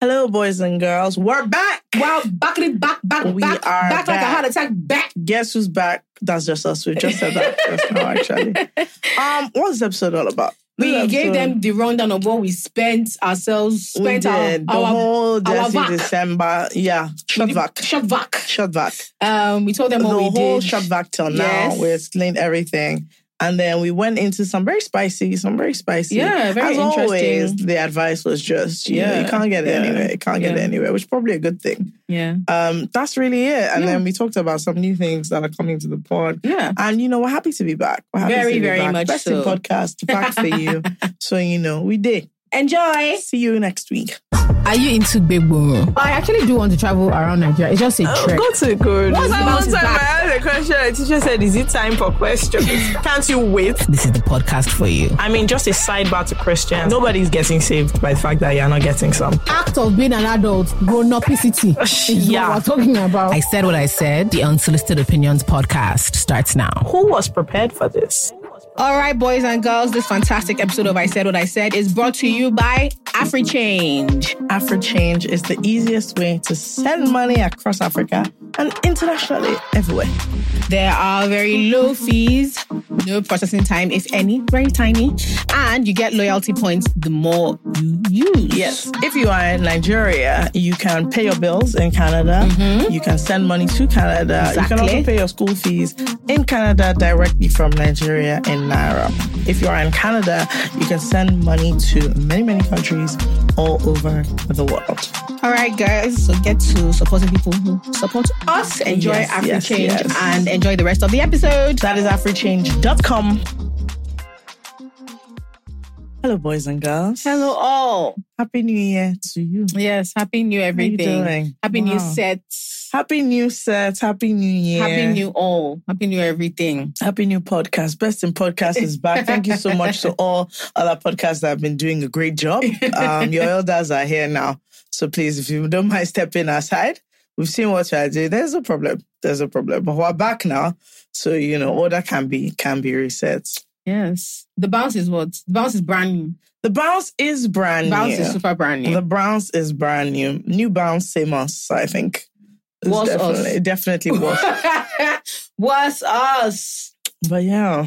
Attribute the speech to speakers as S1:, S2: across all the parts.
S1: Hello, boys and girls. We're back.
S2: Wow, backity back, back,
S1: We
S2: back,
S1: are
S2: back like a
S1: back.
S2: heart attack, back.
S1: Guess who's back? That's just us. We've just said that just now, actually. Um, what's this episode all about?
S2: We
S1: This
S2: gave
S1: episode-
S2: them the rundown of what we spent ourselves,
S1: we
S2: spent our,
S1: did the
S2: our
S1: whole dirty
S2: vac.
S1: December. Yeah, short vac,
S2: shop vac.
S1: short vac.
S2: Um, we told them
S1: The
S2: what we
S1: whole
S2: did.
S1: short vac till
S2: Yes.
S1: now. We explained everything, and then we went into some very spicy, some very spicy.
S2: Yeah, very
S1: As
S2: interesting.
S1: always, the advice was just, you know,
S2: Yeah,
S1: you can't get it
S2: yeah,
S1: anywhere. You can't get
S2: yeah.
S1: it anywhere, which is probably a good thing.
S2: Yeah,
S1: Um, that's really it. And
S2: Yeah.
S1: then we talked about some new things that are coming to the pod.
S2: yeah.
S1: And you know, we're happy to be back. We're happy
S2: Very,
S1: to be
S2: very
S1: back.
S2: much
S1: Best in
S2: so.
S1: podcast back for you. So you know, we did.
S2: Enjoy.
S1: See you next week.
S3: Are you into big boom?
S4: I actually do want to travel around Nigeria. It's just a
S3: Oh,
S4: trek.
S5: Go to good. One time,
S4: about
S5: one
S4: his
S5: time I
S4: back?
S5: asked a question. The teacher said, "Is it time for questions? Can't you wait?"
S3: This is the podcast for you.
S5: I mean, just a sidebar to Christians. Nobody's getting saved by the fact that you're not getting some.
S4: Act of being an adult, grown upicity is
S5: Yeah.
S4: what we're talking about.
S3: Oh, I said what I said. The Unsolicited Opinions podcast starts now.
S5: Who was prepared for this?
S2: All right, boys and girls, this fantastic episode of I Said What I Said is brought to you by AfriChange.
S1: AfroChange is the easiest way to send money across Africa and internationally everywhere.
S2: There are very low fees, no processing time, if any, very tiny, and you get loyalty points the more you use.
S1: Yes. If you are in Nigeria, you can pay your bills in Canada. You can send money to Canada. You can
S2: Mm-hmm. Exactly.
S1: also pay your school fees in Canada directly from Nigeria in Naira. If you are in Canada, you can send money to many, many countries all over the world.
S2: All right, guys, so get to supporting people who support us. Enjoy
S1: Yes,
S2: AfriChange
S1: yes, yes.
S2: and enjoy the rest of the episode.
S1: That is AfriChange.com. Hello, boys and girls.
S2: Hello, all.
S1: Happy New Year to you.
S2: Yes, happy new
S1: How you
S2: everything.
S1: doing?
S2: Happy new
S1: Wow.
S2: sets.
S1: Happy new set. Happy new year.
S2: Happy new all. Happy new everything.
S1: Happy new podcast. Best in podcast is back. Thank you so much to all other podcasts that have been doing a great job. Um, your elders are here now. So please, if you don't mind stepping aside, we've seen what you are doing. There's no problem. There's no problem. But we're back now. So, you know, order can be can be reset.
S2: Yes. The bounce is what? The bounce is brand new.
S1: The bounce is brand
S2: bounce
S1: new.
S2: is super brand new.
S1: the bounce is brand new. New bounce, same us, I think. It's
S2: Was us.
S1: definitely, It definitely was.
S2: What's us?
S1: But yeah,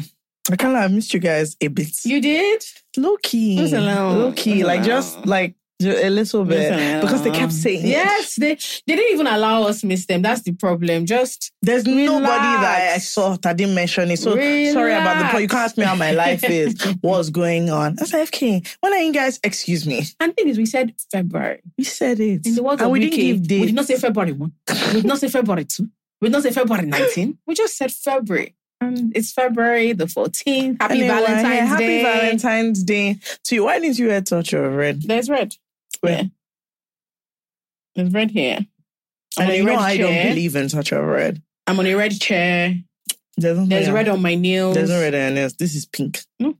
S1: I kind of missed you guys a bit.
S2: You did?
S1: low key,
S2: Leave us alone.
S1: low key,
S2: Leave us
S1: like just
S2: alone.
S1: like ju- a little bit,
S2: Listen,
S1: because they
S2: um,
S1: kept saying it.
S2: Yes, they they didn't even allow us miss them. That's the problem. Just
S1: There's nobody that I
S2: Relax.
S1: saw that didn't mention it. So sorry about the point. You can't ask me how my life is, what's going on. That's like, okay, when are you guys? Excuse me,
S2: and thing is, we said February.
S1: we said it,
S2: In the words
S1: and
S2: of
S1: we
S2: Wiki,
S1: didn't give dates.
S2: we did not say February one. we did not say February two. We did not say February nineteen. We just said February, and it's February the fourteenth. Happy
S1: Anyway,
S2: Valentine's
S1: yeah, happy
S2: Day.
S1: Valentine's Day to you. Why didn't you wear touch of red?
S2: There's red.
S1: Where?
S2: Yeah. There's red here. I'm
S1: And
S2: on
S1: you
S2: a
S1: know
S2: red
S1: I
S2: chair.
S1: don't believe in touch of red.
S2: I'm on a red chair.
S1: There's, nothing
S2: There's
S1: else.
S2: red on my nails.
S1: There's no red on this. This is pink.
S2: No.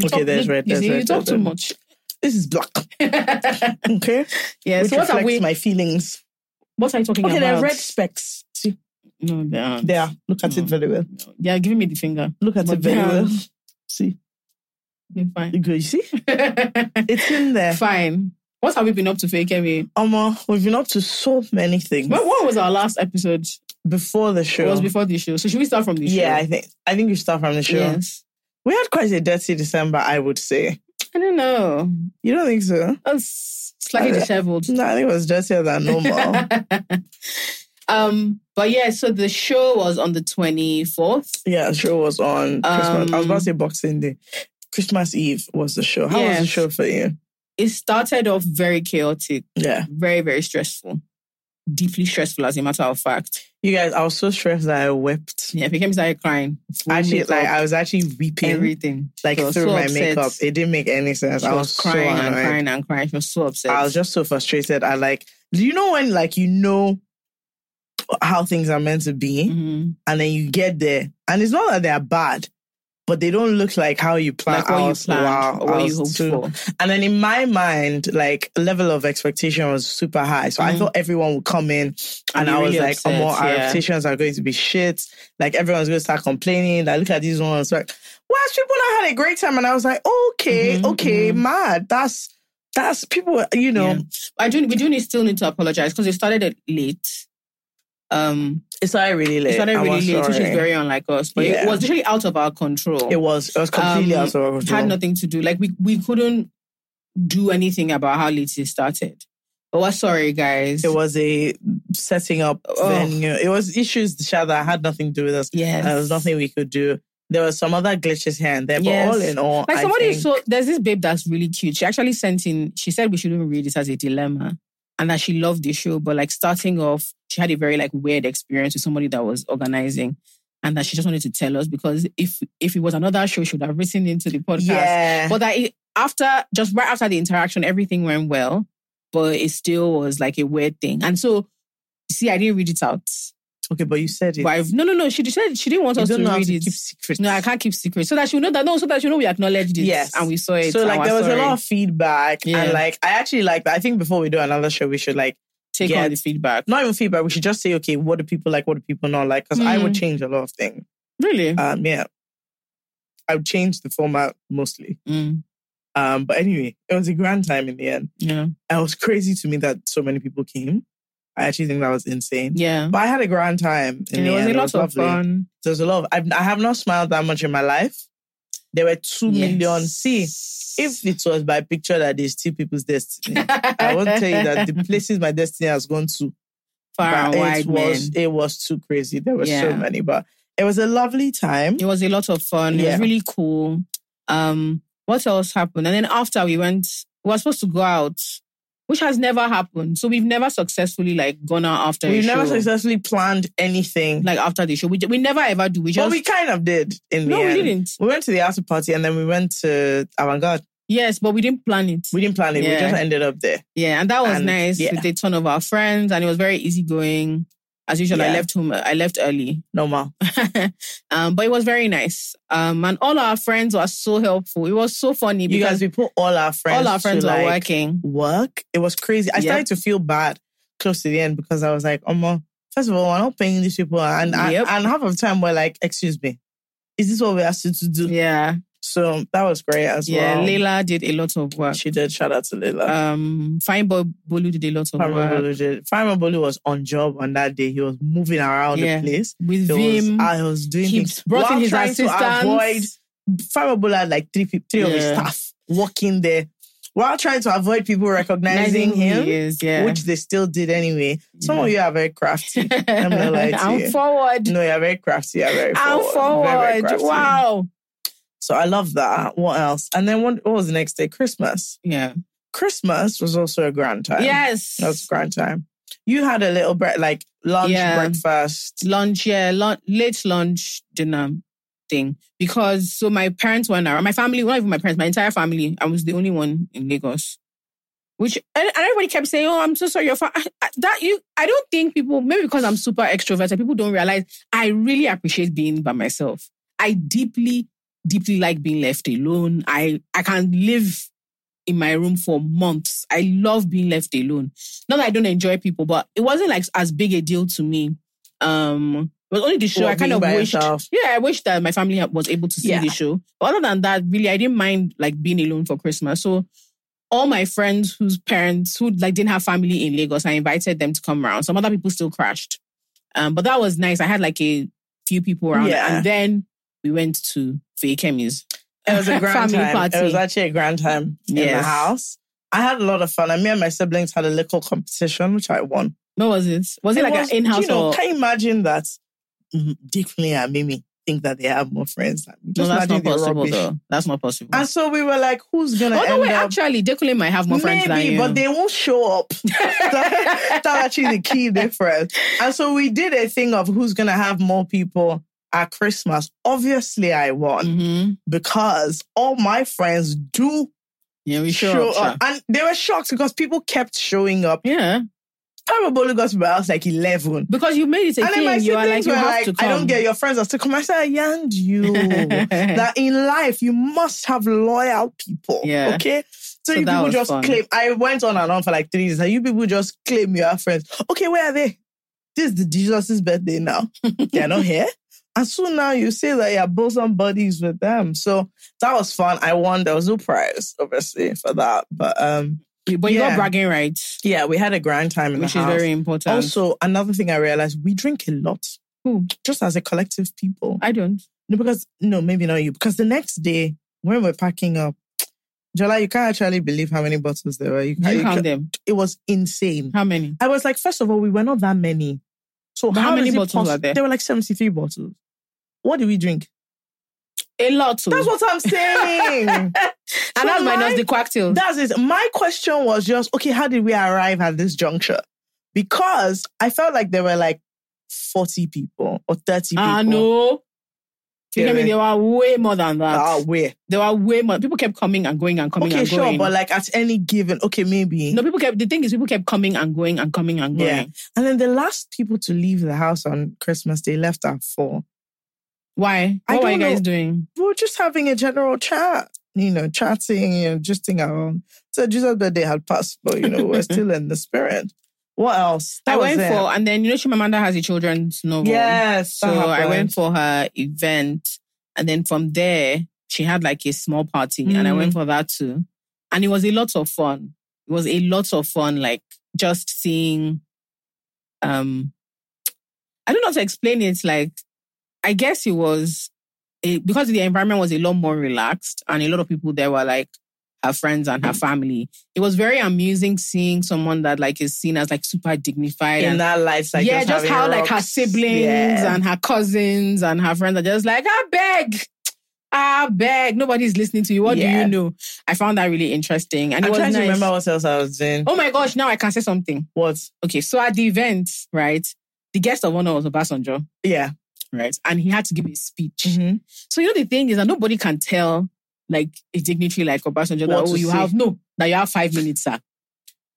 S1: Okay,
S2: Talk-
S1: there's
S2: you-
S1: red.
S2: You,
S1: There's
S2: see,
S1: red.
S2: you talk
S1: there's
S2: too
S1: red.
S2: much.
S1: This is black. Okay.
S2: yeah.
S1: Which
S2: So what are
S1: reflects
S2: we?
S1: my feelings.
S2: what are you talking
S1: Okay,
S2: about?
S1: there are red specks. See,
S2: No, they aren't.
S1: there. Look at it
S2: Mm.
S1: very well.
S2: They are giving me the finger.
S1: Look at it
S2: But
S1: very
S2: they
S1: well.
S2: aren't.
S1: See,
S2: Okay,
S1: you go. You see,
S2: fine.
S1: it's in there.
S2: fine. What have we been up to, Fake Kemi?
S1: Omo, we've been up to so many things
S2: What, what was our last episode?
S1: before the show.
S2: It was before the show. So should we start from the show?
S1: yeah, I think I think we start from the show.
S2: Yes.
S1: We had quite a dirty December, I would say.
S2: I don't know.
S1: You don't think so?
S2: I was slightly
S1: I-
S2: disheveled.
S1: No, I think it was dirtier than normal.
S2: um, but yeah, so the show was on the 24th.
S1: yeah, the show was on Christmas. I was about
S2: Um,
S1: to say Boxing Day. Christmas Eve was the show. How was the
S2: Yes.
S1: show for you?
S2: It started off very chaotic,
S1: Yeah.
S2: very, very stressful. Deeply stressful, as a matter of fact.
S1: You guys, I was so stressed that I wept.
S2: Yeah, became started crying. Full
S1: Actually,
S2: makeup,
S1: like I was actually weeping.
S2: everything.
S1: like
S2: She was
S1: through
S2: so
S1: my
S2: upset.
S1: makeup. It didn't make any sense.
S2: She
S1: I was,
S2: was, crying
S1: so
S2: and
S1: annoyed.
S2: crying and crying. She was so upset.
S1: I was just so frustrated. I like, do you know when like you know how things are meant to be,
S2: Mhm.
S1: and then you get there, and it's not that they're bad, but they don't look like how you plan.
S2: like what
S1: I
S2: you
S1: was-
S2: planned
S1: wow,
S2: or
S1: I
S2: what you
S1: was
S2: hoped
S1: too-
S2: for.
S1: And then in my mind, like level of expectation was super high, so I
S2: Mhm.
S1: thought everyone would come in, and
S2: be
S1: I was
S2: really
S1: like,
S2: upset,
S1: oh, our
S2: yeah.
S1: expectations are going to be shit. Like everyone's going to start complaining. Like look at these ones. Like, well, people not had a great time, and I was like, okay,
S2: Mhm,
S1: okay,
S2: mhm.
S1: mad. That's That's people, you know,
S2: Yeah. I do. We do need, still need to apologize because we started it late. Um,
S1: it started really late.
S2: it started
S1: I
S2: really
S1: was
S2: late, which
S1: sorry.
S2: is very unlike us. But
S1: Yeah.
S2: it was literally out of our control.
S1: It was. It was completely
S2: Um,
S1: out of our
S2: It
S1: control.
S2: had nothing to do. Like we we couldn't do anything about how late it started. But we're sorry, guys.
S1: It was a setting up
S2: Oh.
S1: venue. It was issues Sha, that had nothing to do with us.
S2: yes.
S1: There uh, was nothing we could do. There were some other glitches here and there, but
S2: Yes.
S1: all in all,
S2: Like
S1: I
S2: somebody
S1: think-
S2: so there's this babe that's really cute. She actually sent in, she said we shouldn't read it as a dilemma and that she loved the show, but like starting off, she had a very like weird experience with somebody that was organizing and that she just wanted to tell us because if if it was another show, she would have written into the podcast.
S1: yeah,
S2: But that it, after just right after the interaction, everything went well, but it still was like a weird thing. And so see, I didn't read it out.
S1: okay, but you said it.
S2: But I've, no, no, no. She said she didn't want
S1: You
S2: us
S1: don't
S2: to
S1: know how
S2: read
S1: to
S2: it.
S1: keep secrets.
S2: No, I can't keep secrets. So that you know that no, so that you know we acknowledged it.
S1: Yes.
S2: And we saw it.
S1: So
S2: and
S1: like
S2: we're
S1: there was
S2: sorry.
S1: a lot of feedback,
S2: Yeah.
S1: and like I actually like. that. I think before we do another show, we should like
S2: take
S1: Yeah.
S2: on the feedback.
S1: not even feedback. We should just say, okay, what do people like? What do people not like? Because I
S2: Mm.
S1: would change a lot of things.
S2: Really?
S1: Um, yeah, I would change the format mostly.
S2: Mm,
S1: Um, but anyway, it was a grand time in the end.
S2: yeah.
S1: It was crazy to me that so many people came. I actually think that was insane.
S2: Yeah.
S1: But I had a grand time. In
S2: And
S1: the
S2: it was
S1: end.
S2: a lot of
S1: lovely.
S2: fun.
S1: There's a lot of. I've, I have not smiled that much in my life. There were two million. See, if it was by picture that is still people's destiny, I will tell you that the places my destiny has gone to,
S2: far
S1: but
S2: and
S1: it
S2: wide,
S1: was
S2: man.
S1: it was too crazy. There were so
S2: Yeah.
S1: many, but it was a lovely time.
S2: It was a lot of fun. It
S1: Yeah.
S2: was really cool. Um, what else happened? And then after we went, we were supposed to go out, which has never happened. So we've never successfully like gone out after
S1: We
S2: a
S1: never
S2: show.
S1: successfully planned anything,
S2: like after the show. We, we never ever do. We just
S1: but we kind of did in the
S2: No, we
S1: end.
S2: didn't.
S1: We went to the after party and then we went to avant-garde.
S2: Yes, but we didn't plan it.
S1: We didn't plan it. We
S2: Yeah.
S1: just ended up there.
S2: Yeah, and that was
S1: And,
S2: nice
S1: yeah.
S2: with a ton of our friends, and it was very easygoing. As usual, I
S1: Yeah.
S2: left home. I left early,
S1: Normal.
S2: um, but it was very nice. Um, and all our friends were so helpful. It was so funny
S1: You guys,
S2: because
S1: we put all our friends.
S2: all our friends
S1: to,
S2: were
S1: like,
S2: working.
S1: work. It was crazy. I
S2: Yeah.
S1: started to feel bad close to the end because I was like, "Omo, first of all, we're not paying these people, and and-
S2: Yep.
S1: and half of the time we're like, excuse me, is this what we asked you to do?"
S2: Yeah,
S1: So that was great as
S2: yeah.
S1: well.
S2: Leila did a lot of work.
S1: she did. Shout out to Leila.
S2: Um, Fine Boy Bolu did a lot of
S1: Farmer
S2: work
S1: Bolu did. Farmer Bolu was on job on that day. He was moving around
S2: Yeah.
S1: the place.
S2: with
S1: It was,
S2: Vim.
S1: I was doing
S2: He
S1: things.
S2: brought
S1: While
S2: in his
S1: trying to
S2: assistants.
S1: avoid Farmer Bolu had like three peop- three of his
S2: Yeah.
S1: staff walking there while trying to avoid people recognizing
S2: who
S1: him.
S2: he is, yeah.
S1: which they still did anyway. Some of
S2: Yeah.
S1: you are very crafty. I'm not lying to
S2: I'm
S1: you.
S2: forward.
S1: no, you're very crafty. You're very
S2: I'm
S1: forward. Very, very crafty.
S2: forward. wow.
S1: So I love that. What else? And then what, what was the next day? Christmas.
S2: Yeah.
S1: Christmas was also a grand time.
S2: Yes.
S1: That was a grand time. You had a little break, like lunch,
S2: Yeah.
S1: breakfast.
S2: lunch, yeah, lunch, late lunch dinner thing because so my parents weren't around. My family, not even my parents, my entire family. I was the only one in Lagos, which and, and everybody kept saying, "Oh, I'm so sorry, your fa- I- I- that you." I don't think people maybe because I'm super extroverted, people don't realize I really appreciate being by myself. I deeply, deeply like being left alone. I I can live in my room for months. I love being left alone. Not that I don't enjoy people, but it wasn't like as big a deal to me. Um, it was only the show.
S1: Well,
S2: I kind
S1: being
S2: of
S1: by
S2: wished.
S1: yourself.
S2: Yeah, I wish that my family ha- was able to see
S1: Yeah.
S2: the show. But other than that, really, I didn't mind like being alone for Christmas. So all my friends whose parents who like didn't have family in Lagos, I invited them to come around. Some other people still crashed. Um, but that was nice. I had like a few people around,
S1: Yeah.
S2: and then we went to Fakemi's.
S1: It was a grand
S2: family
S1: time.
S2: party.
S1: It was actually a grand time in the
S2: Yes.
S1: house. I had a lot of fun. And me and my siblings had a little competition, which I won.
S2: what was it? Was it, like
S1: was-
S2: an in-house
S1: you know,
S2: or
S1: Can you imagine that mm, Dick Flynn and Mimi think that they have more friends? than me?
S2: no?
S1: Just
S2: That's not
S1: imagine the
S2: possible,
S1: rubbish.
S2: though. That's not possible.
S1: And so we were like, who's gonna
S2: oh
S1: end
S2: no, wait.
S1: up?
S2: Actually, Dekule might have more friends than
S1: Maybe,
S2: you.
S1: but they won't show up. That- That's actually the key difference. And so we did a thing of who's gonna have more people at Christmas. Obviously, I won
S2: Mhm.
S1: because all my friends do
S2: Yeah, we sure.
S1: show
S2: sure.
S1: up, and they were shocked because people kept showing up.
S2: Yeah,
S1: Probably got to my house like eleven.
S2: because you made it a
S1: and then my
S2: thing. You are like,
S1: siblings
S2: you
S1: were
S2: have
S1: like,
S2: to
S1: I
S2: come.
S1: don't get your friends are still coming. I said, I yarned you that in life you must have loyal people.
S2: Yeah.
S1: Okay. So,
S2: So
S1: you
S2: that
S1: people
S2: was
S1: just
S2: fun.
S1: claim. I went on and on for like three days. And you people just claim you have friends. Okay, where are they? This is the Jesus' birthday now. They're not here. And so now you say that you're bosom buddies with them. So that was fun. I won. There was no prize, obviously, for that. But um
S2: But you
S1: Yeah.
S2: got bragging rights,
S1: Yeah, we had a grand time in
S2: which is
S1: the house.
S2: very important.
S1: also, another thing I realized, we drink a lot.
S2: Who?
S1: Just as a collective people.
S2: I don't.
S1: No, because no, maybe not you. Because the next day when we're packing up, Jola, you can't actually believe how many bottles there were. You,
S2: Do
S1: can't-
S2: you
S1: you
S2: count
S1: can't-
S2: them?
S1: it was insane.
S2: How many?
S1: I was like, first of all, we were not that many. So
S2: But how
S1: is
S2: many
S1: it
S2: bottles
S1: possi-
S2: were there?
S1: There were like seventy-three bottles. What did we drink?
S2: A lot. oh.
S1: That's what I'm saying. So
S2: and that's minus
S1: my-
S2: the cocktails.
S1: That's it. My question was just, okay, how did we arrive at this juncture? Because I felt like there were like 40 people or 30 people.
S2: Ah, no. You
S1: Yeah,
S2: get me?
S1: man.
S2: There were way more than that.
S1: Ah, where?
S2: There were way more. People kept coming and going and coming
S1: Okay,
S2: and
S1: sure,
S2: going.
S1: but like at any given, okay, maybe.
S2: no, people kept. The thing is, people kept coming and going and coming and going.
S1: Yeah. And then the last people to leave the house on Christmas Day left at four.
S2: Why?
S1: I
S2: What were you
S1: don't
S2: guys
S1: know.
S2: doing?
S1: We were just having a general chat, you know, chatting, you know, justing around. oh, So Jesus' birthday had passed, but you know, we're still in the spirit. What else?
S2: I
S1: That was
S2: went
S1: it.
S2: for, and then you know, Chimamanda has a children's novel.
S1: Yes.
S2: So
S1: that
S2: I went
S1: happened.
S2: for her event, and then from there she had like a small party, and I went for that too, and it was a lot of fun. It was a lot of fun, like just seeing. Um, I don't know how to explain it. Like, I guess it was it, because the environment was a lot more relaxed, and a lot of people there were like her friends and her family. It was very amusing seeing someone that like is seen as like super dignified and
S1: in that light, like
S2: yeah, just,
S1: having
S2: how like her
S1: rocks.
S2: siblings
S1: Yeah.
S2: and her cousins and her friends are just like, I beg, I beg. Nobody's listening to you. What
S1: Yeah.
S2: do you know? I found that really interesting. And it
S1: I'm
S2: was
S1: trying to
S2: nice.
S1: remember what else I was doing.
S2: oh my gosh, now I can say something.
S1: What?
S2: Okay, so at the event, right, the guest of honor was Obasanjo,
S1: Yeah.
S2: right? And he had to give a speech. So you know the thing is that nobody can tell like a dignitary like Obasanjo that
S1: What to
S2: oh you
S1: say.
S2: have no that you have five minutes sir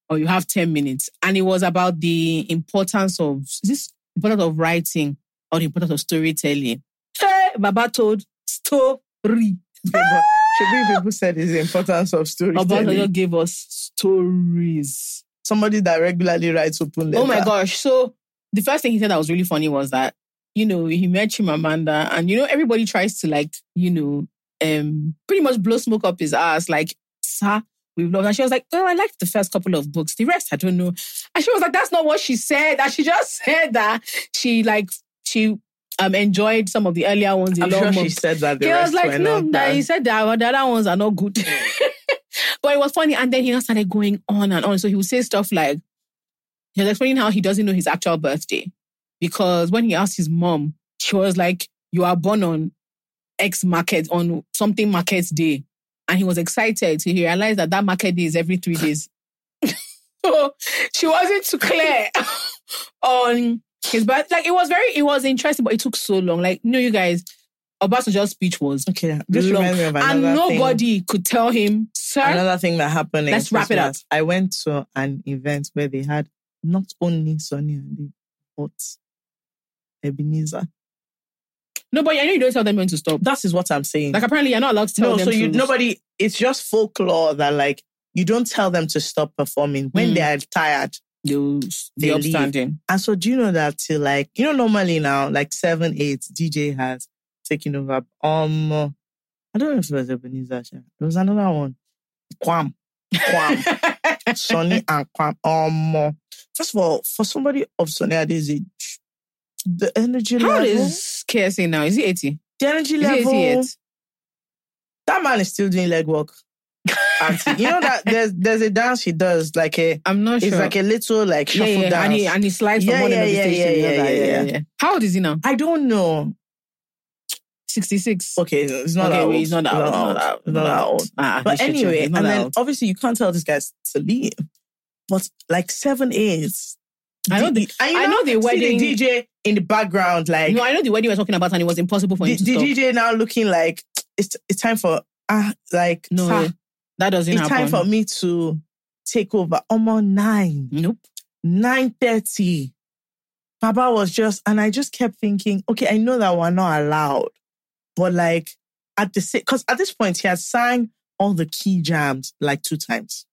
S2: or you have ten minutes and it was about the importance of is this importance of writing or the importance of storytelling. Hey, Baba told story.
S1: People- should we people said is the importance of
S2: Obasanjo
S1: storytelling.
S2: gave us stories.
S1: Somebody that regularly writes open letter.
S2: Oh my gosh. So the first thing he said that was really funny was that, you know, he met Chimamanda and you know, everybody tries to like, you know, um pretty much blow smoke up his ass, like, sir, we love and she was like, Oh, I liked the first couple of books. The rest I don't know. And she was like, that's not what she said. And she just said that she like she um enjoyed some of the earlier ones a
S1: I'm
S2: lot
S1: sure
S2: more.
S1: she said that the
S2: Yeah, I was
S1: rest
S2: like,
S1: were
S2: no,
S1: not
S2: that he
S1: done.
S2: said that well, the other ones are not good. but it was funny. And then he just started going on and on. So he would say stuff like, he was explaining how he doesn't know his actual birthday. Because when he asked his mom, she was like, You are born on X market, on something market day. And he was excited to he realized that that market day is every three days. so she wasn't too clear on his birth. Like it was very, it was interesting, but it took so long. Like, no, you guys, Obasanjo's speech was
S1: Okay, this
S2: long.
S1: reminds me of another
S2: and
S1: thing.
S2: nobody could tell him, sir.
S1: Another thing that happened. in
S2: Let's wrap it
S1: Christmas. I went to an event where they had not only Sonny and Lee, but Ebenezer.
S2: no, but I know you don't tell them when to stop.
S1: That is what I'm saying.
S2: Like apparently you're not allowed to tell
S1: no,
S2: them.
S1: so you
S2: to-
S1: nobody. It's just folklore that like you don't tell them to stop performing when
S2: Mm.
S1: they are tired.
S2: you
S1: They leave.
S2: the upstanding.
S1: And so do you know that till like you know normally now like seven eight DJ has taken over. Um, I don't know if it was Ebenezer. Asha. There was another one, Kwam, Kwam, Sonny and Kwam. Um, first of all, for somebody of Sonny Ade's age, the energy
S2: How old
S1: level,
S2: is KSA now? Is he 80?
S1: the energy
S2: Is he
S1: level,
S2: 88?
S1: that man is still doing leg work. Auntie. you know that there's there's a dance he does like a
S2: I'm not sure.
S1: it's like a little like
S2: yeah,
S1: shuffle
S2: yeah.
S1: dance.
S2: And, he, and he slides
S1: Yeah,
S2: from one end
S1: yeah,
S2: of the
S1: yeah,
S2: stage to
S1: yeah,
S2: the other.
S1: yeah, yeah.
S2: How old is he now?
S1: I don't know.
S2: 66.
S1: Okay, it's not
S2: Okay,
S1: that
S2: wait,
S1: old.
S2: he's not that old.
S1: It's
S2: Not that old.
S1: It's not that old.
S2: Ah,
S1: But
S2: he's shit,
S1: anyway,
S2: he's
S1: and
S2: not that
S1: then
S2: old.
S1: obviously you can't tell this guy's to leave. But like seven eights.
S2: I know the-
S1: and
S2: I know the wedding-
S1: See the DJ in the background, like
S2: no, I know the wedding we're talking about, and it was impossible for
S1: the,
S2: him to
S1: the
S2: stop.
S1: DJ now looking like it's it's time for ah like
S2: No,
S1: sir,
S2: that doesn't
S1: it's
S2: happen.
S1: time for me to take over. Almost nine.
S2: Nope.
S1: 9.30 baba was just and i just kept thinking okay i know that we're not allowed but like at the because at this point he had sang all the key jams like two times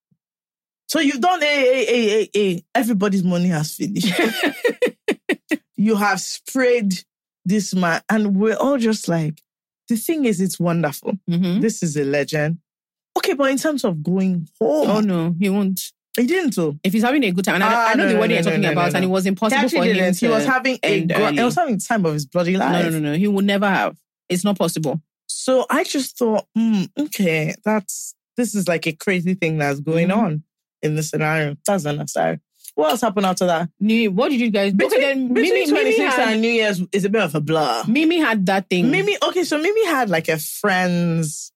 S1: so you've done a a a a everybody's money has finished you have sprayed this man and we're all just like the thing is it's wonderful
S2: Mhm.
S1: this is a legend Okay, but in terms of going home,
S2: Oh no, he won't.
S1: he didn't. though.
S2: If he's having a good time, and
S1: Ah,
S2: I, I know
S1: no,
S2: the
S1: no,
S2: word
S1: no,
S2: you're
S1: no,
S2: talking
S1: no,
S2: about,
S1: no.
S2: and it was
S1: He
S2: impossible
S1: actually
S2: for him.
S1: didn't. He
S2: to-
S1: was having a
S2: end
S1: go- he
S2: early.
S1: was having the time of his bloody
S2: no,
S1: life.
S2: no, no, no. He would never have. It's not possible.
S1: So I just thought, hmm, okay, that's this is like a crazy thing that's going
S2: Mhm.
S1: on in the scenario. That's unnecessary. What else happened after that?
S2: Ni- What did you guys? okay, then Mimi,
S1: Between
S2: Mimi
S1: 26
S2: had,
S1: and New Year's is a bit of a blur.
S2: Mimi had that thing.
S1: Mimi, okay, so Mimi had like a friend's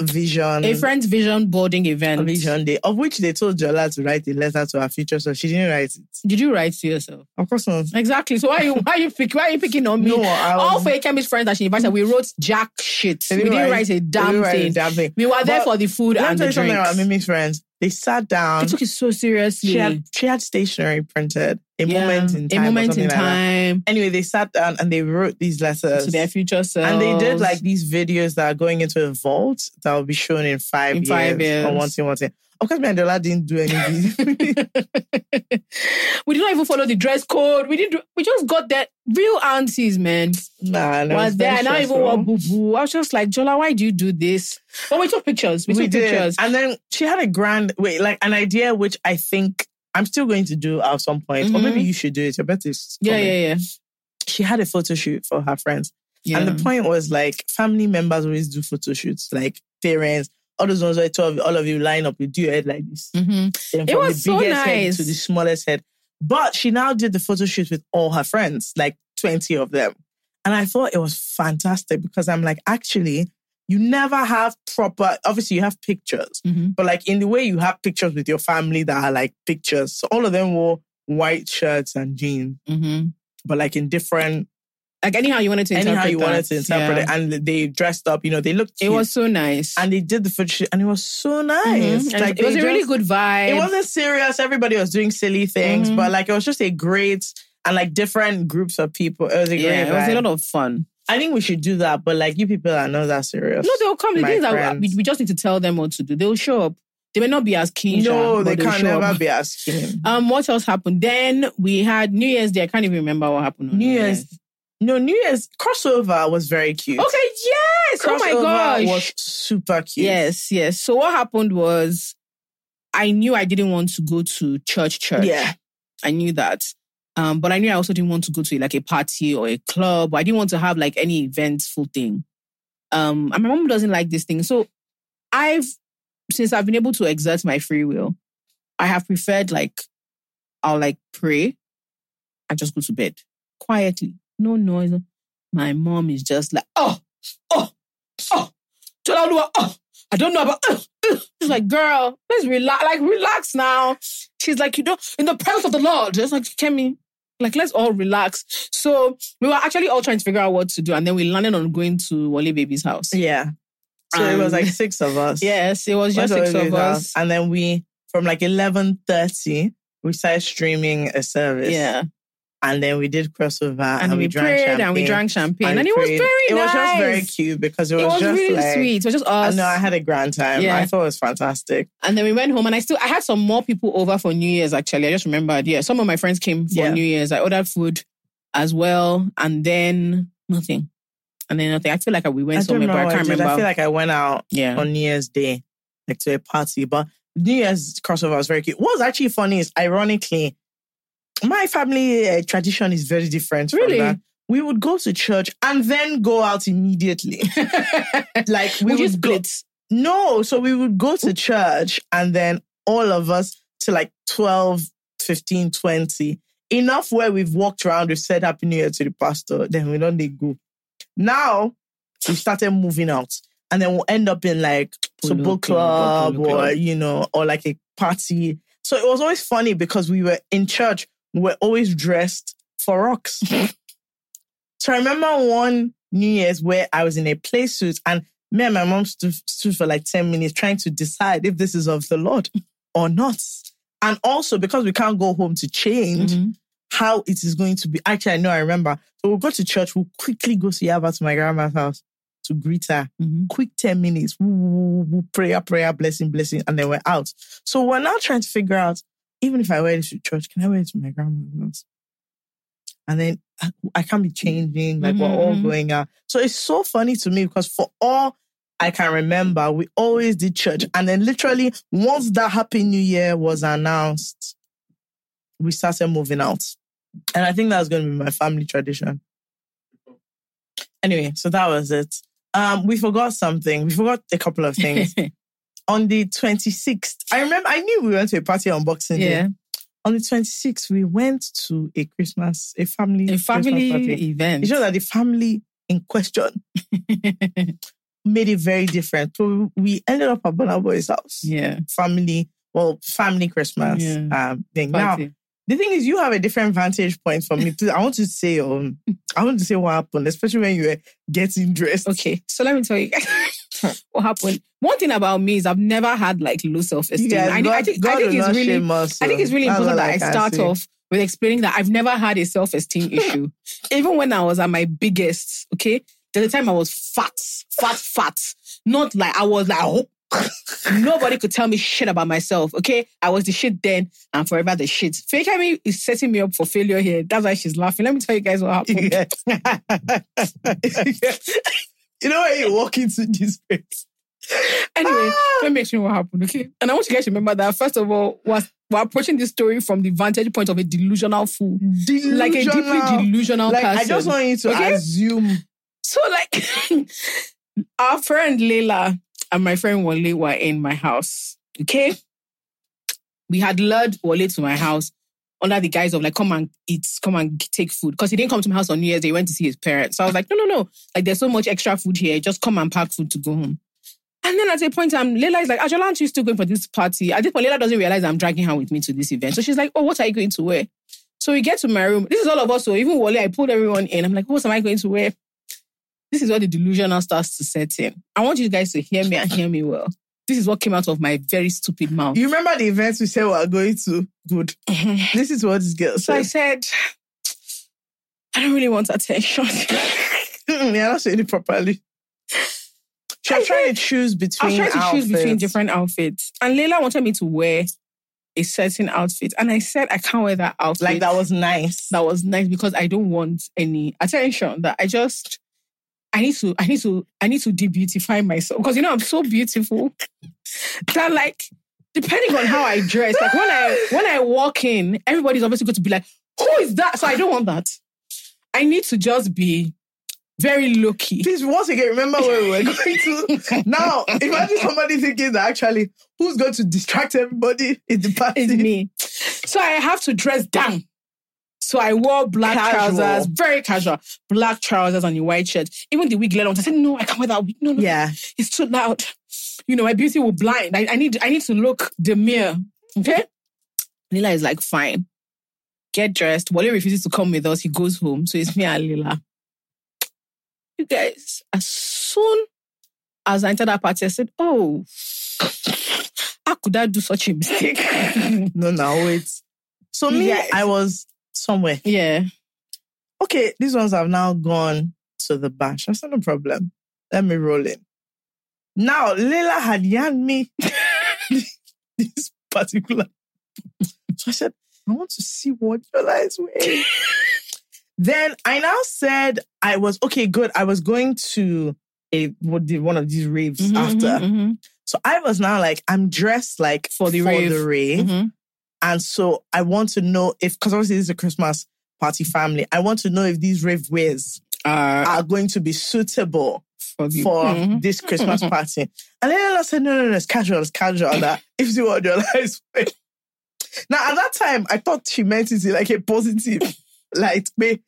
S1: vision.
S2: a friend's vision boarding event.
S1: vision day, of which they told Jola to write a letter to her future, so she didn't write it.
S2: Did you write to yourself?
S1: Of course not.
S2: Exactly. So why you why you pick why are you picking on me?
S1: No, I
S2: All
S1: was,
S2: for Akemi's friends that she invited, we wrote jack shit.
S1: They
S2: we
S1: didn't
S2: didn't
S1: write-
S2: write a
S1: they
S2: damn
S1: didn't write a
S2: thing.
S1: damn thing.
S2: We were there
S1: But
S2: for the food
S1: Let me
S2: and
S1: tell
S2: the
S1: you something about
S2: drinks.
S1: Mimi's friends. They sat
S2: They
S1: down.
S2: took it so seriously.
S1: She had, she had stationery printed. A
S2: Yeah.
S1: moment in time.
S2: A
S1: or
S2: moment
S1: something
S2: in
S1: like that.
S2: time
S1: Anyway, they sat down and they wrote these letters.
S2: to their future self.
S1: and they did like these videos that are going into a vault that will be shown in five,
S2: In five
S1: years. Or
S2: years.
S1: one thing, one thing. Of course, Mandela didn't do any video.
S2: we did not even follow the dress code. We didn't. do- We just got that real aunties, man.
S1: nah, that
S2: was
S1: was
S2: there.
S1: very
S2: And I even
S1: stressful.
S2: wore boo boo. I was just like, Jola, why do you do this? But we took pictures. We,
S1: We
S2: took
S1: did.
S2: pictures.
S1: And then she had a grand, wait, like an idea which I think I'm still going to do at some point. Or
S2: Mhm.
S1: maybe you should do it. Your birthday is
S2: Yeah,
S1: coming.
S2: yeah, yeah,
S1: She had a photo shoot for her friends.
S2: yeah.
S1: And the point was like family members always do photo shoots, like parents, all those ones where two of all of you line up, you do your head like this.
S2: Mhm.
S1: Then
S2: It
S1: from
S2: was
S1: the
S2: so
S1: biggest head
S2: nice.
S1: to the smallest head. But she now did the photo shoot with all her friends, like 20 of them. And I thought it was fantastic because I'm like, actually, you never have proper, obviously, you have pictures,
S2: Mhm.
S1: but like in the way you have pictures with your family that are like pictures. So all of them wore white shirts and jeans,
S2: Mhm.
S1: but like in different
S2: Like anyhow you wanted to interpret
S1: anyhow you wanted
S2: that.
S1: to interpret
S2: Yeah.
S1: it. And they dressed up, you know, they looked
S2: It
S1: cute.
S2: was so nice.
S1: and they did the photo shoot, and it was so nice.
S2: Mhm. And it was
S1: they
S2: a really
S1: just-
S2: good vibe.
S1: It wasn't serious. Everybody was doing silly things,
S2: Mhm.
S1: but like it was just a great and like different groups of people. It was a
S2: yeah,
S1: great.
S2: it was a
S1: vibe.
S2: lot of fun.
S1: I think we should do that, but like you people are not that serious.
S2: No, they'll come. The
S1: my
S2: things that
S1: friends.
S2: we, we just need to tell them what to do. They'll show up. They may not be as keen.
S1: no,
S2: sha,
S1: they
S2: but they'll
S1: can
S2: show
S1: never
S2: up.
S1: be asking.
S2: Um, what else happened? Then we had New Year's Day. I can't even remember what happened. on
S1: New Year's No, New Year's crossover was very cute.
S2: Okay, yes.
S1: crossover
S2: oh my gosh.
S1: was super cute.
S2: yes, yes. So what happened was, I knew I didn't want to go to church. Church.
S1: yeah,
S2: I knew that. Um, but I knew I also didn't want to go to like a party or a club. I didn't want to have like any eventful thing. Um, and my mom doesn't like this thing. So I've, since I've been able to exert my free will, I have preferred like, I'll like pray and just go to bed quietly. No noise. My mom is just like, oh, oh, oh, Tolaoluwa, oh, I don't know about, uh, uh. She's like, girl, let's relax, like relax now. She's like, you know, in the presence of the Lord. Just like, Kemi, like, let's all relax. So we were actually all trying to figure out what to do. And then we landed on going to Wally Baby's house.
S1: yeah. So it was
S2: Um,
S1: like six of us.
S2: Yes, it was just
S1: Went to
S2: six of
S1: Olivia's house,
S2: us.
S1: and then we from like eleven thirty we started streaming a service.
S2: Yeah.
S1: and then we did crossover and,
S2: And,
S1: we,
S2: we,
S1: drank
S2: prayed
S1: champagne.
S2: and we drank champagne. And,
S1: we
S2: it was very
S1: prayed. It was
S2: nice.
S1: just very cute because it
S2: It
S1: was,
S2: was,
S1: just
S2: really
S1: like,
S2: sweet. It was just
S1: I
S2: us.
S1: know I had a grand time.
S2: Yeah.
S1: I thought it was fantastic.
S2: and then we went home and I still I had some more people over for New Year's actually. I just remembered. Yeah. Some of my friends came for
S1: Yeah.
S2: New Year's. I ordered food as well. And then nothing. And then nothing. I feel like we went
S1: I don't
S2: somewhere, but I
S1: what
S2: can't
S1: did.
S2: remember.
S1: I feel like I went out
S2: yeah.
S1: on New Year's Day, like to a party. But New Year's crossover was very cute. What's actually funny is, ironically, my family uh, tradition is very different. from
S2: Really?
S1: that. we would go to church and then go out immediately. like we
S2: Would you
S1: would go,
S2: split?
S1: No, so we would go to church and then all of us to like 12, 15, 20. Enough where we've walked around, we've said Happy New Year to the pastor, then we don't they go. Now we started moving out and then we'll end up in like
S2: Polo
S1: football
S2: club,
S1: club
S2: polo
S1: or,
S2: club.
S1: you know, or like a party. So it was always funny because we were in church, we were always dressed for rocks. so I remember one New Year's where I was in a play suit and me and my mom stood, stood for like 10 minutes trying to decide if this is of the Lord or not. And also because we can't go home to change
S2: Mhm.
S1: how it is going to be. Actually, I know I remember. So we'll go to church, we'll quickly go to Yaba to my grandma's house to greet her.
S2: Mhm.
S1: Quick 10 minutes, woo, woo, woo, woo, prayer, prayer, blessing, blessing, and then we're out. So we're now trying to figure out, even if I wear this to church, can I wear it to my grandma's house? And then I- I can't be changing, like we're all
S2: Mhm.
S1: going out. So it's so funny to me because for all I can remember we always did church. And then literally once that Happy New Year was announced, we started moving out. And I think that's going to be my family tradition. Anyway, so that was it. Um, we forgot something. We forgot a couple of things. on the 26th, I remember I knew we went to a party on Boxing Day.
S2: yeah.
S1: On the 26th, we went to a Christmas, a family,
S2: A family
S1: Christmas party.
S2: event.
S1: It's just that the family in question made it very different. So we ended up at Bonaboy's house.
S2: yeah.
S1: Family, well, family Christmas
S2: Yeah.
S1: um, thing. Now,
S2: Party.
S1: the thing is, you have a different vantage point from me. Please, I want to say, um, I want to say what happened, especially when you were getting dressed.
S2: Okay, so let me tell you what happened. One thing about me is I've never had like low self
S1: You
S2: esteem.
S1: guys,
S2: I,
S1: God,
S2: I think,
S1: God
S2: I think
S1: will
S2: it's
S1: not
S2: really
S1: shame us,
S2: I think it's really
S1: so
S2: important that I,
S1: that's all
S2: start
S1: can say.
S2: off with explaining that I've never had a self esteem issue. Even when I was at my biggest, okay, there's a time I was fat, fat, fat. Not like I was like, oh. nobody could tell me shit about myself, okay? I was the shit then and forever the shit. Fake Amy is setting me up for failure here. That's why she's laughing. Let me tell you guys what happened.
S1: Yeah. you know when you walk into this place.
S2: Anyway,
S1: Ah.
S2: let me explain what happened, okay? And I want you guys to remember that, first of all, was we're approaching this story from the vantage point of a delusional fool. Like a deeply delusional
S1: Like,
S2: person.
S1: I just want you to
S2: Okay?
S1: assume
S2: So like our friend Leila and my friend Wale were in my house. Okay. We had lured Wale to my house under the guise of like, come and eat, come and g- take food. Because he didn't come to my house on New Year's Day, he went to see his parents. So I was like, no, no, no. Like there's so much extra food here. Just come and pack food to go home. And then at a point, um, Leila is like, Ajola, aren't you still going for this party? At this point, Leila doesn't realize I'm dragging her with me to this event. So she's like, oh, what are you going to wear? So we get to my room. This is all of us. So even Wale, I pulled everyone in. I'm like, what am I going to wear? this is where the delusion now starts to set in. I want you guys to hear me and hear me well. This is what came out of my very stupid mouth.
S1: You remember the events we said we are going to? Good. This is what this girl
S2: so I
S1: said.
S2: said, I don't really want attention.
S1: Mm-mm, You're not saying it properly. She
S2: I
S1: was trying
S2: said-
S1: to choose
S2: I was
S1: between.
S2: trying to choose between
S1: outfits.
S2: different outfits. And Leila wanted me to wear a certain outfit. And I said, I can't wear that outfit.
S1: Like that was nice.
S2: that was nice because I don't want any attention. That I just I need to I need to I need to de-beautify myself. Because you know I'm so beautiful that like depending on how I dress, like when I when I walk in, everybody's obviously going to be like, who is that? So I don't want that. I need to just be very low key.
S1: Please, once again, remember where we were going to. now, imagine somebody thinking that actually, who's going to distract everybody in the party?
S2: It's me. So I have to dress down. So I wore black
S1: Casual.
S2: trousers, very casual, black trousers and a white shirt. Even the wig let on. I said, no, I can't wear that wig. No, no,
S1: Yeah.
S2: it's too loud. You know, my beauty will blind. I, I need I need to look the mirror. Okay? Lila is like, fine. Get dressed. Wale refuses to come with us. He goes home. So it's me and Lila. You guys, as soon as I entered that party, I said, oh, how could I do such a mistake?
S1: No, no, wait. So, me,
S2: Yes.
S1: I was somewhere.
S2: yeah.
S1: okay, these ones have now gone to the bash. I said, no problem. Let me roll in. Now, Leila had yanned me this particular. So I said, I want to see what Yola is wearing. then I now said, I was, okay, good. I was going to a, what the- one of these raves
S2: Mhm,
S1: after.
S2: mhm,
S1: So I was now like, I'm dressed like
S2: For the rave.
S1: the rave.
S2: mhm, mhm.
S1: And so I want to know if, because obviously this is a Christmas party family, I want to know if these rave wears
S2: Uh,
S1: are going to be suitable
S2: for the-
S1: for
S2: mhm.
S1: this Christmas party. And then Ella said, no, no, no, it's casual, it's casual. That if you want your life. now, at that time, I thought she meant it in like a positive light. But,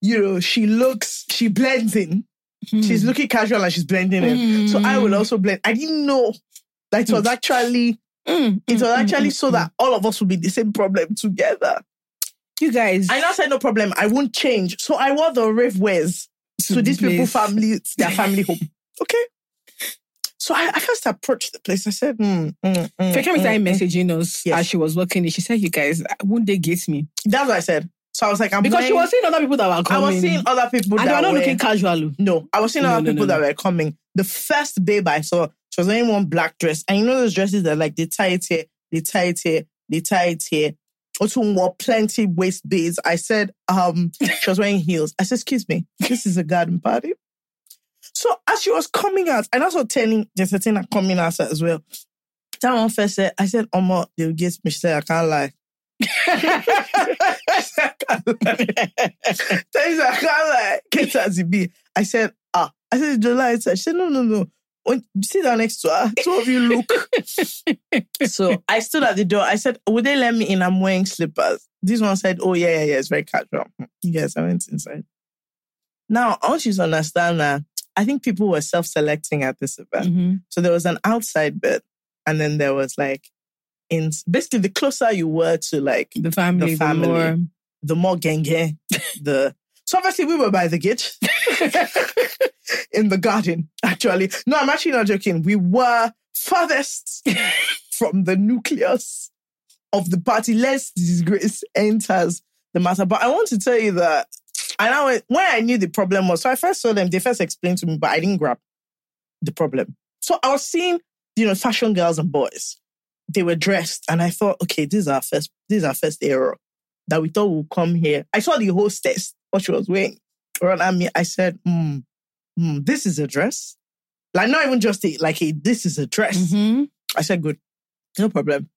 S1: you know, she looks, she blends in.
S2: Mm-hmm,
S1: She's
S2: Mm.
S1: looking casual and she's blending in. So I will also blend. I didn't know that it was actually,
S2: Mm,
S1: it was
S2: mm, mm,
S1: actually
S2: mm,
S1: so that all of us would be the same problem together.
S2: you guys.
S1: I now said no problem. I won't change. So I wore the rave wears to,
S2: the
S1: these people
S2: place.
S1: family their family home. Okay. So I, I first approached the place. I said, mm, mm, mm,
S2: Fake Kemi
S1: mm,
S2: started
S1: mm.
S2: messaging us
S1: Yes.
S2: as she was working. it. She said, "You guys, uh, won't they get me?"
S1: That's what I said. So I was like, I'm
S2: Because she
S1: wearing-
S2: was seeing other people that were
S1: I
S2: coming.
S1: was seeing other people
S2: and they
S1: that
S2: were not
S1: were-
S2: looking casual.
S1: No, I was seeing
S2: No,
S1: other
S2: no,
S1: people that
S2: no,
S1: were coming. The first babe I saw, she was wearing one black dress. And you know those dresses that like they tie it here, they tie it here, they tie it here. Also wore plenty waist beads. I said, um, she was wearing heels. I said, excuse me, this is a garden party. So So as she was coming out, and also telling the certain are coming out as well. That one first said, I said, Omo, they'll get me. She said, I can't lie. I said, I can't lie. She said, I can't lie. Get as it be. I said, ah. I said, July. She said, no, no, no. When, sit down next to her. Two of you look. so I stood at the door. I said, would they let me in? I'm wearing slippers. This one said, oh, yeah, yeah, yeah. It's very casual. Yes, I went inside. Now, I want you to understand that I think people were self-selecting at this event.
S2: Mhm.
S1: So there was an outside bit, and then there was like, in basically the closer you were to like
S2: The family, the
S1: family.
S2: more-
S1: the more genge, the so obviously we were by the gate in the garden. Actually, no, I'm actually not joking. We were farthest from the nucleus of the party. Lest disgrace enters the matter. But I want to tell you that. And I went, when I knew the problem was, so I first saw them. They first explained to me, but I didn't grab the problem. So I was seeing, you know, fashion girls and boys. They were dressed, and I thought, okay, this is our first, this is our first error that we thought would come here. I saw the hostess, what she was wearing, run at me. I said, mm, mm, this is a dress. Like, not even just a, like a, this is a dress.
S2: Mhm.
S1: I said, good, no problem.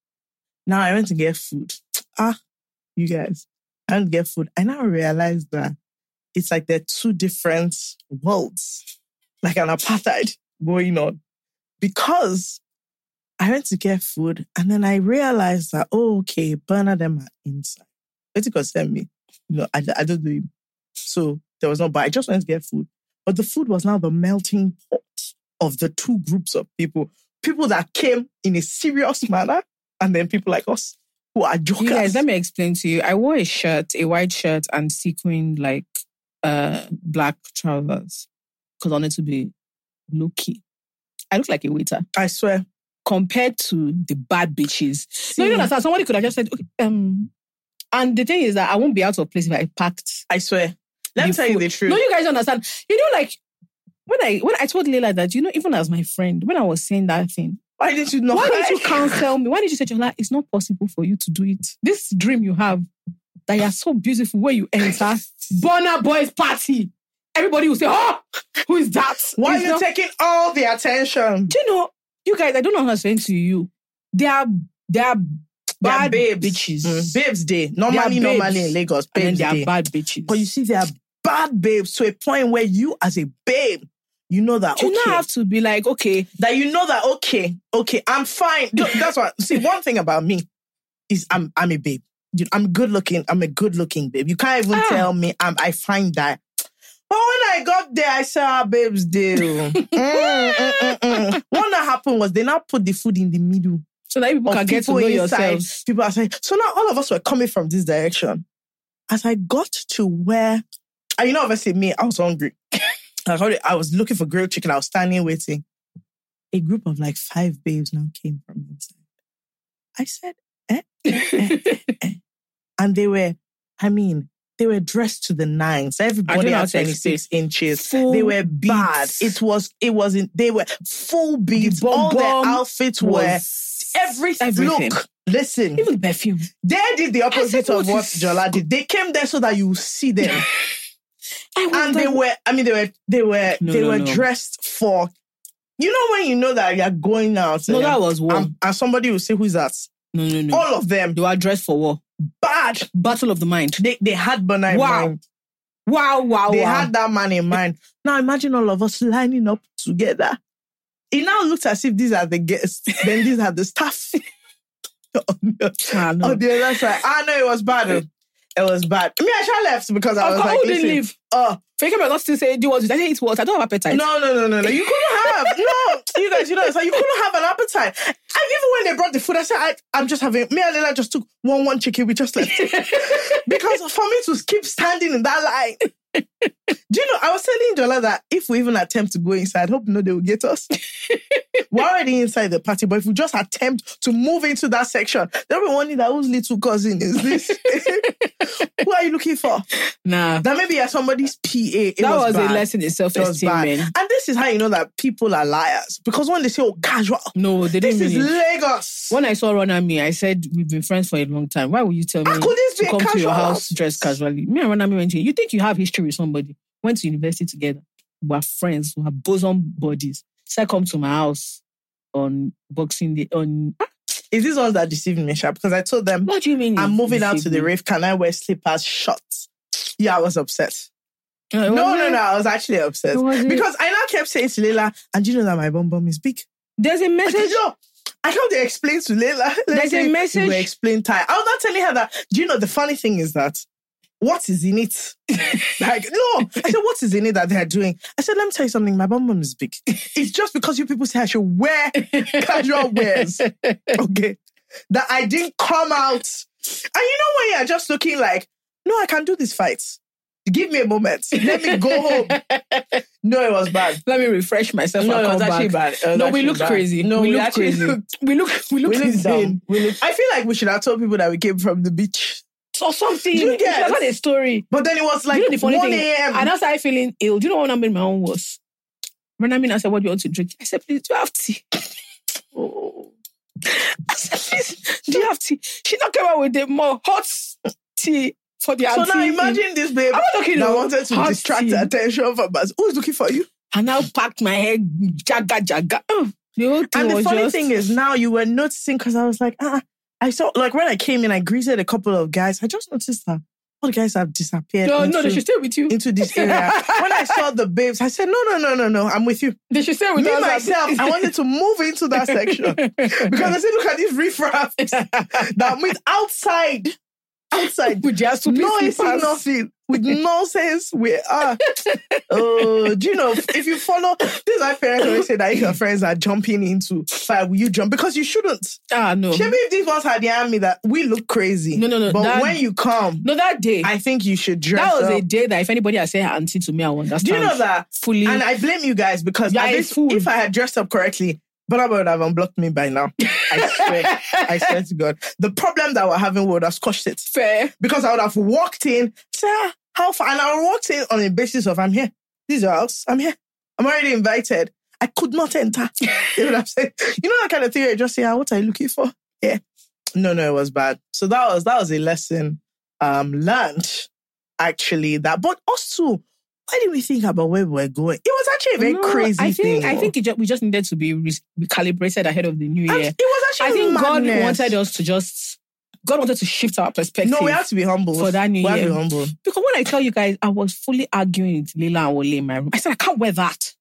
S1: Now I went to get food. Ah, you guys, I went to get food. I now realized that it's like they're two different worlds, like an apartheid going on. Because I went to get food and then I realized that, oh, okay, Bernard and them are inside. Betty could send me. No, I, I don't do him. So there was no but I just went to get food. But the food was now the melting pot of the two groups of people. People that came in a serious manner, and then people like us who are jokers.
S2: You guys, let me explain to you. I wore a shirt, a white shirt, and sequin like uh black trousers because I wanted to be low key. I look like a waiter
S1: I swear.
S2: compared to the bad bitches. No, you don't understand. Somebody could have just said, okay, um. And the thing is that I won't be out of place if I packed.
S1: I swear. Let me
S2: the
S1: tell you
S2: food.
S1: the truth.
S2: No, you guys don't understand. You know, like when I when I told Leila that, you know, even as my friend, when I was saying that thing,
S1: Why did you not?
S2: why did you counsel me? Why did you say, Jola, it's not possible for you to do it? This dream you have that you're so beautiful where you enter Bonner Boys party. Everybody will say, Oh, who is that?
S1: Why are
S2: It's
S1: you
S2: not-
S1: taking all the attention?
S2: Do you know, you guys, I don't know how to explain to you. They are they are
S1: They are
S2: bad
S1: babes.
S2: bitches.
S1: Mm, Babes day. Normally,
S2: babes.
S1: normally in Lagos,
S2: And then
S1: babes
S2: they are
S1: day.
S2: bad bitches.
S1: But you see, they are bad babes to a point where you, as a babe, you know that
S2: do
S1: okay,
S2: not have to be like, okay,
S1: that you know that okay, okay, I'm fine. No, That's what. See, one thing about me is I'm I'm a babe. You- I'm good looking. I'm a good looking babe. You can't even
S2: Ah.
S1: tell me. I'm, I find that. But when I got there, I saw our babes there. Mm, mm, mm, mm. What now happened was they now put the food in the middle
S2: so that people
S1: of
S2: can get to know
S1: people inside,
S2: yourselves.
S1: People are saying, so now all of us were coming from this direction. As I got to where, and you know, obviously me, I was hungry. I was hungry. I was looking for grilled chicken. I was standing waiting. A group of like five babes now came from inside. I said, eh, eh, eh, eh. and they were, I mean, they were dressed to the nines. Everybody
S2: know how
S1: had
S2: to explain.
S1: 26 inches.
S2: Full
S1: they were bad.
S2: beats.
S1: It was, it wasn't, they were full beats. All their
S2: bomb-bomb
S1: outfits were every
S2: Everything.
S1: look. Listen,
S2: Even the perfume.
S1: they did the opposite
S2: said
S1: of what
S2: what you-
S1: Jola did. They came there so that you see them,
S2: I was
S1: and they
S2: like,
S1: were. I mean, they were. They were.
S2: No,
S1: they
S2: no,
S1: were
S2: no.
S1: dressed for. You know when you know that you're going out.
S2: no,
S1: and-
S2: that was war.
S1: and, and somebody will say, "Who is that?"
S2: no, no, no.
S1: All of them
S2: They were dressed for war.
S1: bad.
S2: Battle of the mind.
S1: They they had Burner in
S2: Wow.
S1: mind.
S2: Wow, wow,
S1: They
S2: wow.
S1: had that man in mind. Now imagine all of us lining up together. It now looks as if these are the guests, then these are the staff. on the-
S2: Ah, no.
S1: Oh, dear, that's right. I know it was bad. oh. It was bad. Me, I actually left because I
S2: Of
S1: was
S2: course,
S1: like,
S2: who didn't
S1: listen,
S2: leave?
S1: oh,
S2: Fake about not still say do what I say it was. I don't have appetite.
S1: no, no, no, no, no. You couldn't have. no, you guys, you know, it's like you couldn't have an appetite. I, even when they brought the food, I said, I, I'm just having, me and Leila just took one, one chicken. We just left. because for me to keep standing in that line. Do you know, I was telling Jola that if we even attempt to go inside, hope no, they will get us. We're already inside the party, but if we just attempt to move into that section, they'll be wondering that whose little cousin is this? Who are you looking for?
S2: Nah.
S1: That maybe you're somebody's PA. It
S2: that was,
S1: bad.
S2: a lesson in self
S1: It was
S2: esteem,
S1: bad.
S2: man.
S1: And this is how you know that people are liars. Because when they say, oh, casual,
S2: No, they
S1: this
S2: didn't
S1: is
S2: mean it.
S1: Lagos.
S2: When I saw Ron and me, I said, We've been friends for a long time. Why would you tell me
S1: How could this
S2: to
S1: be a
S2: come to your
S1: casual
S2: house dressed casually? Me and Ron and me went in. You think you have history with somebody. Went to university together. we're friends, we're bosom buddies. So I come to my house on Boxing Day. On
S1: Is this all that deceived me, Sha? Because I told them
S2: what do you mean?
S1: I'm
S2: it's
S1: moving out to the
S2: deceiving?
S1: rave. Can I wear slippers? Shorts. Yeah, I was upset.
S2: No, it
S1: No, no,
S2: wasn't-
S1: no. I was actually upset
S2: it wasn't-
S1: because I now kept saying to Leila, and you know that my bum bum is big.
S2: there's a
S1: I said,
S2: message.
S1: no. I can't explain to Leila.
S2: There's a message-
S1: You explain Thai. I was not telling her that. Do you know the funny thing is that what is in it? like, no. I said, what is in it that they're doing? I said, let me tell you something. My bum bum is big. It's just because you people say I should wear casual wears. Okay. That I didn't come out. And you know when you're just looking like, no, I can do this fight. Give me a moment. Let me go home. No, it was bad.
S2: Let me refresh myself.
S1: No,
S2: I'll
S1: it was
S2: come
S1: actually
S2: back.
S1: bad. It was
S2: No, we
S1: actually
S2: look
S1: bad.
S2: crazy.
S1: No,
S2: we,
S1: we
S2: look
S1: actually
S2: crazy.
S1: looked-
S2: we look we look
S1: We look
S2: insane
S1: dumb. We look- I feel like we should have told people that we came from the beach.
S2: or something.
S1: You
S2: It's
S1: get-
S2: not a story.
S1: But then it was like
S2: you know the funny
S1: 1
S2: thing? And
S1: a.m.
S2: I started feeling ill. Do you know what I mean? My own was. When I mean, I said, "What do you want to drink?" I said, "Please, do you have tea?" I said, "Please, do you have tea?" She not came out with the more hot tea for the
S1: So
S2: auntie.
S1: now imagine this babe
S2: I'm not talking
S1: that
S2: about
S1: wanted to
S2: hot
S1: distract
S2: tea.
S1: the attention from us. Who's looking for you?
S2: I now packed my head, jaga jaga. Oh, The whole thing
S1: And the
S2: was
S1: funny
S2: just-
S1: thing is now you were noticing because I was like, ah, I saw like when I came in, I greeted a couple of guys. I just noticed that all the guys have disappeared
S2: no, no,
S1: into,
S2: they should stay with you.
S1: into this area. when I saw the babes, I said, no, no, no, no, no, I'm with you.
S2: They should stay with
S1: Me
S2: us.
S1: myself, I wanted to move into that section. Because I said, look at these riffraffs that meet outside. Outside.
S2: with their stupid
S1: No, it's
S2: slippers.
S1: nothing. With nonsense, we are. Oh, do you know, if you follow, this is why parents always say that if your friends are jumping into fire, will you jump? Because you shouldn't.
S2: Ah, no.
S1: Maybe if these ones had the army that we look crazy.
S2: No, no, no,
S1: But
S2: that-
S1: when you come,
S2: No, that day.
S1: I think you should dress
S2: that was
S1: up.
S2: a day that if anybody had said auntie to me, I would understand.
S1: Do you know that?
S2: Fully.
S1: And I blame you guys because
S2: You're
S1: at
S2: a
S1: least
S2: fool.
S1: if I had dressed up correctly, Bonaba would have unblocked me by now. I swear. I swear to God. The problem that we're having would have squashed it
S2: fair.
S1: because I would have walked in, said, "Ah, how far? And I walked in on the basis of, I'm here. This is your house. I'm here. I'm already invited. I could not enter. they would have said, you know that kind of thing. where You just say, ah, what are you looking for? Yeah. No, no, it was bad. So that was that was a lesson um learned actually that. But also, why did we think about where we were going? It was actually a very
S2: No,
S1: crazy
S2: I think
S1: thing.
S2: I think it ju- we just needed to be re- recalibrated ahead of the new
S1: And
S2: year.
S1: it was actually
S2: I think God
S1: madness.
S2: wanted us to just God wanted to shift our perspective.
S1: No, we have to be humble.
S2: for that new
S1: we have to
S2: year.
S1: be humble.
S2: because when I tell you guys, I was fully arguing with Leila and Wole in my room. I said I can't wear that.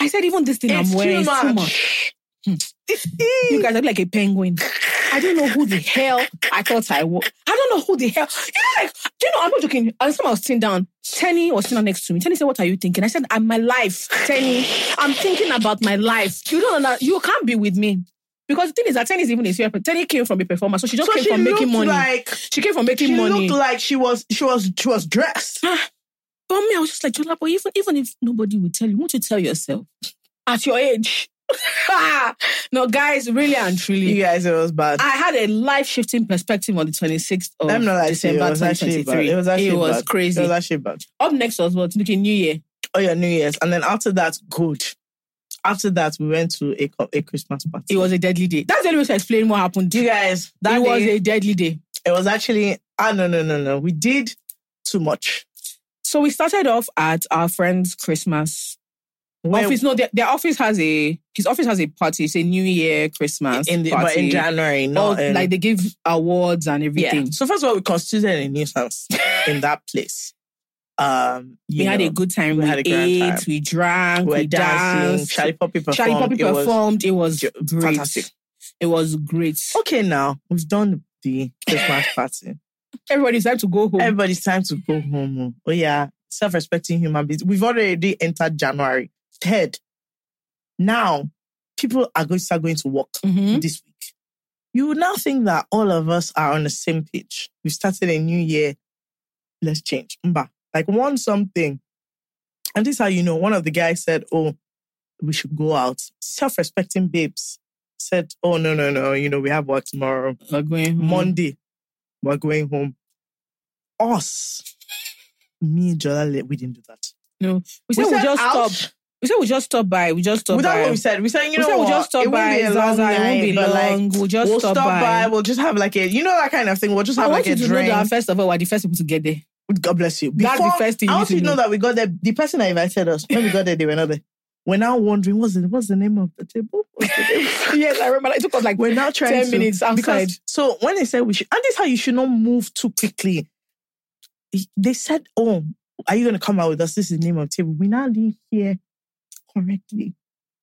S2: I said even this thing
S1: It's
S2: I'm wearing
S1: too
S2: is too
S1: much.
S2: much. You guys are like a penguin. I don't know who the hell I thought I was. I don't know who the hell. You know, like, do you know, I'm not joking. And someone was sitting down. Tenny was sitting down next to me. Tenny said, What are you thinking? I said, I'm my life. Tenny, I'm thinking about my life. You don't know, you can't be with me. Because the thing is that Tenny is even a serious person. Tenny came from a performer, so she just
S1: So
S2: came
S1: she
S2: from making
S1: looked
S2: money.
S1: like
S2: she came from making
S1: she
S2: money. Ah,
S1: looked like she was she was she was dressed.
S2: But me, I was just like, Jola, boy, even, even if nobody would tell you, won't you tell yourself at your age? Ah, no, guys, really and truly.
S1: You guys, it was bad.
S2: I had a life shifting perspective on the 26th of
S1: I'm not like
S2: December
S1: it was actually bad.
S2: 2023.
S1: It was actually
S2: It was
S1: bad.
S2: crazy.
S1: It was actually bad.
S2: Up next was what? Looking New Year.
S1: Oh yeah, New Year's, and then after that, good. After that, we went to a co- a Christmas party.
S2: It was a deadly day. That's the only way to explain what happened.
S1: you guys. That
S2: it was
S1: day,
S2: a deadly day.
S1: it was actually ah no no no no. We did too much.
S2: So we started off at our friend's Christmas
S1: When-
S2: office. No, their, their office has a his office has a party. It's a New Year Christmas
S1: in the,
S2: party.
S1: but in January,
S2: Oh,
S1: not in-
S2: like they give awards and
S1: yeah.
S2: everything.
S1: So first of all, we constituted a nuisance in that place. Um, you
S2: we had
S1: know,
S2: a good time.
S1: we
S2: We,
S1: had a grand
S2: ate,
S1: time.
S2: we drank,
S1: We
S2: we,
S1: were dancing.
S2: danced.
S1: Charlie Poppy performed.
S2: Charlie Poppy
S1: It was-
S2: performed. It was
S1: ju-
S2: great.
S1: fantastic.
S2: It was great.
S1: okay, now we've done the Christmas party.
S2: Everybody's time to go home.
S1: Everybody's time to go home. oh. Oh yeah, self-respecting human beings. We've already entered January third. Now, people are going to start going to work
S2: Mhm.
S1: this week. You would now think that all of us are on the same page. We've started a new year. Let's change. Mba. Like one something. And this is how you know. One of the guys said, "Oh, we should go out." Self-respecting babes said, "Oh no, no, no. You know we have work tomorrow."
S2: We're going home.
S1: Monday, we're going home. Us, me, Jola, we didn't do that.
S2: We said we will just
S1: out
S2: stop. We said we will just stop by. We just stop
S1: Without
S2: by.
S1: what we said. We said, you
S2: We
S1: know
S2: said we'll
S1: what?
S2: just stop
S1: it won't
S2: by
S1: be a long
S2: Zaza, it won't
S1: night,
S2: be
S1: but
S2: long. We'll just stop by.
S1: We'll just have like a, you know, that kind of thing. We'll just
S2: I
S1: have
S2: want
S1: like
S2: you
S1: a
S2: to know
S1: drink.
S2: that first of all, we're the first people to get there.
S1: God bless you.
S2: That's the first thing
S1: I
S2: you
S1: want
S2: need
S1: you
S2: to
S1: to know
S2: know.
S1: that we got there. The person that invited us, when we got there, they were not there. We're now wondering what's the, what's the name of the table? What's the name?
S2: yes, I remember. It took us like
S1: We're now trying
S2: 10
S1: to,
S2: minutes outside.
S1: Because, so when they said we should, and this is how you should not move too quickly. They said, "Oh, are you going to come out with us?" This is the name of the table. We now didn't hear correctly.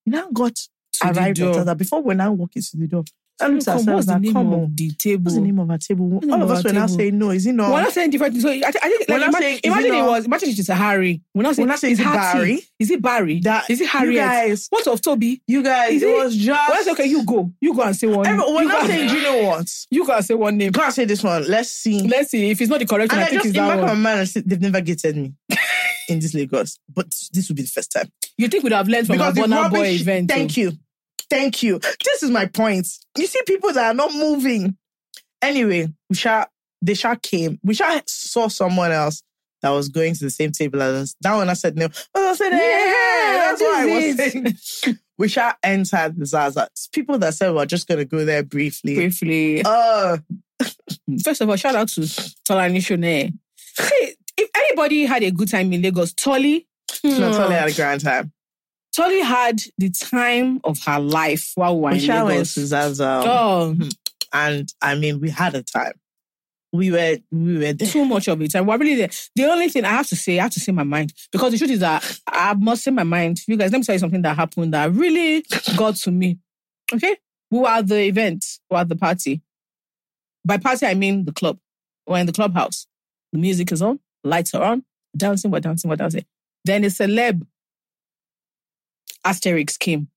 S1: We now got
S2: the
S1: arrived
S2: door.
S1: at other before we now walk into the door. And looked at
S2: Come,
S1: ourselves
S2: what's the
S1: and
S2: name
S1: come
S2: of
S1: on.
S2: the table?
S1: What's the name of our table?
S2: the
S1: All
S2: name
S1: of
S2: of
S1: us
S2: our
S1: were now
S2: table?
S1: saying, "No, is it
S2: We're
S1: not?"
S2: not saying different. So I, thi- I think
S1: We're
S2: like,
S1: not
S2: imagine,
S1: saying- is it
S2: imagine it,
S1: not-
S2: was imagine it's a Harry. We're not saying
S1: We're not saying
S2: it's
S1: it's
S2: Hattie.
S1: Barry.
S2: Is it Barry?
S1: That-
S2: is it Harriet?
S1: You guys,
S2: What of Toby?
S1: you guys,
S2: Is
S1: it,
S2: it-
S1: was just.
S2: Well, that's okay. You go. You go and say one.
S1: Every- we're
S2: you,
S1: not
S2: go
S1: saying,
S2: and,
S1: do you know what?
S2: you go and say one name.
S1: Go and say this one. Let's see.
S2: Let's see if it's not the correct
S1: and
S2: one. I,
S1: I,
S2: think
S1: just in
S2: it's
S1: the
S2: that
S1: back of my
S2: one.
S1: mind, I said, they've never gated me in this Lagos, but this will be the first time
S2: You think we'd have learned from
S1: because
S2: the
S1: the
S2: Bonner Boy
S1: rubbish.
S2: event? oh.
S1: thank you, thank you. This is my point. You see, people that are not moving. Anyway, we shall. They shall came. We shall saw someone else that was going to the same table as us. That one I said no. Oh, I said yeah, that's
S2: this
S1: what I was
S2: is it.
S1: saying. We shall enter the Zaza. It's people that said we're just gonna go there briefly.
S2: Briefly. Um,
S1: Uh,
S2: First of all, shout out to Tolani Shone. Hey, if anybody had a good time in Lagos, Tolly.
S1: not
S2: Hmm.
S1: totally had a grand time.
S2: Tolly had the time of her life while we were
S1: We
S2: in
S1: shall went
S2: Lagos.
S1: to Zaza.
S2: Oh,
S1: and I mean, we had a time. We were we were there.
S2: too much of it. And we're really there. The only thing I have to say, I have to say my mind. Because the truth is that I must say my mind. You guys, let me tell you something that happened that really got to me. Okay? We were at the event, we were at the party. By party, I mean the club. We're in the clubhouse. The music is on, lights are on, dancing, we're dancing, we're dancing. Then a celeb Asterix came.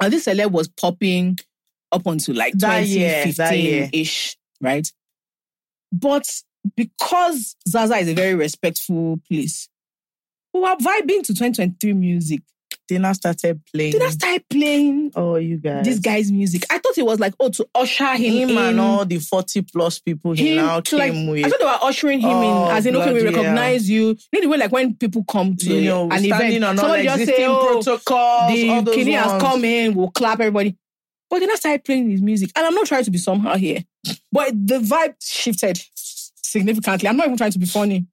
S2: And this celeb was popping up onto like
S1: That year, that year.
S2: 2015-ish, right? But because Zaza is a very respectful place, we were vibing to 2023 music.
S1: They now started playing.
S2: Did I start playing
S1: oh, you guys!
S2: this guy's music? I thought it was like, oh, to usher him,
S1: him
S2: in.
S1: and all the forty plus people he
S2: him
S1: now
S2: to, like-
S1: came
S2: I
S1: with.
S2: thought they were ushering him
S1: Oh,
S2: in, as in, okay, we
S1: bloody hell.
S2: recognize you. You know the way, like when people come to
S1: You know,
S2: an
S1: standing
S2: event,
S1: on all
S2: somebody just
S1: existing
S2: say, oh,
S1: protocols. all
S2: the
S1: those
S2: Kenny has
S1: ones.
S2: come in, we'll clap everybody. But then I started playing his music. And I'm not trying to be somehow here. But the vibe shifted significantly. I'm not even trying to be funny.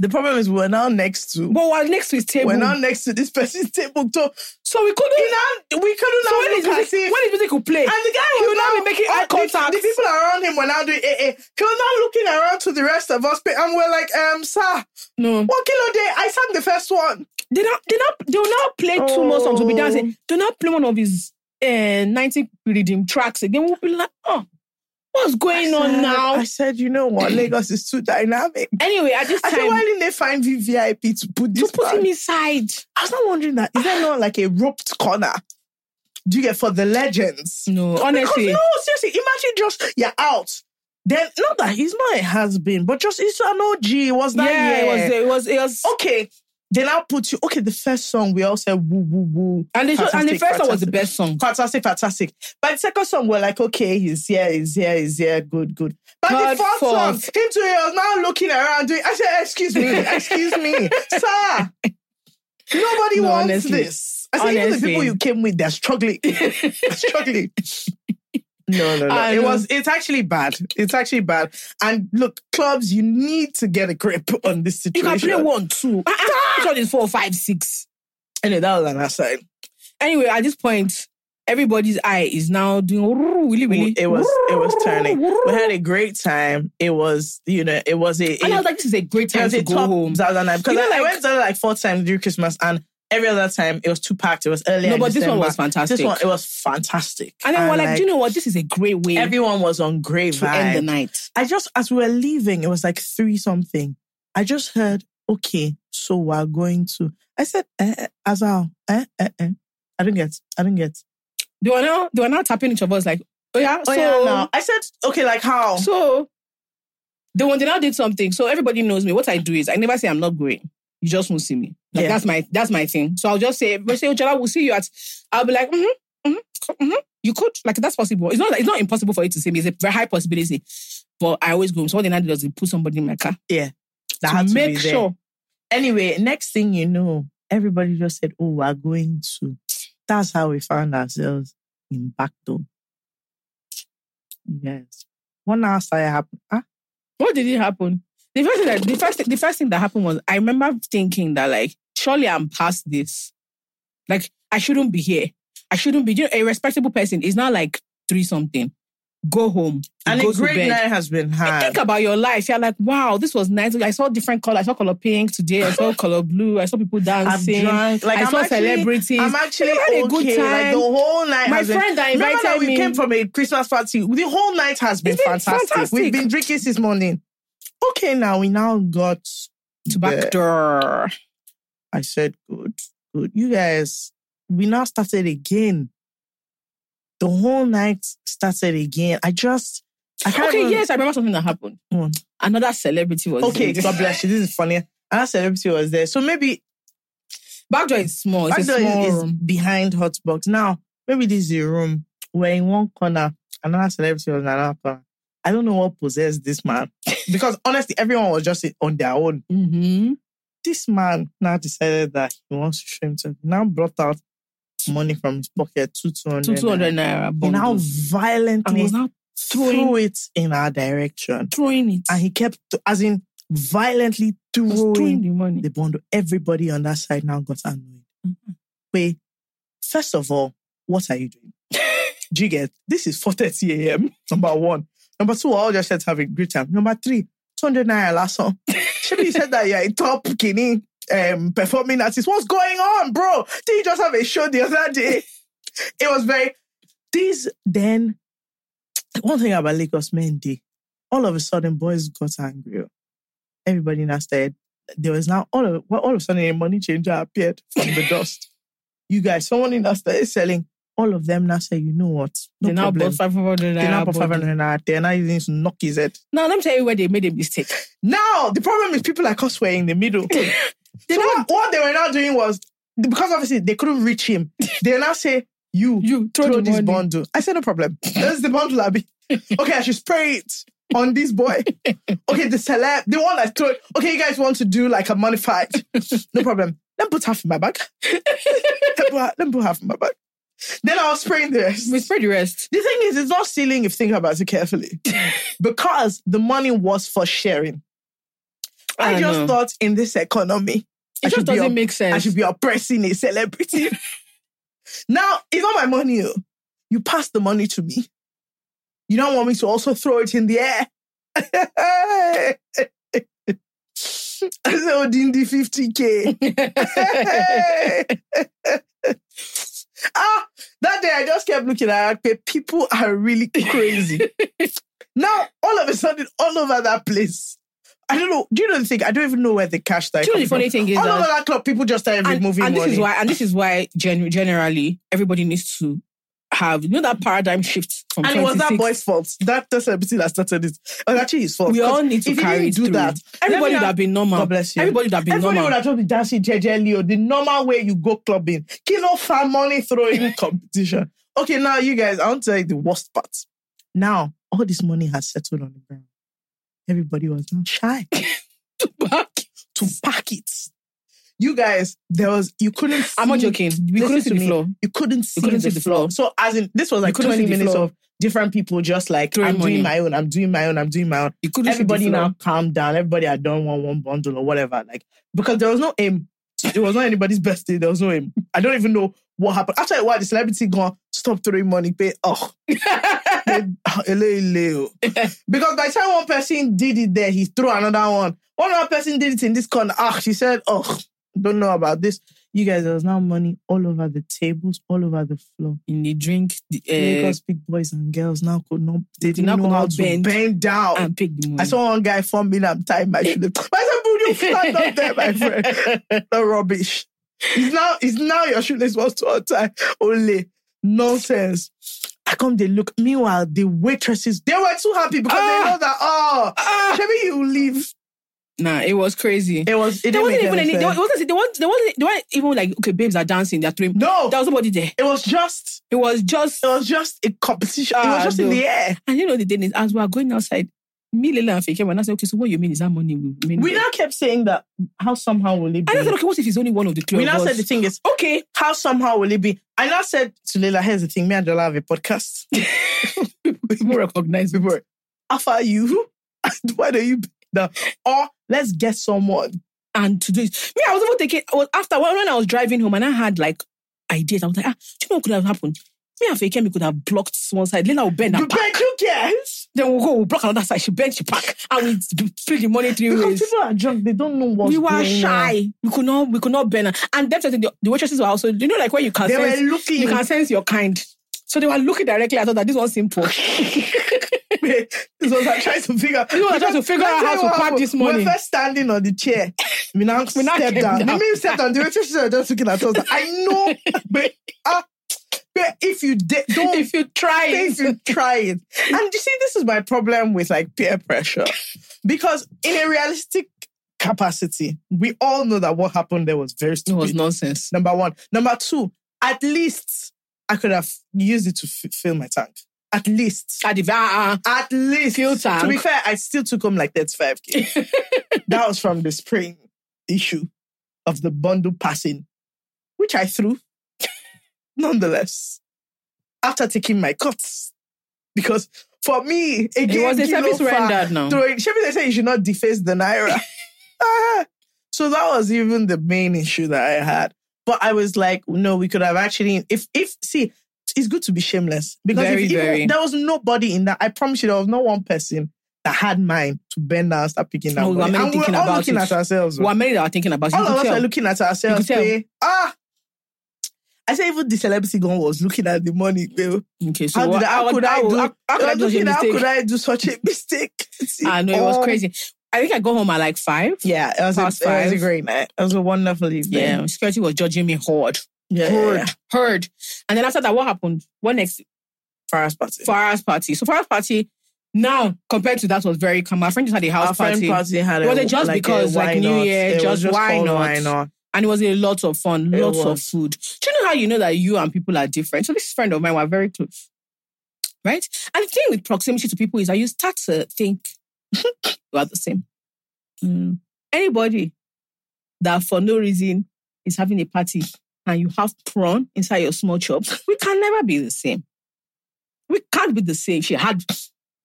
S1: The problem is we're now next to
S2: But we're next to his table.
S1: we're now next to this person's table. So
S2: so we couldn't.
S1: he now, we couldn't
S2: so
S1: now
S2: when
S1: look
S2: his,
S1: at
S2: music,
S1: him.
S2: when his music will play,
S1: and the guy
S2: he
S1: was
S2: will now be making eye
S1: the peop-
S2: contact.
S1: The people around him were now doing AA. He was now looking around to the rest of us, and we're like, um, sir,
S2: no,
S1: what kilo day? I sang the first one.
S2: they not, they not, they will not play two more songs. We'll be
S1: Oh.
S2: dancing. Do not play one of his uh, 90 rhythm tracks again. We'll be like, oh, what's going on
S1: said-
S2: now?
S1: I said, you know what? Lagos is too dynamic.
S2: anyway, at this
S1: I said,
S2: time,
S1: why didn't they find VVIP to put
S2: to
S1: this?
S2: put
S1: band?
S2: him inside.
S1: I was not wondering that. Is that not like a roped corner? Do you get for the legends?
S2: No,
S1: Because
S2: honestly,
S1: no, seriously, imagine just you're out. Then not that he's not a has been, but just it's an OG. It was that
S2: yeah,
S1: year?
S2: it was, it was, it was.
S1: okay. Then I'll put you. Okay, the first song we all said woo woo woo.
S2: and, the, and the
S1: fantastic,
S2: first one was the
S1: fantastic.
S2: best song.
S1: Fantastic, fantastic. By the second song, we're like, okay, he's here, he's here, he's here, good, good. But
S2: Third,
S1: the fourth, song,
S2: fourth.
S1: him too, he was now looking around doing, I said, excuse me, excuse me, sir. Nobody
S2: No,
S1: wants
S2: honestly.
S1: this. I said, even the
S2: Honestly.
S1: people you came with, they're struggling. They're struggling. No, no, no.
S2: I
S1: it
S2: know.
S1: was it's actually bad. It's actually bad. And look, clubs, you need to get a grip on this
S2: You
S1: situation.
S2: can play one, two. Ah, ah, Which one is four, five, six?
S1: Anyway, that was an aside.
S2: Anyway, at this point, everybody's eye is now doing really, really.
S1: It was it was turning. We had a great time. It was you know it was a,
S2: And I
S1: a-
S2: was like, this is a great
S1: it
S2: time
S1: was
S2: to
S1: a
S2: go
S1: top
S2: home.
S1: Zaza night because
S2: You
S1: I,
S2: know,
S1: I
S2: like-
S1: went Zaza like four times during Christmas and every other time it was too packed. It was early.
S2: No, but this one was
S1: fantastic.
S2: fantastic.
S1: This one it was fantastic.
S2: and then we're like, do you know what? This is a great way
S1: everyone was on great
S2: to end the
S1: vibe.
S2: night.
S1: I just as we were leaving, it was like three something. I just heard okay, so we're going to. I said, eh, eh, Azal, eh, eh, eh. I don't get. I don't get.
S2: They were now they were now tapping each of us like, oh yeah,
S1: Oh
S2: so
S1: yeah, no. I said okay, like how?
S2: so the one they now did something. So everybody knows me. What I do is I never say I'm not great. You just won't see me. Like,
S1: Yeah.
S2: That's my that's my thing. So I'll just say, everybody say, oh Jala, we'll see you at. I'll be like, mm-hmm, mm-hmm, mm-hmm. You could like that's possible. It's not it's not impossible for you to see me. It's a very high possibility. But I always go. home. So what they now did was they put somebody in my car
S1: that
S2: to
S1: had to be
S2: make
S1: there.
S2: sure.
S1: Anyway, next thing you know, everybody just said, Oh, we're going to. That's how we found ourselves in backdoor. Yes. One hour started happening. Ah,
S2: What did it happen? The first, thing that, the first the first thing that happened was I remember thinking that like surely I'm past this. Like I shouldn't be here. I shouldn't be you know, a respectable person. It's not like three something. Go home.
S1: And
S2: go
S1: a
S2: to
S1: great
S2: bed.
S1: night has been had.
S2: Think about your life. You're like, wow, this was nice. I saw different color. I saw color pink today. I saw color blue. I saw people
S1: I've
S2: dancing.
S1: drunk. Like
S2: I
S1: I'm
S2: saw
S1: actually,
S2: celebrities.
S1: I'm actually
S2: We've had
S1: okay.
S2: a good
S1: Like the
S2: time.
S1: whole night.
S2: My
S1: has been-
S2: friend that
S1: Remember that
S2: invited
S1: we
S2: me-
S1: came from a Christmas party. The whole night has been,
S2: It's been
S1: fantastic. We've
S2: fantastic.
S1: been drinking since morning. Okay, now we now got.
S2: to back door.
S1: I said, good, good. You guys, we now started again. The whole night started again. I just, I can't
S2: Okay,
S1: even-
S2: yes, I remember something that happened.
S1: Go on.
S2: Another celebrity was
S1: Okay,
S2: there.
S1: God bless you. This is funny. Another celebrity was there, so maybe
S2: Back door is small.
S1: Back
S2: It's a
S1: door is-
S2: small
S1: is,
S2: room.
S1: behind hot box. Now, maybe this is a room. We're in one corner, another celebrity was in another corner. I don't know what possessed this man. Because honestly, everyone was just on their own.
S2: Mm-hmm.
S1: This man now decided that he wants to show himself. He now brought out money from his pocket, two two
S2: Two
S1: hundred.
S2: two hundred naira.
S1: He now
S2: bundles. and
S1: violently
S2: was now
S1: threw it in our direction.
S2: throwing it.
S1: And he kept as in violently
S2: was throwing
S1: throwing
S2: the money.
S1: the bundle. Everybody on that side now got annoyed.
S2: Mm-hmm.
S1: Wait, first of all, what are you doing? Do you get this is 4:30 a.m. Number one. Number two, we're all just said to have a great time. Number three, 200 naira last song. Shebi said that you're a top kidney um, performing artist. What's going on, bro? Did you just have a show the other day? It was very these then one thing about Lagos men they all of a sudden boys got angry. Everybody now started there was now all of well, all of a sudden a money changer appeared from the dust. You guys, someone in us started selling. All of them now say, you know what? No
S2: they now
S1: problem.
S2: bought five hundred
S1: They now
S2: naira.
S1: put
S2: bundle.
S1: 500 naira. They're now using it to knock his head.
S2: Now let me tell you where they made a mistake.
S1: Now the problem is people like us were in the middle. so what, what they were now doing was because obviously they couldn't reach him. They now say, you
S2: You
S1: throw,
S2: throw, the
S1: this
S2: money.
S1: bundle. I said no problem. That's the bundle, Abby. Okay, I should spray it on this boy. Okay, the celeb, the one I threw. it. Okay, you guys want to do like a money fight? No problem. Let me put half in my bag. let, me put, let me put half in my bag. Then I'll spray in the rest.
S2: We spread the rest.
S1: The thing is, it's not stealing if you think about it carefully, because the money was for sharing. I,
S2: I
S1: just
S2: know.
S1: thought in this economy, I should
S2: It just
S1: be
S2: doesn't
S1: up-
S2: make sense.
S1: I should be oppressing a celebrity. now, it's not my money. oh. You pass the money to me. You don't want me to also throw it in the air. I said, oh, Dindy 50K. ah, that day I just kept looking at her, okay, People are really crazy. now, all of a sudden, all over that place. I don't know. Do you know the thing? I don't even know where the cash that
S2: Do you know the funny thing is
S1: all
S2: that-
S1: over that club, people just started
S2: and,
S1: removing
S2: and this
S1: money.
S2: is why and this is why gen- generally everybody needs to have you know that paradigm shift from
S1: and it was that
S2: 26.
S1: boy's fault. That that celebrity that started it. It was actually his fault.
S2: we
S1: 'Cause
S2: all need to
S1: if he
S2: carry
S1: didn't
S2: it
S1: do
S2: through.
S1: that.
S2: everybody
S1: let
S2: would
S1: me
S2: have been normal
S1: God bless you.
S2: everybody would have been
S1: Everybody would
S2: normal
S1: have just been dancing jejely or the normal way you go clubbing. Kilo fan money throwing competition. Okay, now you guys, I want to tell you the worst part. Now, all this money has settled on the ground. Everybody was now shy to pack it. You guys, there was you couldn't see,
S2: I'm not joking we
S1: Listen
S2: couldn't
S1: to
S2: see the
S1: me.
S2: floor
S1: You couldn't see,
S2: couldn't
S1: the,
S2: see the
S1: floor.
S2: floor.
S1: So as in this was like
S2: couldn't see
S1: 20
S2: the
S1: minutes
S2: floor.
S1: of different people just like
S2: Throwing
S1: I'm
S2: money.
S1: doing my own, I'm doing my own, I'm doing my own
S2: you couldn't
S1: everybody
S2: see the floor.
S1: now calm down. Everybody had done one one bundle or whatever. Like because there was no aim. It was not anybody's birthday. There was no aim. I don't even know what happened. After a while, the celebrity gone. Stop throwing money. Pay. Oh, ah, Ele- ele- ele. because by the time one person did it there, he threw another one. One other person did it in this corner. Ah, she said, oh, don't know about this. You guys, there was now money all over the tables, all over the floor.
S2: in the drink the, uh,
S1: Lagos big boys and girls now could not. They didn't
S2: now
S1: know
S2: could
S1: how
S2: not
S1: to bend,
S2: bend.
S1: down.
S2: uh, and pick the money
S1: I saw one guy forming up time my shoulder. I said, "Bro, you stand up there, my friend. No rubbish. It's now, it's now your shoelace was to untie. Only nonsense. I come, they look. Meanwhile, the waitresses, they were too happy because they
S2: Ah!
S1: know that, oh, maybe you leave.
S2: nah it was crazy
S1: It was, it
S2: there
S1: didn't
S2: wasn't
S1: make
S2: even
S1: any
S2: any there
S1: sense.
S2: wasn't there wasn't there wasn't, there wasn't even like okay babes are dancing they're throwing
S1: No,
S2: there was nobody there
S1: it was just,
S2: it was just
S1: it was just a competition. it was
S2: Ah,
S1: just in
S2: no.
S1: the air.
S2: and you know the thing is as we are going outside me Leila and Fike when I said okay so what you mean is that money we mean
S1: We now kept saying that, how somehow will it be?
S2: And I said, okay, what if it's only one of the three
S1: We
S2: of
S1: now
S2: us?
S1: said the thing is, okay, how somehow will it be? I now said to Leila, here's the thing, me and Jola have a podcast.
S2: people recognize
S1: People, were, how far are you? Why do you? down. Or let's get someone.
S2: and to do it. Me, I was even thinking, I was, after when, when I was driving home and I had like ideas, I was like, ah, do you know what could have happened? Me and Fekemi could have blocked one side. Lena will bend
S1: You
S2: and pack.
S1: bet you cares.
S2: Then we'll go, we'll block another side. She bent, she pack. And we split the money three
S1: Because
S2: ways.
S1: people are drunk, they don't know what's
S2: We were
S1: going on.
S2: shy. We could not, we could not bend. her. And that's the thing, the, the waitresses were also, you know, like when you can
S1: They
S2: sense,
S1: were looking.
S2: you can sense your kind. So they were looking directly at us that this one seemed poor.
S1: this was like trying to figure.
S2: This was like trying to figure out how to pack this money.
S1: We're first standing on the chair. We now
S2: We now
S1: step
S2: came
S1: down.
S2: down.
S1: The minute we stepped down, the waitress was just looking at us. like, I know, but, ah, but if you de- don't
S2: if you try
S1: if
S2: it.
S1: you try it. And you see, this is my problem with like peer pressure. Because in a realistic capacity, we all know that what happened there was very
S2: It
S1: stupid.
S2: was nonsense.
S1: Number one. Number two, at least I could have used it to f- fill my tank. At least.
S2: At the, ah, ah.
S1: At least.
S2: Fuel
S1: To be
S2: tank.
S1: fair, I still took home like 35K. that was from the spring issue of the bundle passing, which I threw. Nonetheless, after taking my cuts, because for me, again,
S2: it was a
S1: kilo
S2: service
S1: fat,
S2: rendered now.
S1: Throwing, Shebi, they say you should not deface the naira. Ah. so that was even the main issue that I had. But I was like, no, we could have actually, if, if, see, it's good to be shameless because
S2: Very,
S1: if, even-
S2: very.
S1: there was nobody in that. I promise you, there was not one person that had mine to bend down and start picking that
S2: Oh, we were
S1: money.
S2: merely
S1: And we were
S2: thinking
S1: all
S2: about
S1: looking
S2: it.
S1: at ourselves.
S2: Well, many that are thinking about it. You
S1: all
S2: could
S1: of us
S2: tell.
S1: are looking at ourselves.
S2: tell.
S1: say, ah, I say even the celebrity gun was looking at the money. Bill.
S2: Okay, so
S1: How
S2: what-
S1: did I, how could I, do?
S2: How, how
S1: I
S2: could
S1: was
S2: I do such a
S1: looking at, how
S2: mistake?
S1: could I do such a mistake? See,
S2: I know it was
S1: all-
S2: crazy. I think I got home at like five.
S1: Yeah, it was, a,
S2: Past
S1: it was a
S2: five.
S1: great night. It was a wonderful evening.
S2: Yeah, security was judging me hard,
S1: yeah, yeah, yeah.
S2: hard, hard. And then after that, what happened? What next?
S1: Farah's party.
S2: Farah's party. So Farah's party now compared to that was very calm. My friend just had a
S1: Our
S2: house
S1: friend
S2: party,
S1: party had
S2: Was
S1: a,
S2: it just
S1: like
S2: because,
S1: a
S2: like,
S1: why
S2: New
S1: not?
S2: Year,
S1: It was
S2: just why
S1: called
S2: not?
S1: Why not?
S2: and it was a lot of fun,
S1: It
S2: lots of
S1: was.
S2: food. Do you know how you know that you and people are different? So this friend of mine, we're very close, right? And the thing with proximity to people is, I you start to think we are the same. Mm. Anybody that for no reason is having a party and you have prawn inside your small chops, we can never be the same. We can't be the same. She had, uh,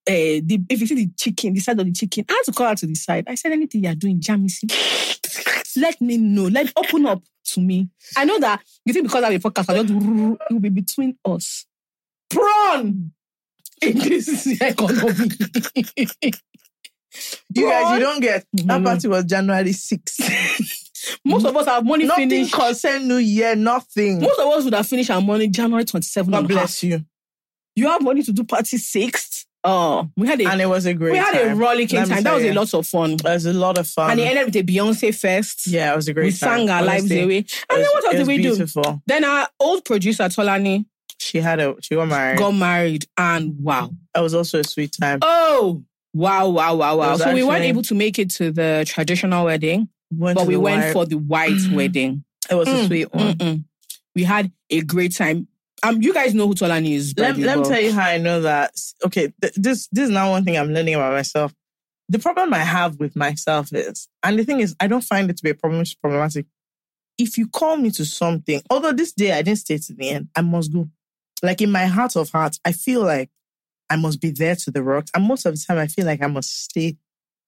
S2: the, if you see the chicken, the side of the chicken, I had to call her to the side. I said, anything you're doing, Jamison, let me know. Let open up to me. I know that you think because I have a podcast, I just it will be between us. Prawn in this economy.
S1: You guys,
S2: Prawn?
S1: you don't get. That
S2: Mhm.
S1: party was January 6th.
S2: Most of us have money
S1: nothing
S2: finished.
S1: concerned New Year, nothing.
S2: Most of us would have finished our money January 27th.
S1: God
S2: and half.
S1: bless you.
S2: You have money to do party sixth. Oh, we had a
S1: And it was a great
S2: we had
S1: time.
S2: a rollicking
S1: Let me
S2: time. That
S1: tell
S2: was a
S1: you.
S2: lot of fun.
S1: It was a lot of fun.
S2: and it ended with a Beyonce fest.
S1: yeah, it was a great
S2: we
S1: time.
S2: sang our lives
S1: Honestly,
S2: away. And
S1: it
S2: then
S1: was-
S2: what else
S1: it
S2: did
S1: was
S2: we do?
S1: beautiful.
S2: Then our old producer Tolani
S1: She had a, she got married.
S2: got married, and wow,
S1: It was also a sweet time.
S2: oh wow, wow, wow,
S1: It
S2: wow.
S1: was
S2: So we weren't
S1: actually-
S2: able to make it to the traditional wedding,
S1: Went
S2: but
S1: to
S2: we
S1: the Mm.
S2: went
S1: wire.
S2: for the white wedding.
S1: It was a
S2: Mm,
S1: sweet one.
S2: Mm-mm. We had a great time. Um, you guys know who Tolani is. by
S1: Let,
S2: the
S1: let me
S2: above.
S1: tell you how I know that. Okay, th- this this is now one thing I'm learning about myself. The problem I have with myself is, and the thing is, I don't find it to be a problem. It's problematic. If you call me to something, although this day I didn't stay to the end, I must go. Like in my heart of hearts, I feel like I must be there to the rocks, and most of the time, I feel like I must stay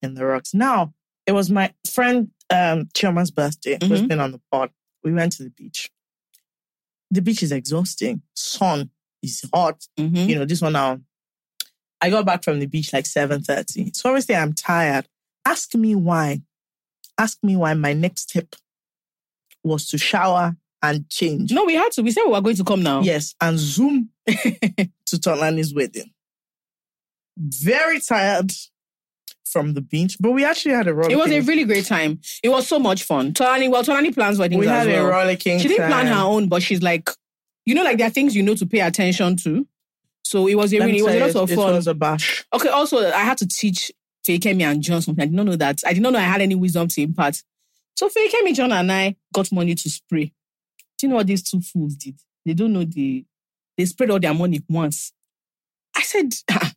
S1: in the rocks. Now, it was my friend um Chiama's birthday, who's
S2: Mhm.
S1: been on the pod. We went to the beach. The beach is exhausting. Sun is hot
S2: Mhm.
S1: you know, this one now. I got back from the beach like 7.30. So obviously I'm tired. Ask me why. Ask me why my next step was to shower and change.
S2: No, we had to. We said we were going to come now.
S1: Yes, and zoom to Tolani's wedding. Very tired from the beach, but we actually had a rollicking.
S2: It was a really great time. It was so much fun. Tolani, well, Tolani plans weddings
S1: we
S2: as
S1: had
S2: well.
S1: a rollicking.
S2: She didn't plan
S1: time.
S2: her own, but she's like, you know, like there are things you know to pay attention to. So it was a
S1: Let me
S2: really, it was a
S1: tell
S2: lot
S1: you,
S2: of
S1: it
S2: fun.
S1: was a bash.
S2: okay, also I had to teach Fekemi and John something. I did not know that. I did not know I had any wisdom to impart. So Fekemi, John, and I got money to spray. Do you know what these two fools did? They don't know the they sprayed all their money once. I said, ah.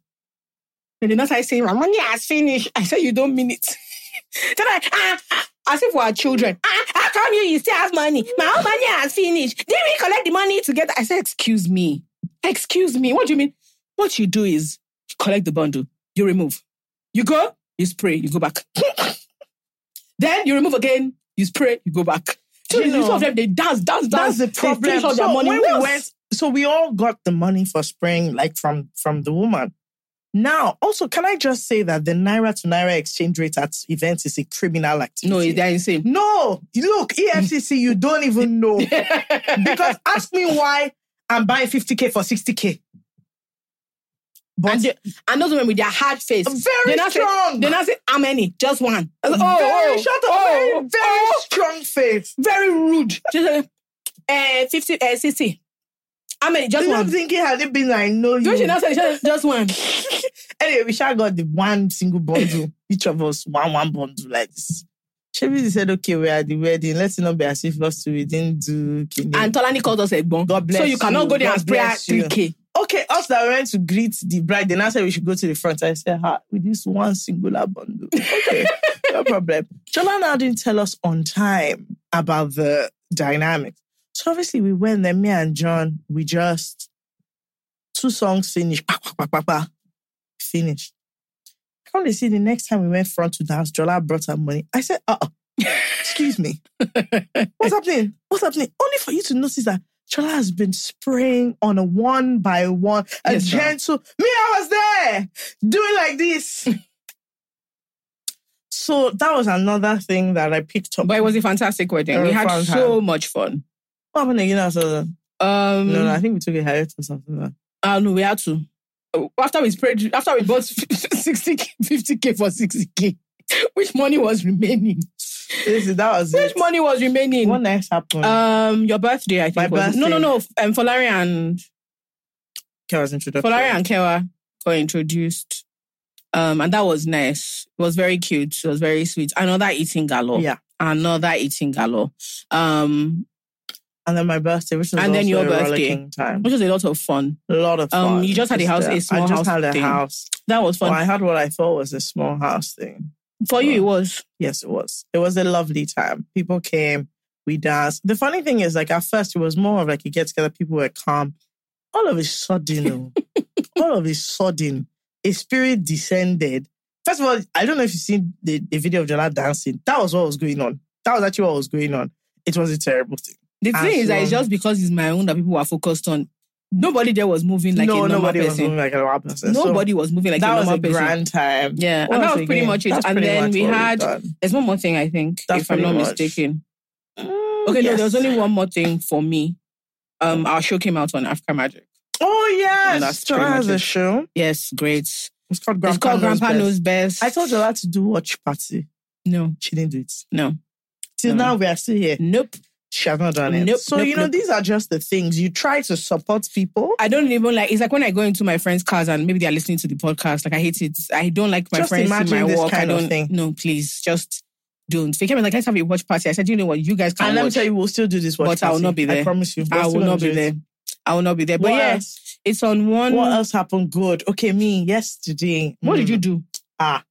S2: then they not started saying, My money has finished. I said, You don't mean it. then I ah, ah, as if we are children. Ah, how come you, you still have money? My own money has finished. Then we collect the money together. I said, Excuse me. Excuse me. What do you mean? What you do is you collect the bundle, you remove. You go, you spray, you go back. then you remove again, you spray, you go back. So
S1: Do you
S2: the two
S1: know-
S2: of them, they dance, dance,
S1: That's
S2: dance.
S1: the
S2: They
S1: problem.
S2: finish all their
S1: So
S2: money.
S1: when
S2: Who
S1: we
S2: else?
S1: went, so we all got the money for spring, like from from the woman. Now, also, can I just say that the naira to naira exchange rate at events is a criminal activity?
S2: no, they're
S1: Hmm?
S2: insane.
S1: No, look, E EFCC, you don't even know because ask me why I'm buying 50k for 60k. But
S2: and, they, and those women with their hard face.
S1: very
S2: not say-
S1: strong.
S2: they now say, how many? Just one. I was like, oh,
S1: very,
S2: oh,
S1: shut up,
S2: oh,
S1: very, very strong face.
S2: very rude. Just like, eh, 50, eh, 60. How many? Just
S1: I'm not
S2: one.
S1: thinking, had it been, I know
S2: Don't
S1: you.
S2: you now say, just just one.
S1: Anyway, we shall got the one single bundle. Each of us one one bundle like this. Shebi said, okay, we're at the wedding. Let's not be as if us two we didn't do kidney.
S2: And Tolani called us a bomb.
S1: God bless
S2: So you cannot
S1: you.
S2: go there
S1: God
S2: and spray at
S1: bless you.
S2: 3K.
S1: okay, us that went to greet the bride, then I said we should go to the front. I said, ha, with this one singular bundle. Okay, no problem. Jola now didn't tell us on time about the dynamics. So obviously we went there, me and John, we just two songs finished. Pa, pa, pa, pa, pa, finished. Come to see the next time we went front to dance, Jola brought her money. I said, uh uh excuse me. What's happening? What's happening? Only for you to notice that Chola has been spraying on a one by one, a
S2: Yes, ma'am.
S1: gentle. Me, I was there doing like this. so that was another thing that I picked up.
S2: But it was a fantastic wedding.
S1: It
S2: We
S1: was
S2: had
S1: fun
S2: so much fun.
S1: what happened again after that?
S2: Um,
S1: No, no, I think we took a hiatus after that.
S2: Ah, no, we had to. Oh, After we spread, after we bought 60K, 50K for 60K, which money was remaining?
S1: Listen, that was
S2: Which
S1: it.
S2: money was remaining?
S1: What next happened?
S2: Um, your birthday, I think.
S1: My
S2: was- No, no,
S1: birthday.
S2: no. Um, Folari and
S1: Kara's introduction.
S2: Folari and Kewa got introduced. Um, and that was nice. It was very cute. It was very sweet. Another eating galore.
S1: Yeah.
S2: Another eating galore. Um,
S1: And then my birthday, which was
S2: And then
S1: also
S2: your
S1: a
S2: birthday.
S1: rollicking time.
S2: which was a lot of fun.
S1: A lot of
S2: Um,
S1: fun.
S2: you just had a house-
S1: there.
S2: a small
S1: I just
S2: house
S1: had a
S2: thing.
S1: house.
S2: That was fun.
S1: Well, I had what I thought was a small house thing.
S2: For you, it was.
S1: Yes, it was. It was a lovely time. People came, we danced. The funny thing is, like at first, it was more of like you get together, people were calm. All of a sudden, oh, all of a sudden, a spirit descended. First of all, I don't know if you've seen the, the video of Jola dancing. That was what was going on. That was actually what was going on. It was a terrible thing.
S2: The
S1: As
S2: thing is that it's
S1: long-
S2: just because it's my own that people were focused on. Nobody there was moving like
S1: no,
S2: a normal
S1: nobody was
S2: person.
S1: moving like a normal person. So
S2: Nobody was moving like a
S1: that was
S2: normal
S1: a
S2: person.
S1: grand time.
S2: Yeah, and
S1: Once
S2: that was pretty
S1: again,
S2: much it.
S1: that's
S2: And
S1: pretty
S2: then
S1: much
S2: we
S1: what we've
S2: had.
S1: done.
S2: There's one more thing I think,
S1: That's
S2: if I'm
S1: pretty
S2: not
S1: much.
S2: mistaken.
S1: Mm,
S2: Okay, no,
S1: yes.
S2: there's only one more thing for me. Um, our show came out on Africa Magic.
S1: Oh
S2: And
S1: yes,
S2: that's pretty
S1: Jola has
S2: much
S1: a
S2: it.
S1: show.
S2: Yes, great.
S1: It's called Grandpa
S2: it's called
S1: Knows
S2: Grandpa
S1: Best.
S2: Knows Best.
S1: I told Jola to do watch party.
S2: no,
S1: She didn't do it.
S2: no,
S1: Till
S2: Mm.
S1: now, we are still here.
S2: nope.
S1: She has not done it.
S2: Nope,
S1: so,
S2: nope,
S1: you know,
S2: nope.
S1: these are just the things. You try to support people.
S2: I don't even like. It's like when I go into my friends' cars and maybe they are listening to the podcast. Like I hate it. I don't like my
S1: Just
S2: friends in
S1: imagine
S2: my
S1: this
S2: work.
S1: kind
S2: I
S1: of
S2: don't.
S1: thing.
S2: No, please, just don't. They came and like, let's have a watch party. I said, you know what, you guys can
S1: and let me
S2: watch.
S1: tell you, we'll still do this watch
S2: But I will
S1: party.
S2: not be
S1: I
S2: there.
S1: promise you. We're
S2: I
S1: still
S2: will
S1: gonna
S2: not be
S1: do it.
S2: there. I will not be there. But
S1: what,
S2: yes,
S1: else?
S2: it's on one.
S1: what else happened good? Okay, me, yesterday.
S2: What did
S1: mm,
S2: you do?
S1: Ah.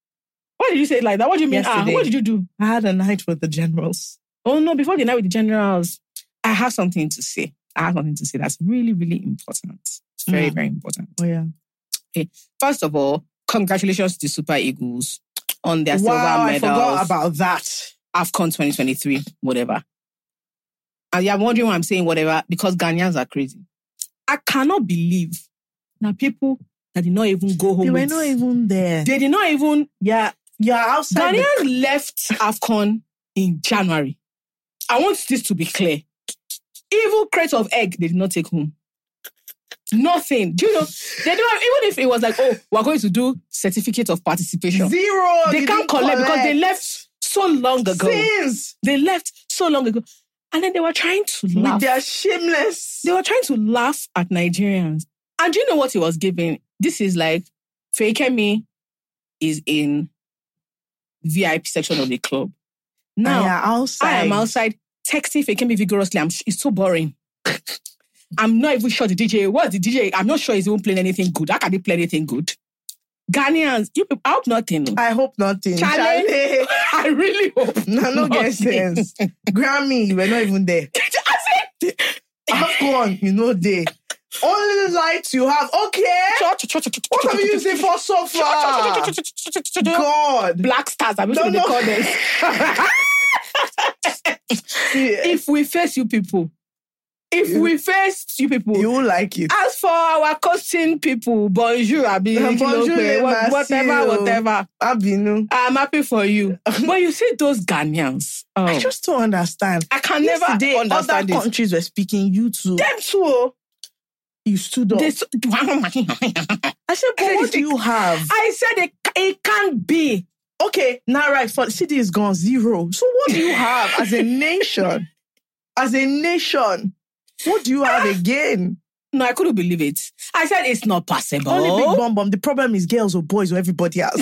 S2: What did you say like that? What do you mean? Ah,
S1: Yesterday.
S2: what did you do?
S1: I had a night with the generals.
S2: Oh no, before the night with the generals, I have something to say. I have something to say that's really, really important. It's very,
S1: Mm.
S2: very important.
S1: Oh, yeah.
S2: First of all, congratulations to the Super Eagles on their
S1: wow, I
S2: silver medal
S1: forgot about that.
S2: AFCON 2023, whatever. And you're wondering why I'm saying whatever, because Ghanaians are crazy. I cannot believe that people that did not even go home.
S1: They were
S2: with-
S1: not even there.
S2: they did not even
S1: yeah, yeah, outside. the-
S2: Ghanaians left AFCON in January. I want this to be clear. Even crate of egg they did not take home. Nothing. Do you know? They don't have, even if it was like, oh, we're going to do certificate of participation.
S1: Zero.
S2: They
S1: you
S2: can't
S1: didn't
S2: collect because they left so long ago.
S1: Since
S2: They left so long ago. And then they were trying to
S1: with
S2: laugh.
S1: their shameless.
S2: They were trying to laugh at Nigerians. And do you know what he was giving? This is like Fakemi is in VIP section of the club. Now
S1: I am outside.
S2: I am outside texting Fakemi vigorously. I'm, it's so boring. I'm not even sure the DJ. What's the DJ? I'm not sure he's even playing anything good. How can he play anything good? Ghanaians, you people, I hope nothing.
S1: I hope nothing.
S2: Chale.
S1: Chale.
S2: I really hope.
S1: No, no get
S2: Nothing.
S1: sense. Grammy, you were not even there.
S2: I said,
S1: Afcon, you know there. Only lights you have. Okay. What have you used it for so far? God.
S2: Black stars, I'm
S1: No,
S2: sure they
S1: no.
S2: call them. If we face you people, if we face you people,
S1: You will like it.
S2: as for our cousin people, bonjour, abi,
S1: Bonjour,
S2: kilokwe, what-
S1: merci,
S2: whatever,
S1: oh.
S2: whatever.
S1: Abinu.
S2: I'm happy for you. but you see those Ghanaians. Oh.
S1: I just don't understand.
S2: I can
S1: Yesterday,
S2: never understand
S1: other
S2: this.
S1: countries were speaking. You too.
S2: Them too. oh.
S1: You stood up.
S2: They so-
S1: I said, but what do you have?
S2: I said it, it can't be.
S1: okay, now right, for city is gone zero. So what do you have as a nation? As a nation, what do you have
S2: Ah!
S1: again?
S2: No, I couldn't believe it. I said it's not possible.
S1: Only big bomb bomb. The problem is girls or boys or everybody else.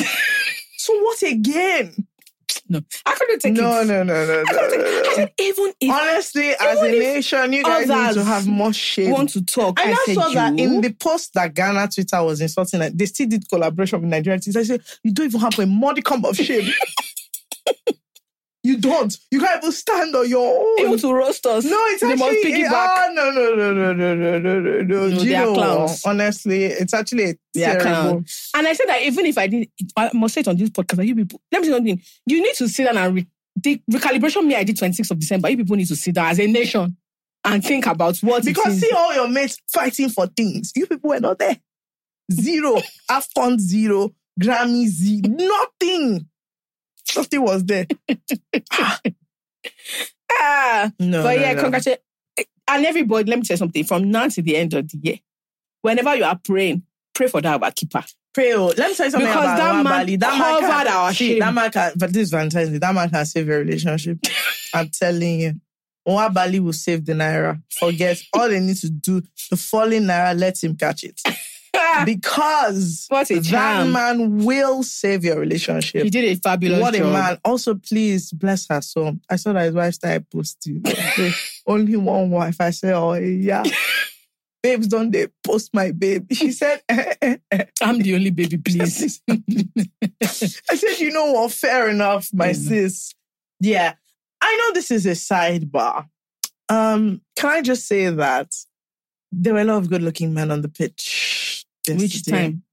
S1: so what again?
S2: no, I couldn't take
S1: No,
S2: it.
S1: no, no, no, no,
S2: I couldn't take
S1: no,
S2: it. I
S1: no.
S2: said even if
S1: Honestly, as a
S2: Even if
S1: nation, you guys need to
S2: others
S1: have more
S2: you
S1: shame.
S2: want to talk,
S1: I
S2: I,
S1: now
S2: said
S1: saw
S2: you.
S1: that in the post that Ghana Twitter was insulting, that they still did collaboration with Nigerian teachers. I said, you don't even have a modicum of shame. you don't. You can't even stand on your
S2: They
S1: own.
S2: want to roast us.
S1: No, it's
S2: they
S1: actually
S2: must piggyback.
S1: it- ah, no, no, no, no, no, no, no, no, no.
S2: No,
S1: Do you
S2: they are
S1: know,
S2: clowns.
S1: Honestly, it's actually
S2: They are
S1: terrible.
S2: And I said that even if I did, I must say it on this podcast. that You people, let me say something. You need to sit down and re- the recalibration me I did 26th of December. You people need to sit down as a nation and think about what it
S1: Because
S2: is.
S1: see all your mates fighting for things. You people were not there. Zero. Afcon zero. Grammy Z. Nothing. Nothing was there.
S2: Ah,
S1: No.
S2: but
S1: no,
S2: yeah,
S1: no.
S2: congratulations. And everybody, let me tell you something. From now to the end of the year, whenever you are praying, pray for that our keeper.
S1: Pray, oh. Let me tell you something
S2: Because
S1: about
S2: that
S1: Wan
S2: man
S1: Bali. That man
S2: covered
S1: can,
S2: our
S1: see,
S2: shame.
S1: That man can, but this is Valentine's Day. That man can save a relationship. I'm telling you. Wabali will save the Naira. Forget all they need to do. The falling Naira, let him catch it. Because
S2: Ah, What a
S1: that
S2: charm.
S1: man will save your relationship.
S2: He did a fabulous
S1: What a
S2: job.
S1: man. Also, please bless her soul. I saw that his wife started posting. Say, Only one wife. I said, oh, yeah. Babes, don't they post my babe? She said, eh, eh, eh.
S2: I'm the only baby, please.
S1: I said, you know what? Fair enough, my
S2: Mm.
S1: sis. Yeah. I know this is a sidebar. Um, can I just say that there were a lot of good looking men on the pitch.
S2: Which
S1: yesterday.
S2: time?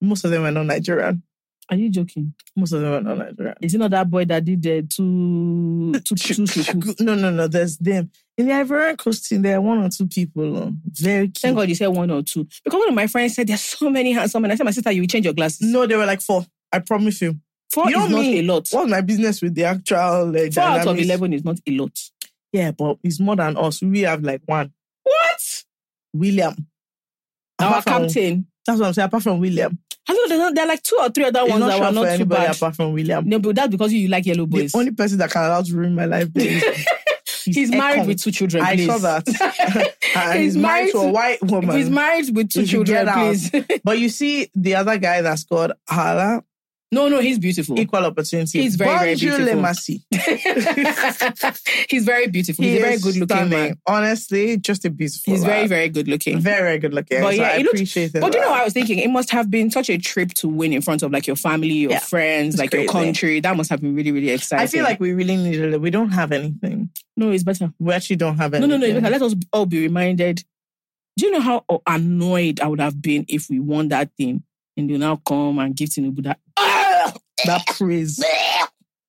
S1: Most of them were not Nigerian.
S2: Are you joking?
S1: Most of them were not Nigerian.
S2: Is it not that boy that did the two two two shuku?
S1: No, no, no. There's them. In the Ivorian Coast team, there are one or two people. um, Very cute.
S2: Thank God you said one or two. Because one of my friends said there's so many handsome men. I said, my sister, you will change your glasses.
S1: No, they were like four. I promise you.
S2: Four
S1: You know
S2: is not
S1: me.
S2: a lot.
S1: What's my business with the actual uh,
S2: Four out of
S1: dynamics?
S2: eleven is not a lot.
S1: Yeah, but it's more than us. We have like one.
S2: What?
S1: William.
S2: Our
S1: Apart from-
S2: captain.
S1: That's what I'm saying. Apart from William,
S2: I don't know, there are- there are like two or three other
S1: it's
S2: ones
S1: not
S2: that were
S1: sure for
S2: not too
S1: anybody
S2: bad.
S1: apart from William.
S2: No, but that's because you like yellow
S1: the
S2: boys.
S1: only person that can allow to ruin my life. Is
S2: he's married
S1: Ekong.
S2: with two children.
S1: I
S2: please.
S1: saw that. and he's,
S2: He's
S1: married
S2: married
S1: to a
S2: to-
S1: white woman.
S2: He's married with two
S1: If you get
S2: children,
S1: out.
S2: please.
S1: but you see, the other guy that's called Hala,
S2: no, no, he's beautiful.
S1: equal opportunity.
S2: He's very, very
S1: Bonjour,
S2: beautiful.
S1: Le Massy.
S2: he's very beautiful. He's
S1: He
S2: a very
S1: is
S2: good looking
S1: stunning.
S2: man.
S1: Honestly, just a beautiful.
S2: He's very,
S1: lad.
S2: very good looking.
S1: very, very good looking.
S2: But
S1: so
S2: yeah,
S1: I
S2: it looks-
S1: appreciate it.
S2: But you know,
S1: lad.
S2: I was thinking it must have been such a trip to win in front of like your family, your
S1: Yeah.
S2: friends, like your
S1: crazy.
S2: country. That must have been really, really exciting.
S1: I feel like we really need it. We don't have anything.
S2: no, it's better.
S1: We actually don't have
S2: No,
S1: anything.
S2: no, no. It's better. Let us all be reminded. Do you know how annoyed I would have been if we won that thing and they now come and give Tinubu that? Ah!
S1: That praise.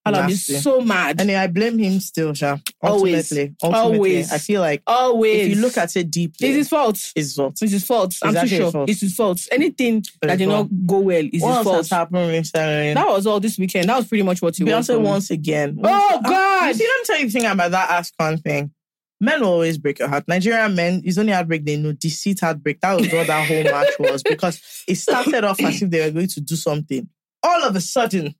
S2: I'll have been
S1: Nasty.
S2: so mad.
S1: And I blame him still, Sha.
S2: Always.
S1: Ultimately, ultimately,
S2: Always.
S1: I feel like
S2: Always.
S1: if you look at it deeply,
S2: it's his fault.
S1: it's what.
S2: It's his fault. I'm too
S1: actually his
S2: sure.
S1: fault.
S2: It's his fault. Anything that did not go well is his
S1: What else
S2: fault.
S1: has happened recently?
S2: That was all this weekend. That was pretty much what he was.
S1: Beyonce once again.
S2: Oh,
S1: Ah,
S2: God.
S1: You see, let me tell you the thing about that Ascon thing. Men will always break your heart. Nigerian men, it's only heartbreak they know. Deceit heartbreak. That was what that whole match was because it started off as if they were going to do something. All of a sudden,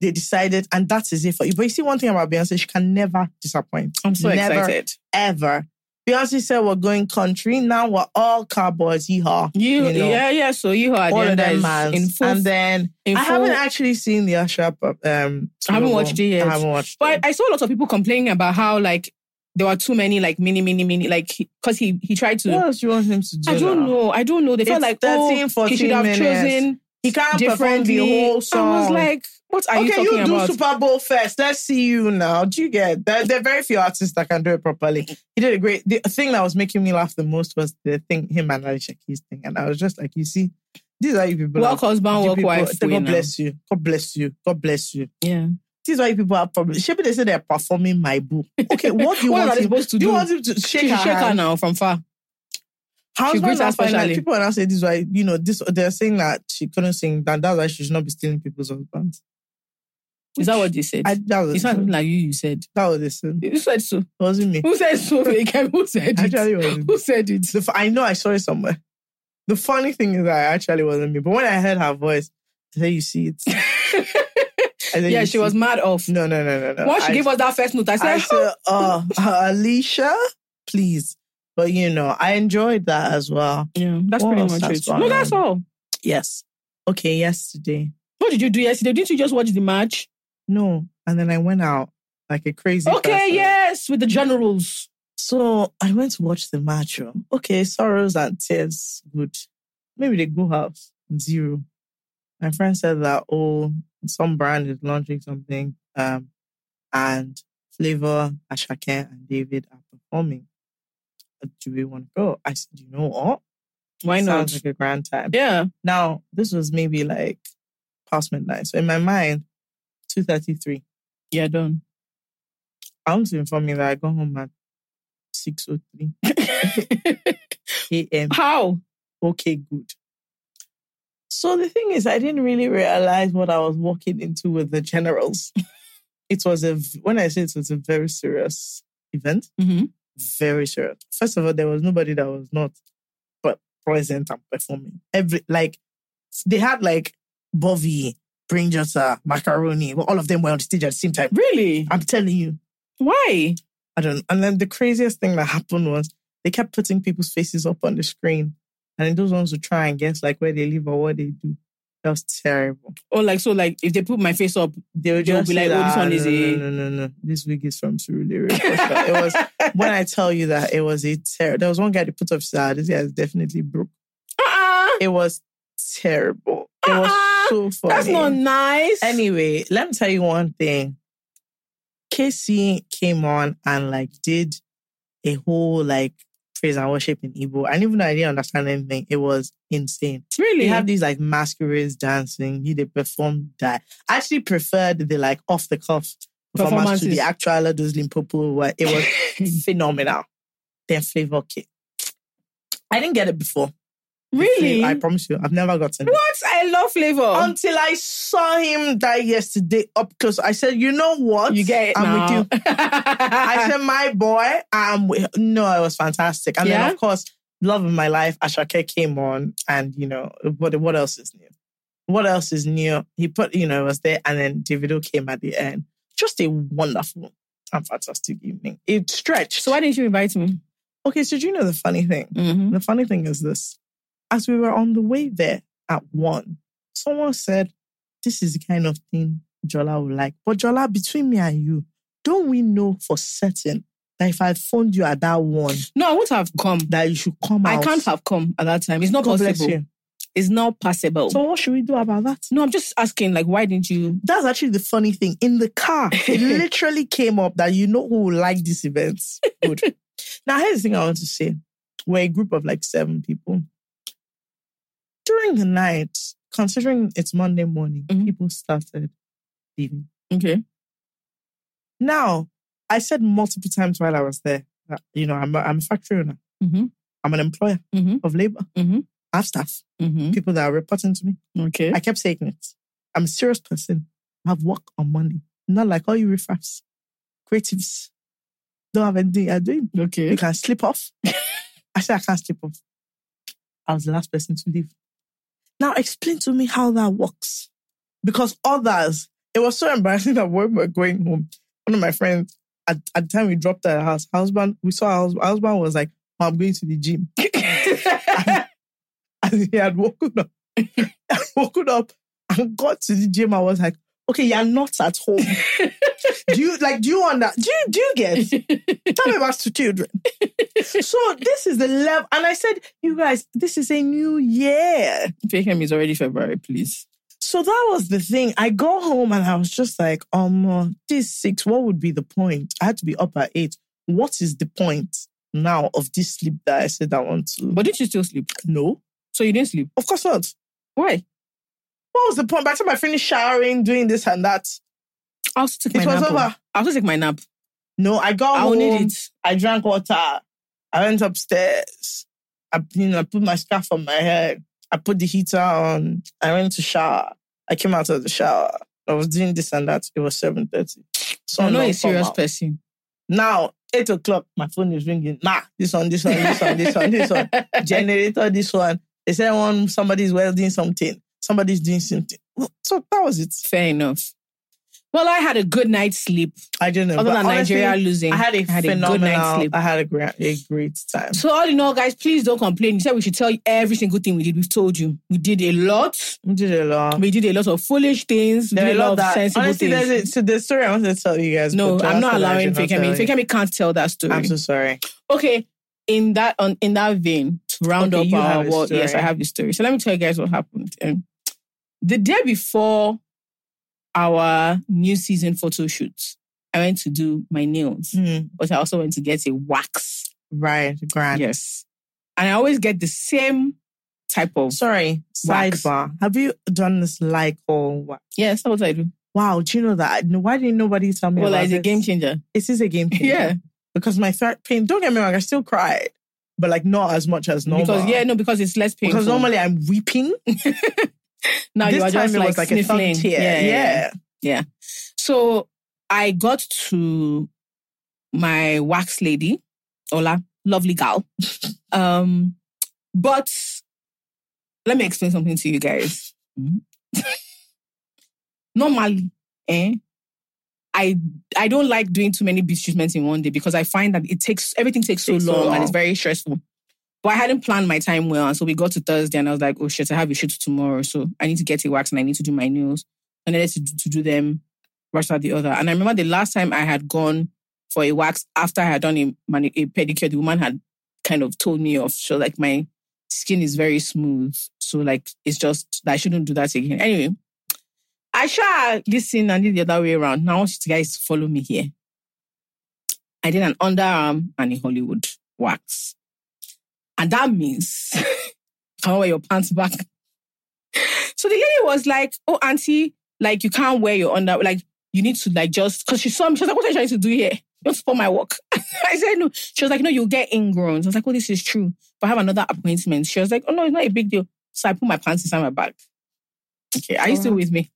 S1: they decided, and that is it for you. But you see, one thing about Beyonce, she can never disappoint.
S2: I'm so
S1: Never,
S2: excited.
S1: Ever. Beyonce said we're going country. Now we're all cowboys. Yeehaw.
S2: You,
S1: You know,
S2: yeah, yeah. So you had
S1: all of them mans.
S2: in full.
S1: and then
S2: in
S1: I
S2: full-
S1: haven't actually seen the Usher. Um,
S2: I haven't
S1: solo.
S2: watched it yet.
S1: I haven't watched.
S2: but
S1: it.
S2: I, I saw a lot of people complaining about how like there were too many like mini, mini, mini, like because he he tried to.
S1: what else do you want him to do?
S2: I don't
S1: now?
S2: know. I don't know. They felt
S1: It's
S2: like
S1: 13,
S2: oh, he
S1: 14
S2: should have
S1: minutes.
S2: chosen
S1: He can't perform the
S2: differently.
S1: whole song.
S2: I was like, What are you
S1: okay,
S2: talking
S1: you, do
S2: about?
S1: Super Bowl first. Let's see you now. Do you get? There, there are very few artists that can do it properly. He did a great. The thing that was making me laugh the most was the thing him and Alicia Keys thing, and I was just like, you see, these are you people.
S2: Walk
S1: that-
S2: husband,
S1: you
S2: walk
S1: people-
S2: wife. way
S1: God
S2: now.
S1: bless you. God bless you. God bless you.
S2: Yeah.
S1: This is why people are probably. Maybe they say they're performing my book. Okay, what do you
S2: What am
S1: want?
S2: I
S1: Him?
S2: supposed to
S1: do you
S2: do?
S1: want him to shake
S2: She
S1: her
S2: should shake her
S1: hand?
S2: now from far.
S1: How's
S2: She
S1: my
S2: greets her
S1: last
S2: specially.
S1: People are now saying this is why you know this. They're saying that she couldn't sing. That that's why she should not be stealing people's husbands.
S2: Is that what they said?
S1: I, that was
S2: it's not something like you, you said.
S1: that was this. It
S2: You said so.
S1: wasn't me.
S2: Who said so? Again, who said it?
S1: Actually, it wasn't. me.
S2: Who said it?
S1: The, f- I know I saw it somewhere. The funny thing is that it actually wasn't me. But when I heard her voice, I said, "You see it." I said,
S2: Yeah,
S1: "You
S2: she
S1: see
S2: was
S1: it."
S2: mad off.
S1: No, no, no, no, no.
S2: Once she
S1: I-
S2: gave us that first note, I
S1: I
S2: said, "Ah,
S1: said, uh, Alicia, please. But you know, I enjoyed that as well.
S2: Yeah, that's
S1: What
S2: pretty
S1: else
S2: much
S1: has
S2: it.
S1: gone
S2: No, that's
S1: on?
S2: all.
S1: Yes. Okay, yesterday.
S2: What did you do yesterday? Didn't you just watch the match?
S1: No. And then I went out like a crazy.
S2: Okay,
S1: person.
S2: yes, with the generals.
S1: So I went to watch the match. oh. Okay, sorrows and tears. Good. Maybe they go out zero. My friend said that oh, some brand is launching something, um, and Flavor, Ashake, and David are performing. Uh, Do we want to go? I said, you know what?
S2: Why not?
S1: Sounds like a grand time.
S2: yeah.
S1: Now, this was maybe like past midnight. So in my mind, 2.33.
S2: Yeah, done.
S1: I want to inform you that I got home at 6.03 a.m.
S2: How?
S1: Okay, good. So the thing is, I didn't really realize what I was walking into with the generals. it was a, v- when I say it was a very serious event,
S2: Mm-hmm.
S1: very serious. First of all, there was nobody that was not but present and performing. Every like they had like Bobby, Brinjota, Macaroni, well, all of them were on the stage at the same time.
S2: Really?
S1: I'm telling you,
S2: Why?
S1: I don't. And then the craziest thing that happened was they kept putting people's faces up on the screen, and then those ones would try and guess like where they live or what they do. That was terrible.
S2: Or Oh, like, so like, if they put my face up,
S1: They would
S2: They would
S1: just
S2: be like,
S1: say,
S2: "Oh, this
S1: "Ah,
S2: one is
S1: no,
S2: a-"
S1: no, no, no, no. This wig is from Surulere. it was when I tell you that it was a terror. There was one guy that put up sad. This guy is definitely broke.
S2: uh-uh,
S1: It was terrible. It was
S2: Uh-uh.
S1: so funny.
S2: that's not nice.
S1: Anyway, let me tell you one thing. Casey came on and like did a whole like praise and worship in Igbo. And even though I didn't understand anything, it was insane.
S2: really?
S1: They have these like masquerades dancing. He they perform that. I actually preferred the like off the cuff performance to
S2: Performances.
S1: the actual Lado's Limpopo where it was phenomenal. Then flavor cake. I didn't get it before.
S2: really?
S1: I promise you, I've never gotten it
S2: what? I love flavor.
S1: until I saw him die yesterday up close. I said, you know what?
S2: you get it
S1: I'm
S2: now.
S1: with you. I said, my boy, I'm with No, it was fantastic. And
S2: Yeah?
S1: then, of course, love of my life, Ashake came on. And, you know, what, what else is new? What else is new? He put, you know, it was there. And then Davido came at the end. Just a wonderful and fantastic evening. It stretched.
S2: so why didn't you invite me?
S1: okay, so do you know the funny thing?
S2: Mm-hmm.
S1: The funny thing is this as we were on the way there at one, someone said, This is the kind of thing Jola would like. But Jola, between me and you, don't we know for certain that if I phoned you at that one,
S2: No, I would have come.
S1: that you should come out?
S2: I can't have come at that time. It's not
S1: God bless
S2: possible.
S1: you.
S2: It's not possible.
S1: So, what should we do about that?
S2: no, I'm just asking, like, why didn't you?
S1: That's actually the funny thing. In the car, it literally came up that you know who will like this event. Good. now, here's the thing I want to say. We're a group of like seven people. During the night, considering it's Monday morning,
S2: Mhm.
S1: people started leaving.
S2: Okay.
S1: Now, I said multiple times while I was there, that, you know, I'm a, I'm a factory owner.
S2: Mm-hmm.
S1: I'm an employer
S2: Mhm.
S1: of labor.
S2: Mhm.
S1: I have staff,
S2: Mm-hmm.
S1: people that are reporting to me.
S2: Okay.
S1: I kept saying it. I'm a serious person. I have work on Monday. Not like all you refraps, creatives. Don't have anything you're doing. You
S2: okay.
S1: can slip off. I said, I can't slip off. I was the last person to leave. Now explain to me how that works. Because others, it was so embarrassing that when we were going home, one of my friends, at, at the time we dropped her at her house, her husband, we saw her husband, her husband was like, "Mom, I'm going to the gym. and he had woken up, woken up and got to the gym. I was like, okay, you're not at home. do you like? Do you under? Do you do you get? Tell me about two children. so this is the level, and I said, you guys, this is a new year.
S2: Payhem is already February, please.
S1: So that was the thing. I go home and I was just like, um, uh, this six, what would be the point? I had to be up at eight. What is the point now of this sleep that I said I want to?
S2: But did you still sleep?
S1: no,
S2: So you didn't sleep?
S1: of course not.
S2: Why?
S1: What was the point? By the time I finished showering, doing this and that,
S2: I also took my
S1: it was
S2: nap. oh.
S1: over. Oh,
S2: I also took my nap.
S1: No, I got
S2: I
S1: home.
S2: will need it.
S1: I drank water. I went upstairs. I, you know, I put my scarf on my head. I put the heater on. I went to shower. I came out of the shower. I was doing this and that. It was seven thirty. So
S2: I know a
S1: long
S2: serious
S1: come out.
S2: person.
S1: Now eight o'clock. My phone is ringing. Nah, this one, this one, this one, this one, this one. Generator, this one. They said one somebody's welding something. Somebody's doing something. So that was it.
S2: Fair enough. Well, I had a good night's sleep.
S1: I don't know.
S2: Other
S1: but
S2: than
S1: honestly,
S2: Nigeria losing,
S1: I had a phenomenal.
S2: good night's sleep.
S1: I had a great, a great time.
S2: So all in all, guys, please don't complain. You said we should tell you every single thing we did. We've told you. We did a lot.
S1: We did a lot.
S2: We did a lot of foolish things. We
S1: There
S2: did
S1: are a
S2: a lot of
S1: that-
S2: sensible
S1: honestly,
S2: things.
S1: there's a, so the story I wanted to tell you guys.
S2: no,
S1: but
S2: I'm
S1: that's what
S2: not
S1: I
S2: allowing
S1: should not
S2: Fakemi.
S1: tell you.
S2: Fakemi can't tell that story.
S1: I'm so sorry.
S2: Okay, in that on in that vein, to round
S1: Okay,
S2: up
S1: you
S2: our
S1: have a
S2: world, yes, I
S1: story.
S2: have the story. So let me tell you guys what happened. Um, the day before our new season photo shoot, I went to do my nails, but I also went to get a wax.
S1: Right, grand.
S2: Yes, and I always get the same type of.
S1: Sorry,
S2: Wax.
S1: sidebar. Have you done this like or what?
S2: Yes, that's what I do.
S1: Wow, do you know that? No, Why didn't nobody tell me?
S2: Well,
S1: about
S2: it's a
S1: this?
S2: game changer.
S1: It is a game changer.
S2: Yeah,
S1: because my throat pain. Don't get me wrong, I still cried, but like not as much as normal.
S2: because yeah, no, because it's less painful.
S1: because normally I'm weeping.
S2: now
S1: this
S2: you are
S1: time
S2: just
S1: it
S2: like,
S1: was like
S2: sniffling.
S1: a thug tear.
S2: Yeah, yeah, yeah.
S1: yeah.
S2: So I got to my wax lady, Ola, lovely gal. um, but let me explain something to you guys.
S1: Mm-hmm.
S2: Normally, eh, I I don't like doing too many beach treatments in one day because I find that it takes everything takes so,
S1: Takes so
S2: long, and
S1: long.
S2: it's very stressful. But I hadn't planned my time well, and so we got to Thursday, and I was like, "Oh shit, I have a shoot tomorrow, so I need to get a wax and I need to do my nails, and I need to do, to do them rush out the other." And I remember the last time I had gone for a wax after I had done a, mani- a pedicure, the woman had kind of told me off. So like my skin is very smooth, so like it's just I shouldn't do that again. Anyway, I sure listen and did the other way around. Now I want you guys to follow me here. I did an underarm and a Hollywood wax. And that means you can't wear your pants back. So the lady was like, Oh, auntie, like you can't wear your under, like you need to like just because she saw me. She was like, What are you trying to do here? You want to spoil my work. I said no. She was like, No, you'll get ingrowns. I was like, Oh, this is true. But I have another appointment. She was like, Oh no, it's not a big deal. So I put my pants inside my bag. Okay, are you still with me?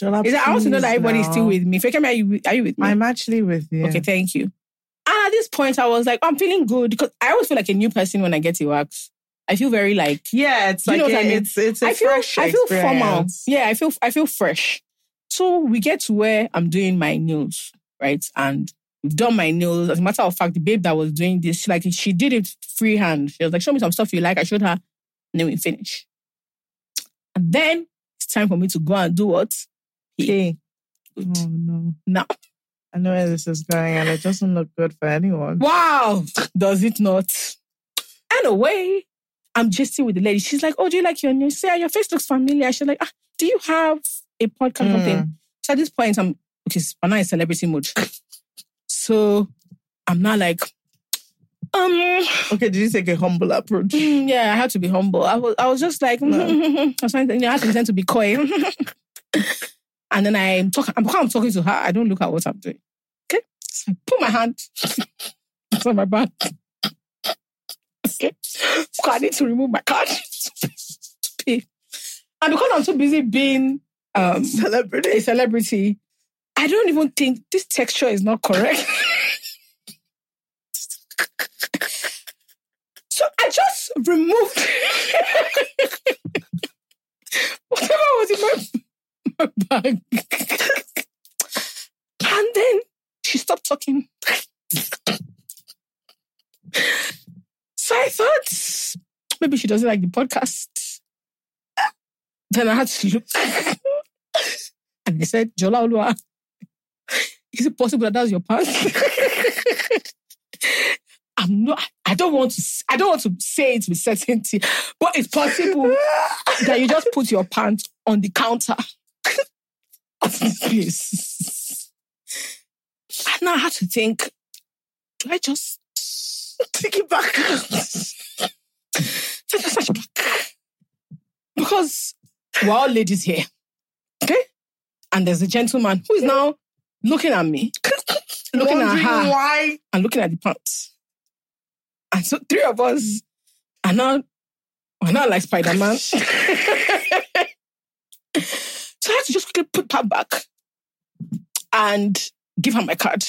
S1: Jola,
S2: Is that, I want to know that
S1: please
S2: everybody's
S1: now.
S2: still with me. Fakemi, are you, are you with me?
S1: I'm actually with you.
S2: Okay, thank you. And at this point, I was like, I'm feeling good because I always feel like a new person when I get to wax. I feel very like
S1: Yeah, it's
S2: You
S1: like
S2: know what I
S1: a-
S2: mean?
S1: it's it's a
S2: I feel
S1: fresh
S2: I feel formal.
S1: experience.
S2: Yeah, I feel I feel fresh. So we get to where I'm doing my nails, right? And we've done my nails. As a matter of fact, the babe that was doing this, she, like she did it freehand. She was like, "Show me some stuff you like." I showed her, and then we finish. And then it's time for me to go and do what?
S1: Okay.
S2: Good.
S1: Oh no.
S2: Now,
S1: I know where this is going and it doesn't look good for anyone.
S2: Wow, does it not? And away, I'm just with the lady. She's like, "Oh, do you like your new? Say, your face looks familiar." She's like, "Ah, do you have a podcast or something?" So at this point, I'm okay. so I'm now in celebrity mode, so I'm not like, um, mm,
S1: Okay, did you take a humble approach?
S2: yeah, I had to be humble. I was, I was just like, I was trying to, you know, I had to pretend to be coy. and then I'm talking, I'm, I'm talking to her. I don't look at what I'm doing. Okay, so I put my hand on my back. Okay. So I need to remove my card to pay. And because I'm too busy being um, a
S1: Celebrity.
S2: celebrity, I don't even think this texture is not correct. so I just removed whatever was in my, my bag. and then she stopped talking. so I thought maybe she doesn't like the podcast. Then I had to look. And they said, Jola Olua, is it possible that that's your pants? I'm not, I don't want to. s- I don't want to say it with certainty, but it's possible that you just put your pants on the counter. Please. And I had to think. Do I just
S1: Take it back.
S2: take a such back? Because we're all ladies here, okay? And there's a gentleman who is now looking at me, looking at
S1: Wondering
S2: her.
S1: why.
S2: and looking at the pants. And so three of us are now, are now like Spider Man. so I had to just quickly put that back and give her my card.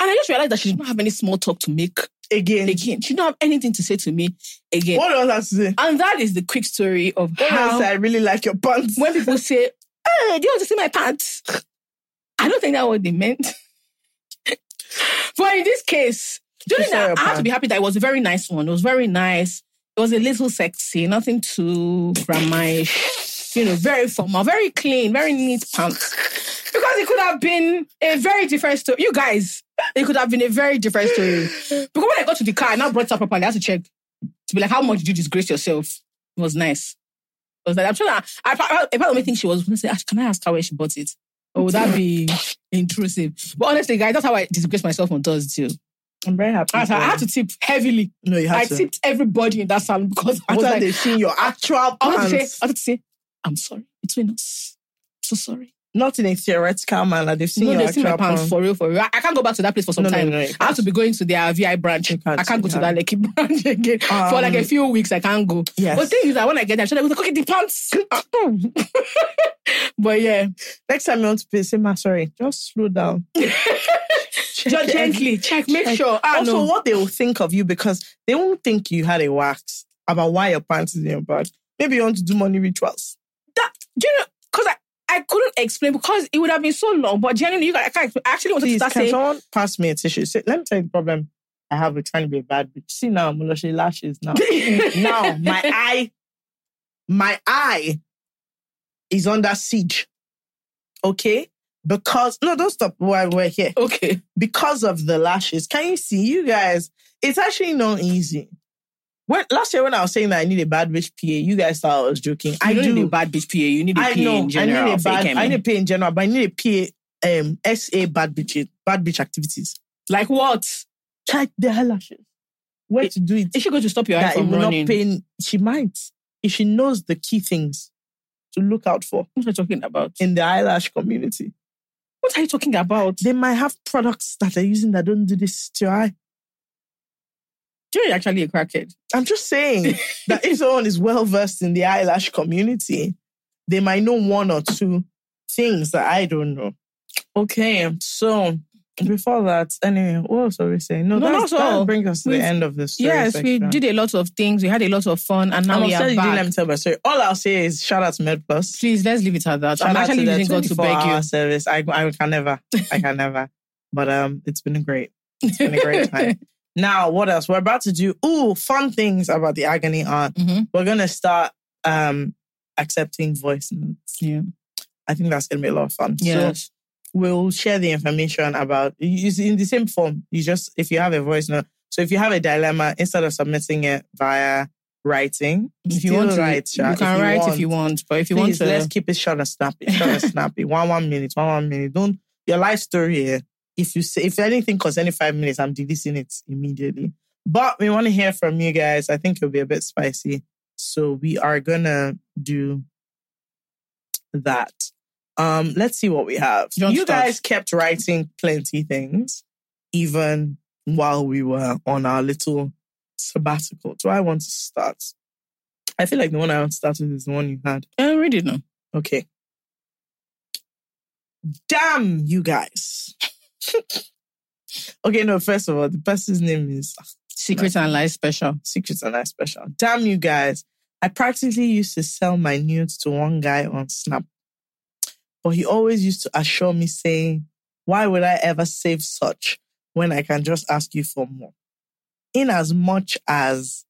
S2: And I just realized that she did not have any small talk to make
S1: Again.
S2: again. She did not have anything to say to me again.
S1: What else I have to say?
S2: And that is the quick story of
S1: What
S2: how
S1: else I really like your pants?
S2: when people say, "Hey, do you want to see my pants?" I don't think that's what they meant. but in this case, do you
S1: She
S2: think
S1: saw
S2: that
S1: your
S2: I have to
S1: pants.
S2: be happy that it was a very nice one. It was very nice. It was a little sexy, nothing too gramish. You know, very formal, very clean, very neat pants. Because it could have been a very different story. You guys, it could have been a very different story. Because when I got to the car, I now brought it up properly. I had to check to be like, how much did you disgrace yourself? It was nice. I was like, I'm trying to. I, I, I, part of me think she was going to say, "Ah, "Can I ask her where she bought it?" Or Oh, would that be intrusive? But honestly, guys, that's how I disgrace myself on Thursday too.
S1: I'm very happy.
S2: I had, to, I
S1: for
S2: had to tip heavily.
S1: you. no, you
S2: I
S1: have to.
S2: tipped everybody in that salon because I
S1: After
S2: was like,
S1: they've seen your actual
S2: I had to say,
S1: pants,
S2: I had to say, I'm sorry, between us, so sorry.
S1: not in a theoretical manner, they've seen
S2: no,
S1: your
S2: they've
S1: actual
S2: seen my pants
S1: pants.
S2: for real, for real. I, I can't go back to that place for some
S1: No, no,
S2: time.
S1: no, you
S2: I have to be going to their VI branch.
S1: You can't,
S2: I can't go
S1: you
S2: to that Lekki branch again for like a
S1: Um,
S2: few weeks. I can't go.
S1: Yes.
S2: But the thing is that when I get there, I'm trying to go, okay, the pants. but yeah,
S1: Next time you want to pay, say, ma, sorry, just slow down.
S2: just gently check, make sure. Ah,
S1: also,
S2: no.
S1: what they will think of you because they won't think you had a wax about why your pants is in your bag. Maybe you want to do money rituals.
S2: that do you know because I, I couldn't explain because it would have been so long. But genuinely, you guys, I can't explain. I actually wanted
S1: Please,
S2: to
S1: can
S2: start saying
S1: someone pass me a tissue? Say, let me tell you the problem I have with trying to be a bad bitch. See now, Muloshi lashes now. now, my eye, my eye is under siege. Okay? Because, no, don't stop while we're here.
S2: okay.
S1: because of the lashes. Can you see, you guys? It's actually not easy. When, last year when I was saying that I need a bad bitch PA, you guys thought I was joking. I
S2: You don't need a
S1: do.
S2: bad bitch PA. You need a
S1: I
S2: PA
S1: know.
S2: in general.
S1: I need a
S2: for
S1: bad.
S2: AKM.
S1: I need a PA in general, but I need a PA. Um, SA bad bitch bad bitch activities.
S2: like what?
S1: Check the eyelashes. Where to do it?
S2: Is she going to stop your eye
S1: That it
S2: from
S1: will
S2: running?
S1: not pain. She might if she knows the key things to look out for
S2: What are you talking about?
S1: in the eyelash community.
S2: What are you talking about?
S1: They might have products that they're using that don't do this to your eye.
S2: You're actually a crackhead.
S1: I'm just saying that if someone is well versed in the eyelash community, they might know one or two things that I don't know. Okay, so before that, anyway, what else are we saying? No,
S2: No,
S1: that's,
S2: that's all.
S1: that brings us to
S2: We've-
S1: the end of this.
S2: Yes, we did a lot of things. We had a lot of fun, and now
S1: I'm
S2: we
S1: upset
S2: are
S1: you didn't let
S2: back.
S1: me tell my story. All I'll say is shout out to MedPlus.
S2: Please let's leave it at that.
S1: Shout
S2: I'm
S1: out
S2: actually
S1: to
S2: using God to beg you.
S1: our service. I, I can never. I can never. But um, it's been great. It's been a great time. Now, what else? We're about to do ooh fun things about the agony aunt.
S2: Mhm.
S1: we're gonna start um accepting voice notes.
S2: Yeah.
S1: I think that's gonna be a lot of fun. So
S2: Yes.
S1: we'll share the information about it's in the same form. You just if you have a voice note. So if you have a dilemma, instead of submitting it via writing,
S2: if you
S1: still
S2: want to,
S1: write,
S2: you
S1: Sha,
S2: can write if you want. But if you want
S1: Please,
S2: to,
S1: let's keep it short and snappy. Short and snappy. One one minute, one one minute. Don't your life story here. If you say if anything concerning five minutes, I'm deleting it immediately. But we want to hear from you guys. I think it'll be a bit spicy. So we are gonna do that. Um, let's see what we have.
S2: You want
S1: you
S2: to start?
S1: guys kept writing plenty things, even while we were on our little sabbatical. Do I want to start? I feel like the one I want to start with is the one you had.
S2: Uh, read it now.
S1: Okay. Damn you guys. okay, no, first of all, the person's name is
S2: Secret and Lies Special.
S1: Secrets and I Special. Damn you guys. I practically used to sell my nudes to one guy on Snap. But he always used to assure me saying, why would I ever save such when I can just ask you for more? In as much as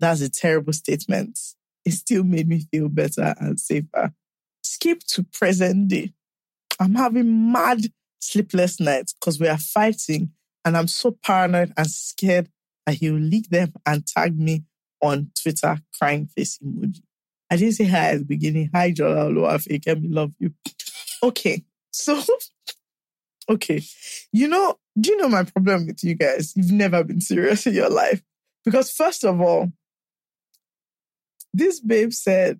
S1: that's a terrible statement, it still made me feel better and safer. Skip to present day. I'm having mad sleepless nights because we are fighting And I'm so paranoid and scared that he'll leak them and tag me on Twitter, crying face emoji. I didn't say hi at the beginning. Hi, Jola Oluwafe, Kemi, love you. Okay, so, okay. You know, do you know my problem with you guys? You've never been serious in your life. Because, first of all, this babe said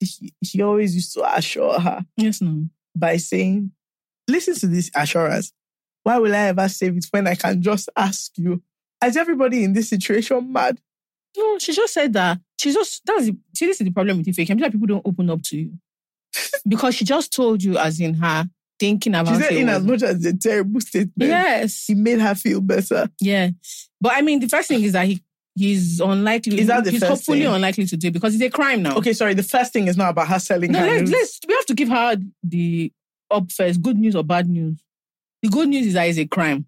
S1: he, he always used to assure her
S2: Yes, no.
S1: by saying, listen to this assurance. Why will I ever save it when I can just ask you? Is everybody in this situation mad?
S2: No, she just said that. She just that's the, see. This is the problem with fake. I'm sure people don't open up to you because she just told you, as in her thinking
S1: She
S2: about
S1: said,
S2: it.
S1: in
S2: was-
S1: as much as a terrible statement,
S2: yes,
S1: he made her feel better.
S2: yeah. But I mean, the first thing is that he he's unlikely.
S1: Is that the
S2: he's
S1: first
S2: hopefully
S1: thing?
S2: unlikely to do it because it's a crime now.
S1: Okay, sorry. The first thing is not about her selling
S2: No,
S1: her
S2: let's,
S1: news.
S2: let's we have to give her the up first. Good news or bad news? The good news is that it's a crime.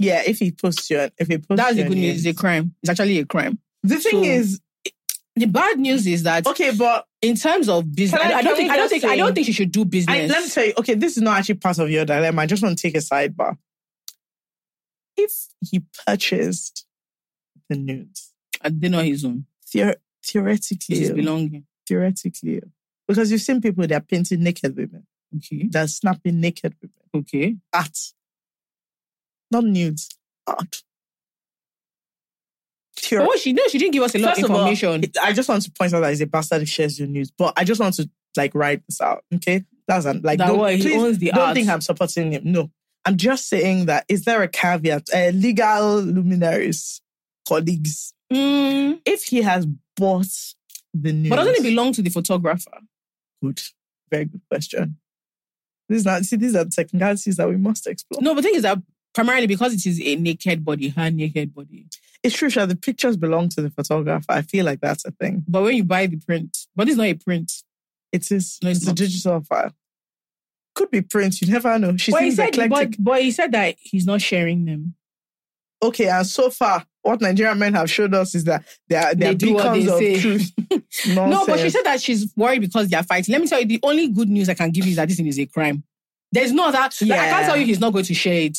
S1: Yeah, if he posts your, if he posts
S2: That's the
S1: your
S2: good news.
S1: news.
S2: It's a crime. It's actually a crime.
S1: The thing
S2: So-
S1: is,
S2: The bad news is that
S1: okay, but
S2: in terms of business,
S1: Can I-
S2: I,
S1: can
S2: don't
S1: we
S2: think I don't
S1: just
S2: think I
S1: say-
S2: don't think she should do business.
S1: I, let me tell you. Okay, this is not actually part of your dilemma. I just want to take a sidebar. If he purchased the news,
S2: and they're not his own.
S1: theor- theoretically,
S2: It's his belonging.
S1: theoretically. Because you've seen people that are painting naked women,
S2: Okay.
S1: that are snapping naked women.
S2: Okay.
S1: Art. Not nudes, art. Theor-
S2: But what Oh, she no, she didn't give us a lot
S1: First
S2: of
S1: of all,
S2: information.
S1: it- I just want to point out that it's a bastard who shares your news, but I just want to like write this out, okay? That's an, like,
S2: that
S1: don't,
S2: what, he
S1: please
S2: owns the
S1: don't
S2: art.
S1: think I'm supporting him. No. I'm just saying that is there a caveat? Uh, legal luminaries, colleagues,
S2: Mm,
S1: if he has bought the news.
S2: but doesn't it belong to the photographer?
S1: good. Very good question. This is not, see, these are technicalities that we must explore.
S2: No, but the thing is that primarily because it is a naked body, her naked body.
S1: It's true, Sha, the pictures belong to the photographer. I feel like that's a thing.
S2: But when you buy the print, but it's not a print.
S1: It is.
S2: No, it's
S1: a
S2: not.
S1: digital file. Could be print, you never know. She
S2: But he
S1: seems
S2: said,
S1: eclectic.
S2: but, but he said that he's not sharing them.
S1: Okay, and so far, what Nigerian men have showed us is that they are, they are
S2: They do what
S1: beacons
S2: they
S1: of
S2: say.
S1: truth.
S2: No, but she
S1: Nonsense.
S2: said that she's worried because they are fighting. Let me tell you, the only good news I can give you is that this thing is a crime. There's no other. Like, I
S1: Yeah.
S2: can't tell you he's not going to share it.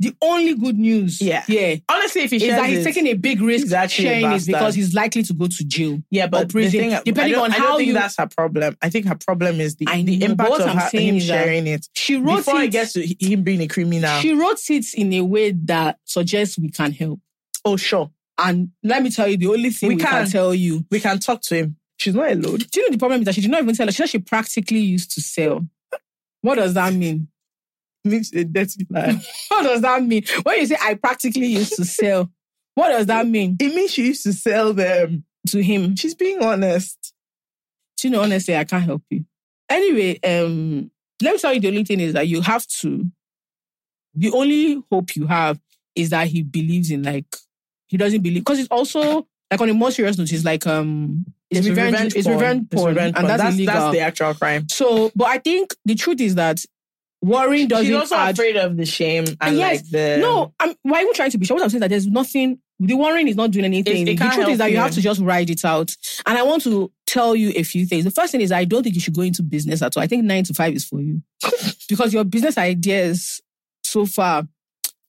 S2: The only good news,
S1: Yeah.
S2: yeah,
S1: honestly, if he
S2: is
S1: shares
S2: that he's
S1: it-
S2: taking a big risk
S1: he's actually a
S2: sharing it
S1: bastard.
S2: because he's likely to go to jail.
S1: yeah,
S2: or prison,
S1: the thing-
S2: depending
S1: I don't-
S2: on
S1: I don't
S2: how
S1: think
S2: you-
S1: that's her problem. I think her problem is the,
S2: I
S1: the
S2: know, but
S1: impact
S2: what
S1: of
S2: I'm
S1: her,
S2: saying
S1: him
S2: is that
S1: sharing it.
S2: She wrote
S1: Before
S2: it.
S1: I get to him being a criminal,
S2: she wrote it in a way that suggests we can help.
S1: oh sure,
S2: And let me tell you, the only thing
S1: We
S2: we, can.
S1: can.
S2: tell you.
S1: we can talk to him. She's not alone.
S2: Do you know the problem is that she did not even tell us. She said she practically used to sell. What does that mean?
S1: Means a dirty lie.
S2: What does that mean? When you say I practically used to sell, what does that mean
S1: it means she used to sell them.
S2: to him?
S1: She's being honest.
S2: Do you know, honestly, I can't help you. Anyway, um, let me tell you the only thing is that you have to, the only hope you have is that he believes in like, he doesn't believe, because it's also, like on a more serious note, it's like, um, it's, revenge, it's revenge
S1: It's
S2: porn,
S1: revenge
S2: and that's,
S1: that's,
S2: illegal.
S1: that's the actual crime.
S2: so, but I think the truth is that worrying doesn't
S1: She's also
S2: add Uh,
S1: afraid of the shame and
S2: Yes.
S1: like the
S2: No, I'm why even trying to be sure. What I'm saying is that there's nothing. The warning is not doing anything.
S1: it
S2: the
S1: can't
S2: truth
S1: help
S2: is that you
S1: you.
S2: have to just ride it out. And I want to tell you a few things. The first thing is I don't think you should go into business at all. I think nine to five is for you because your business ideas so far,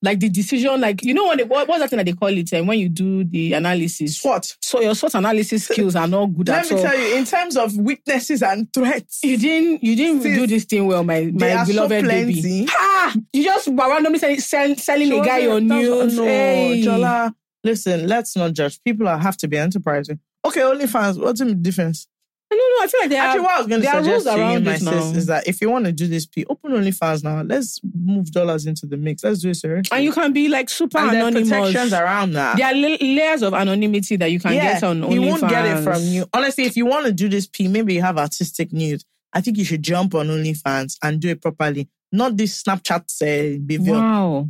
S2: like the decision, like you know what, they, what what's that thing that they call it? And when you do the analysis,
S1: SWAT.
S2: so your SWOT analysis skills are not good
S1: Let
S2: at
S1: me
S2: all.
S1: tell you, in terms of weaknesses and threats,
S2: You didn't you didn't
S1: Sis,
S2: do this thing well, my
S1: they
S2: my
S1: are so
S2: beloved
S1: plenty.
S2: baby. Ah, you just randomly sell, sell, selling a guy your
S1: That's-
S2: news.
S1: No,
S2: Hey.
S1: Jola, listen, let's not judge. People are, have to be enterprising. Okay, OnlyFans, what's the difference?
S2: No, no, I feel like they
S1: Actually,
S2: are.
S1: what I was going to
S2: there are
S1: suggest
S2: rules
S1: to you,
S2: around
S1: my
S2: it
S1: sis,
S2: now.
S1: is that if you want to do this, P, open OnlyFans now. Let's move dollars into the mix. Let's do it seriously.
S2: and you can be like super
S1: and there are
S2: anonymous.
S1: protections around that.
S2: there are la- layers of anonymity that you can get on OnlyFans.
S1: You won't get it from you. Honestly, if you want to do this P, maybe you have artistic news. I think you should jump on OnlyFans and do it properly. Not this Snapchat uh, behavior.
S2: Wow.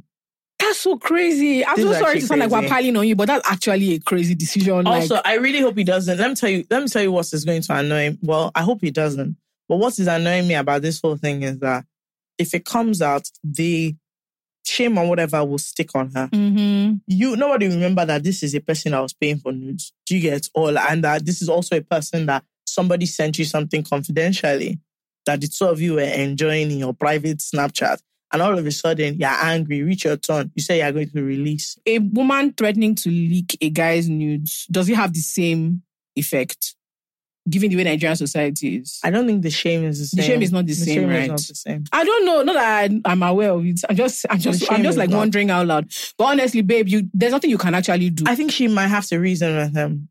S2: That's so crazy. I'm
S1: This
S2: so
S1: is
S2: sorry
S1: actually
S2: to sound like we're
S1: crazy.
S2: piling on you, but that's actually a crazy decision.
S1: Also,
S2: like,
S1: I really hope he doesn't. Let me tell you, let me tell you what is going to annoy him. Well, I hope he doesn't. But what is annoying me about this whole thing is that if it comes out, the shame or whatever will stick on her.
S2: hmm
S1: You nobody will remember that this is a person that was paying for nudes. Do you get all? And that this is also a person that somebody sent you something confidentially that the two of you were enjoying in your private Snapchat. and all of a sudden you're angry, reach your turn. You say you're going to release.
S2: a woman threatening to leak a guy's nudes, does it have the same effect, given the way Nigerian society is?
S1: I don't think the shame is the same.
S2: The shame is not the same,
S1: shame is
S2: right?
S1: not the same.
S2: I don't know. Not that I, I'm aware of it. I'm just, I'm
S1: The
S2: just,
S1: shame
S2: I'm just
S1: is
S2: like
S1: not-
S2: wondering out loud. But honestly, babe, you there's nothing you can actually do.
S1: I think she might have to reason with him.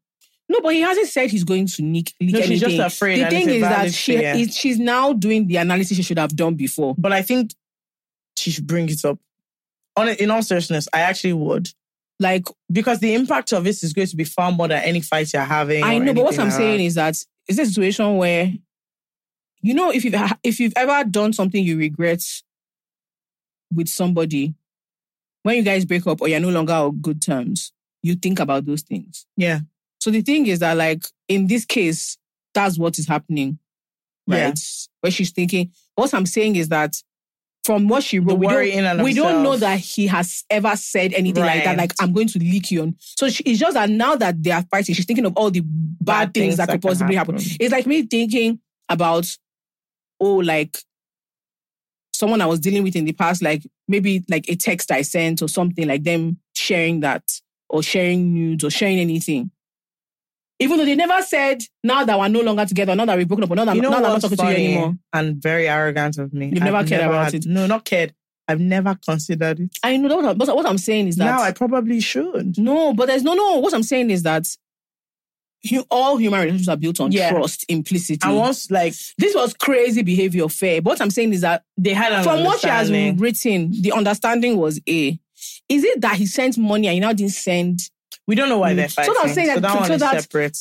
S2: no, but he hasn't said he's going to nick, leak
S1: No, she's
S2: anything.
S1: just afraid
S2: the
S1: and
S2: thing
S1: it's a
S2: is that
S1: valid
S2: she
S1: fear.
S2: is, she's now doing the analysis she should have done before.
S1: But I think she should bring it up. On in all seriousness, I actually would.
S2: Like
S1: Because the impact of this is going to be far more than any fight you're having.
S2: I
S1: or
S2: know, but what
S1: anything
S2: I'm
S1: like
S2: saying is that it's a situation where, you know, if you've ha- if you've ever done something you regret with somebody, when you guys break up or you're no longer on good terms, you think about those things.
S1: Yeah.
S2: So the thing is that, like in this case, that's what is happening,
S1: Yeah.
S2: right? Where she's thinking. What I'm saying is that from what she wrote,
S1: the
S2: we don't-
S1: worry in and of
S2: we don't know
S1: itself.
S2: that he has ever said anything like that.
S1: Right.
S2: Like I'm going to leak you on. So she, it's just that now that they are fighting, she's thinking of all the bad, things, that, could
S1: can
S2: possibly happen.
S1: happen.
S2: It's like me thinking about oh, like someone I was dealing with in the past, like maybe like a text I sent or something, like them sharing that or sharing nudes or sharing anything. Even though they never said, now that we're no longer together, now that we've broken up, or now that,
S1: You know
S2: now that I'm not
S1: what's
S2: talking to you
S1: funny
S2: anymore.
S1: and very arrogant of me.
S2: You've never cared about it.
S1: No, not cared. I've never considered it.
S2: I know that what, what I'm saying is that
S1: now I probably should.
S2: No, but there's no, no. What I'm saying is that hu- all human relationships are built on
S1: Yeah.
S2: trust implicitly.
S1: I once like
S2: this was crazy behavior of fair. But what I'm saying is that
S1: they had an
S2: from what she has
S1: understanding.
S2: written, the understanding was A. Is it that he sent money and he now didn't send?
S1: We don't know why they're
S2: Mm. So
S1: fighting.
S2: I'm
S1: So,
S2: saying that-
S1: that
S2: so
S1: one is
S2: that-
S1: separate.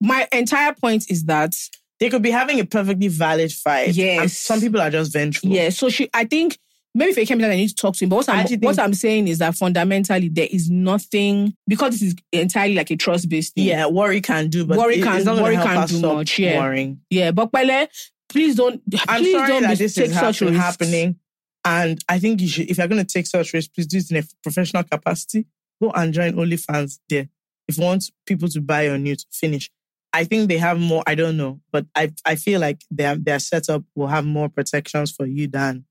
S2: My entire point is that
S1: They could be having a perfectly valid fight. and
S2: Yes.
S1: some people are just vengeful.
S2: yeah. So she, I think maybe if it came down, I need to talk to him. But what
S1: I
S2: I'm,
S1: actually
S2: what
S1: think-
S2: I'm saying is that fundamentally there is nothing because this is entirely like a trust based thing.
S1: Yeah, worry can do, but
S2: Worry
S1: it-
S2: can-
S1: it's not gonna
S2: worry
S1: help
S2: can
S1: us
S2: do
S1: stop
S2: much, yeah.
S1: Worrying.
S2: yeah. But Pele, please don't.
S1: I'm
S2: please
S1: sorry
S2: don't
S1: that
S2: mis-
S1: this
S2: take
S1: is
S2: such
S1: happen-
S2: risks.
S1: happening. And I think you should, if you're going to take such risks, please do it in a professional capacity. Go and join OnlyFans there. If you want people to buy your new finish, I think they have more. I don't know, but I I feel like their their setup will have more protections for you than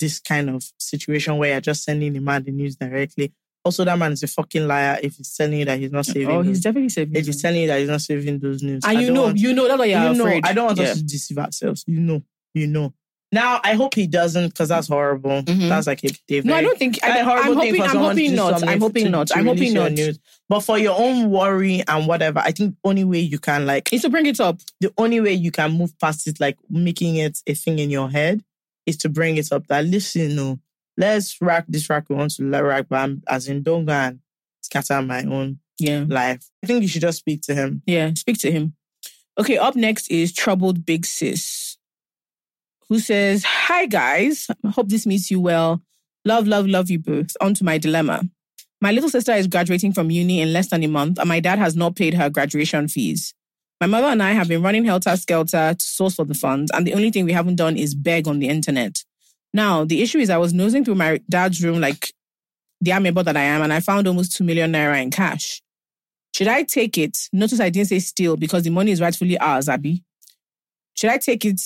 S1: this kind of situation where you're just sending the man the news directly. Also, that man is a fucking liar if he's telling you that he's not saving.
S2: Oh, he's
S1: those,
S2: definitely saving.
S1: if he's telling you that he's not saving those news, I
S2: and you
S1: don't
S2: know,
S1: want-
S2: you know, that's why you're
S1: you know,
S2: afraid.
S1: I don't want
S2: yeah.
S1: us to deceive ourselves. You know, you know. Now I hope he doesn't, because that's horrible.
S2: Mhm.
S1: That's like a, a very,
S2: No, I don't think. I,
S1: that's a
S2: am
S1: horrible thing
S2: hoping.
S1: for
S2: I'm
S1: someone to
S2: hoping
S1: do
S2: not.
S1: something
S2: I'm
S1: to-
S2: hoping not.
S1: to
S2: I'm
S1: release
S2: hoping
S1: your
S2: not.
S1: news. But for your own worry and whatever, I think only way you can like
S2: Is to bring it up.
S1: the only way you can move past it, like making it a thing in your head, is to bring it up. That listen, no, let's rack this rack we want to let rack, but I'm, as in don't go and scatter my own
S2: Yeah,
S1: life. I think you should just speak to him.
S2: yeah. Speak to him. Okay. Up next is troubled big sis, who says, "Hi guys, hope this meets you well. Love, love, love you both. On to my dilemma." My little sister is graduating from uni in less than a month, and my dad has not paid her graduation fees. My mother and I have been running helter skelter to source for the funds, and the only thing we haven't done is beg on the internet. Now, the issue is I was nosing through my dad's room like the amiable that I am, and I found almost 2 million naira in cash. Should I take it? Notice I didn't say steal because the money is rightfully ours, Abby. Should I take it?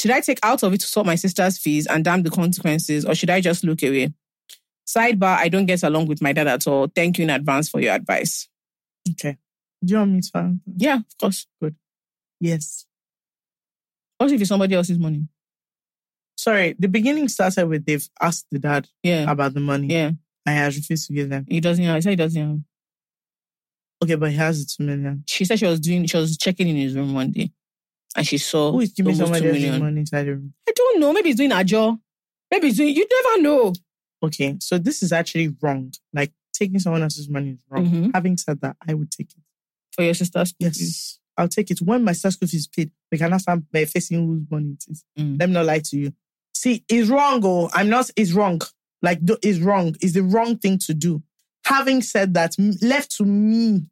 S2: Should I take out of it to sort my sister's fees and damn the consequences, or should I just look away? Sidebar, I don't get along with my dad at all. Thank you in advance for your advice.
S1: Do you want me to? answer?
S2: Yeah, of course.
S1: Yes.
S2: What if it's somebody else's money?
S1: Sorry, the beginning started with they've asked the dad
S2: Yeah.
S1: about the money.
S2: Yeah.
S1: And he has refused to give them.
S2: He doesn't have. He said he doesn't have.
S1: Okay, but he has the two million.
S2: She said she was doing, she was checking in his room one day and she saw
S1: Who is giving
S2: Oh, almost
S1: somebody
S2: 2
S1: else's
S2: million.
S1: money inside the room?
S2: I don't know. Maybe he's doing a job. Maybe he's doing, you never know.
S1: Okay, so this is actually wrong. Like taking someone else's money is wrong.
S2: Mhm.
S1: Having said that, I would take it.
S2: For your sister's
S1: Yes. I'll take it. When my sister's school fees is paid, we can now start by facing whose money it is.
S2: Mm.
S1: Let me not lie to you. See, it's wrong, oh. I'm not, it's wrong. Like, do- it's wrong. It's the wrong thing to do. Having said that, m- left to me,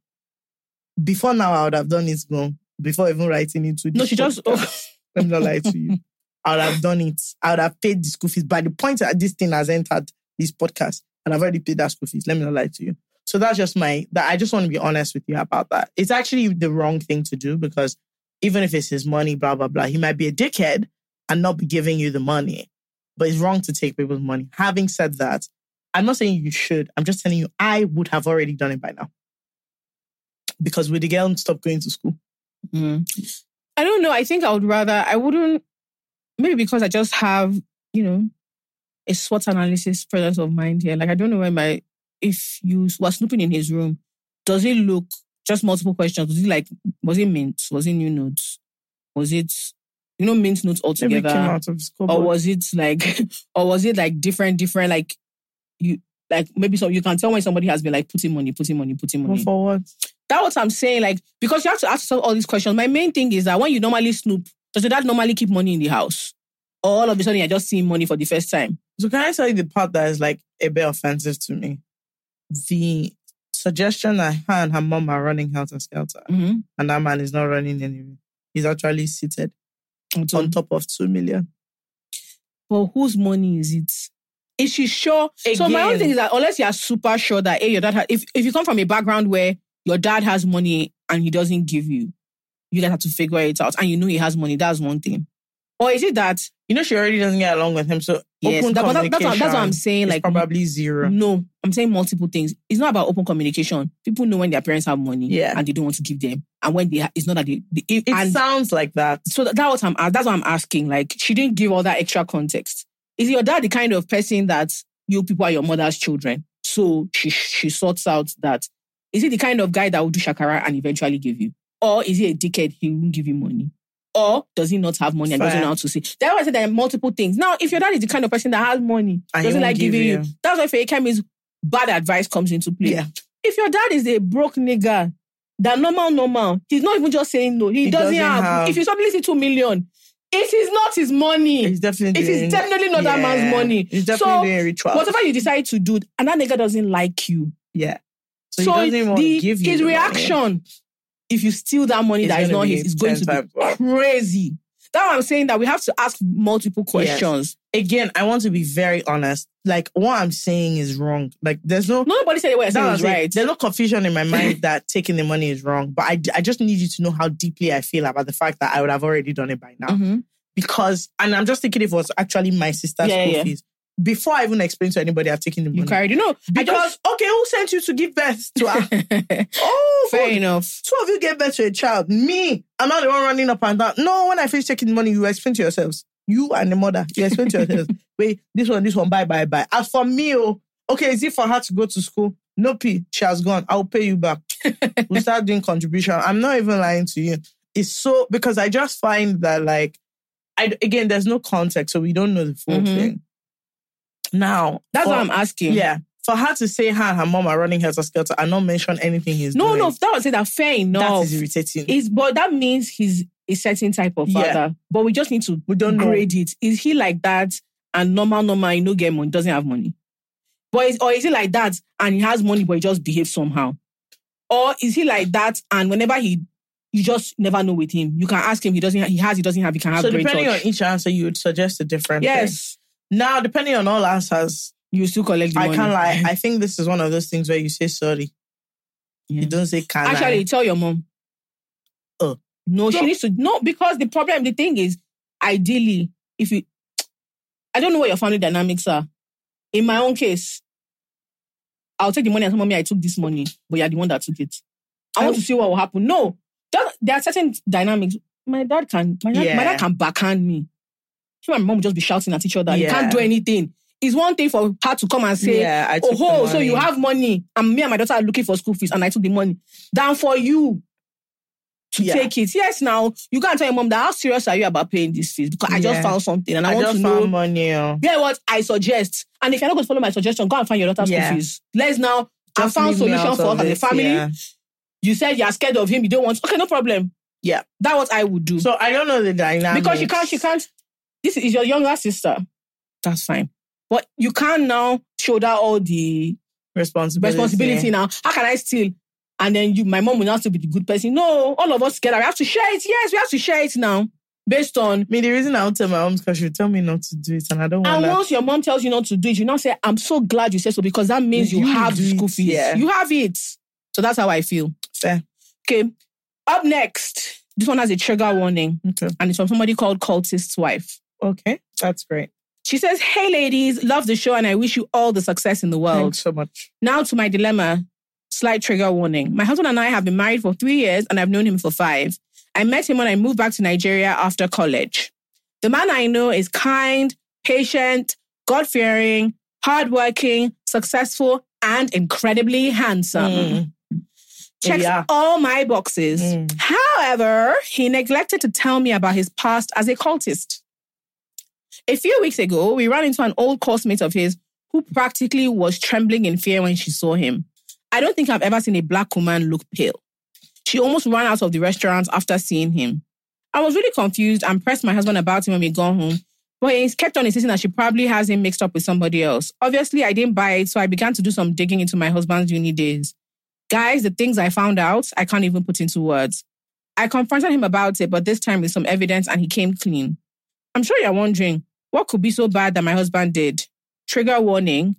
S1: before now, I would have done it gone. Before even writing into
S2: No,
S1: this
S2: she just. oh,
S1: podcast. Let me not lie to you. I would have done it. I would have paid the school fees. By the point that this thing has entered this podcast, and I've already paid that school fees. Let me not lie to you. So that's just my that I just want to be honest with you about that. It's actually the wrong thing to do because even if it's his money, blah blah blah, he might be a dickhead and not be giving you the money. but it's wrong to take people's money. Having said that, I'm not saying you should. I'm just telling you, I would have already done it by now. Because with the girl stopped going to school.
S2: Mm. I don't know. I think I would rather, I wouldn't, maybe because I just have, you know, a SWOT analysis presence of mind here. Like, I don't know where my, if you were snooping in his room, does it look just multiple questions? Was it like, was it mint? Was it new notes? Was it, you know, mint notes
S1: Maybe it came
S2: altogether?
S1: out of school.
S2: Or was it like, or was it like different, different, like you, like maybe so you can tell when somebody has been like putting money, putting money, putting money.
S1: forward.
S2: That's what I'm saying. Like, because you have to ask yourself all these questions. My main thing is that when you normally snoop, does your dad normally keep money in the house? Or all of a sudden you're just seeing money for the first time?
S1: So can I tell you the part that is like a bit offensive to me? The suggestion that her and her mom are running helter skelter,
S2: Mm-hmm.
S1: and that man is not running anywhere. He's actually seated on top of two million.
S2: But whose money is it? Is she sure? So my own
S1: Again.
S2: thing is that unless you are super sure that hey, your dad, ha- if if you come from a background where your dad has money and he doesn't give you, you guys have to figure it out, and you know he has money. That's one thing. Or is it that
S1: You know, she already doesn't get along with him. So
S2: yes?
S1: open
S2: that- but that-
S1: communication
S2: that's, what, that's what I'm saying.
S1: is
S2: Like
S1: probably zero.
S2: No, I'm saying multiple things. It's not about open communication. People know when their parents have money
S1: Yeah.
S2: and they don't want to give them, and when they ha- it's not that they, they
S1: It
S2: and
S1: sounds like that.
S2: so that, that's what I'm a- that's what I'm asking. Like she didn't give all that extra context. Is your dad the kind of person that you people are your mother's children? So she she sorts out that is he the kind of guy that will do shakara and eventually give you, or is he a dickhead? He won't give you money. Or does he not have money and doesn't
S1: Fair.
S2: know how to say? That's why I said there are multiple things. Now, if your dad is the kind of person that has money,
S1: And he
S2: doesn't
S1: won't
S2: like
S1: give
S2: giving you,
S1: you.
S2: that's why for Akem is bad advice comes into play.
S1: Yeah.
S2: If your dad is a broke nigga, that normal, normal, he's not even just saying no. He,
S1: He
S2: doesn't,
S1: doesn't
S2: have,
S1: have-
S2: If you suddenly see two million, it is not his money.
S1: It's definitely.
S2: It is
S1: doing-
S2: definitely not that man's money.
S1: It's definitely
S2: So,
S1: doing rituals.
S2: Whatever you decide to do, and that nigga doesn't like you.
S1: Yeah. So,
S2: So,
S1: he doesn't even want
S2: the,
S1: to give you
S2: his
S1: the money.
S2: reaction, if you steal that money
S1: It's
S2: that is
S1: gonna
S2: not
S1: be
S2: his, is going
S1: 10
S2: to
S1: times
S2: be
S1: worse.
S2: crazy. That's why I'm saying that we have to ask multiple questions.
S1: Again, I want to be very honest. Like what I'm saying is wrong. Like there's no
S2: Nobody said what you're
S1: That
S2: saying
S1: was
S2: is
S1: it.
S2: right.
S1: There's no confusion in my mind that taking the money is wrong, but I, I just need you to know how deeply I feel about the fact that I would have already done it by now.
S2: Mhm.
S1: Because, and I'm just thinking if it was actually my sister's
S2: Yeah,
S1: school
S2: yeah.
S1: fees. Before I even explain to anybody, I've taken the
S2: You
S1: money.
S2: carried, you know,
S1: because, okay, who sent you to give birth to
S2: I
S1: a,
S2: just,
S1: oh,
S2: fair
S1: good.
S2: enough.
S1: two of you gave birth to a child. Me, I'm not the one running up and down. No, when I finish taking the money, you explain to yourselves. You and the mother, you explain to yourselves. Wait, this one, this one, bye, bye, bye. As for me, oh, okay, is it for her to go to school? No, P, she has gone. I'll pay you back. we'll start doing contribution. I'm not even lying to you. It's so, because I just find that, like, I, again, there's no context, so we don't know the full
S2: Mhm.
S1: thing. Now,
S2: That's
S1: for-
S2: what I'm asking.
S1: Yeah. For her to say her and her mom are running helter skelter and not mention anything he's
S2: No,
S1: doing,
S2: no, that was it. That fair
S1: that
S2: enough.
S1: is irritating.
S2: Is but that means he's a certain type of
S1: Yeah.
S2: father. But we just need to
S1: We don't know.
S2: grade it. Is he like that and normal, normal, you know, get money, doesn't have money? But is, or is he like that and he has money but he just behaves somehow? Or is he like that and whenever he you just never know with him. You can ask him, he doesn't he has, he doesn't have, he can have
S1: So
S2: brain
S1: depending
S2: touch.
S1: on each answer, you would suggest a different. thing.
S2: yes.
S1: Now, depending on all answers,
S2: You still collect the
S1: I
S2: money.
S1: can't lie. I think this is one of those things where you say sorry.
S2: Yeah.
S1: You don't say can. I?
S2: Actually, tell your mom.
S1: Uh,
S2: no, she
S1: no.
S2: needs to no because the problem, the thing is, ideally, if you, I don't know what your family dynamics are. In my own case, I'll take the money and tell mommy I took this money, but you're the one that took it. I want to see what will happen. No, that, there are certain dynamics. My dad can, my dad, my
S1: Yeah.
S2: dad can backhand me. She and my mom will just be shouting at each other. You
S1: Yeah.
S2: can't do anything. It's one thing for her to come and say,
S1: yeah, I
S2: Oh,
S1: took the
S2: ho, so you
S1: money.
S2: have money, and me and my daughter are looking for school fees, and I took the money. Than for you to
S1: Yeah.
S2: take it. Yes, now you can't tell your mom that how serious are you about paying these fees? Because I just
S1: Yeah.
S2: found something and I,
S1: I,
S2: want
S1: just
S2: to
S1: found
S2: know.
S1: money. oh.
S2: Yeah, what I suggest. And if you're not going to follow my suggestion, go and find your daughter's
S1: Yeah.
S2: school fees. Let's now.
S1: Just
S2: I found
S1: leave me
S2: solution
S1: out
S2: for
S1: of
S2: us as a
S1: it,
S2: family.
S1: yeah.
S2: You said you're scared of him. You don't want. Okay, no problem.
S1: Yeah.
S2: that's what I would do.
S1: So I don't know the dynamic
S2: because she can't. She can't. This is your younger sister. That's fine. But you can't now shoulder all the
S1: responsibility.
S2: responsibility now. How can I steal? And then you, my mom will now still be the good person. No, all of us together. We have to share it. Yes, we have to share it now. Based on
S1: I mean, the reason I would tell my mom is because she would tell me not to do it, and I don't want
S2: and
S1: to.
S2: once your mom tells you not to do it, you now say, I'm so glad you said so because that means you,
S1: You
S2: have
S1: do
S2: the school
S1: it,
S2: fees.
S1: yeah.
S2: You have it. So that's how I feel.
S1: Fair.
S2: Okay. Up next, this one has a trigger warning
S1: Okay.
S2: and it's from somebody called Cultist's Wife.
S1: Okay, that's great.
S2: She says, Hey ladies, love the show and I wish you all the success in the world.
S1: Thanks so much.
S2: Now to my dilemma. Slight trigger warning. My husband and I have been married for three years and I've known him for five. I met him when I moved back to Nigeria after college. The man I know is kind, patient, God fearing, hardworking, successful, and incredibly handsome.
S1: Mm.
S2: Checks
S1: Yeah.
S2: all my boxes.
S1: Mm.
S2: However, he neglected to tell me about his past as a cultist. A few weeks ago, we ran into an old coursemate of his who practically was trembling in fear when she saw him. I don't think I've ever seen a black woman look pale. She almost ran out of the restaurant after seeing him. I was really confused and pressed my husband about him when we got home, but he kept on insisting that she probably has him mixed up with somebody else. Obviously, I didn't buy it, so I began to do some digging into my husband's uni days. Guys, the things I found out, I can't even put into words. I confronted him about it, but this time with some evidence, and he came clean. I'm sure you're wondering what could be so bad that my husband did. Trigger warning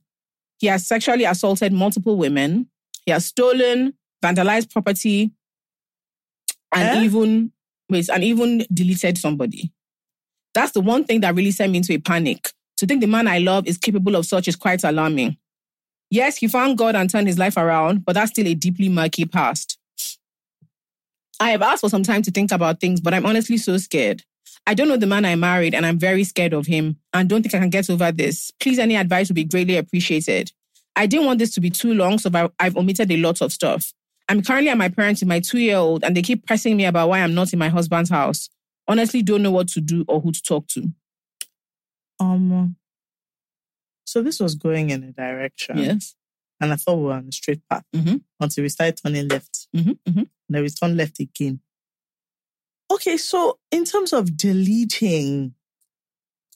S2: he has sexually assaulted multiple women, he has stolen, vandalized property, and
S1: Eh?
S2: even wait, and even deleted somebody. That's the one thing that really sent me into a panic. To think the man I love is capable of such is quite alarming. Yes, he found God and turned his life around, but that's still a deeply murky past. I have asked for some time to think about things, but I'm honestly so scared. I don't know the man I married, and I'm very scared of him, and don't think I can get over this. Please, any advice would be greatly appreciated. I didn't want this to be too long, so I- I've omitted a lot of stuff. I'm currently at my parents with my two year old, and they keep pressing me about why I'm not in my husband's house. Honestly, don't know what to do or who to talk to.
S1: Um, so this was going in a direction.
S2: Yes.
S1: And I thought we were on a straight path
S2: Mhm.
S1: until we started turning left.
S2: hmm hmm
S1: And then we turned left again. Okay, so in terms of deleting,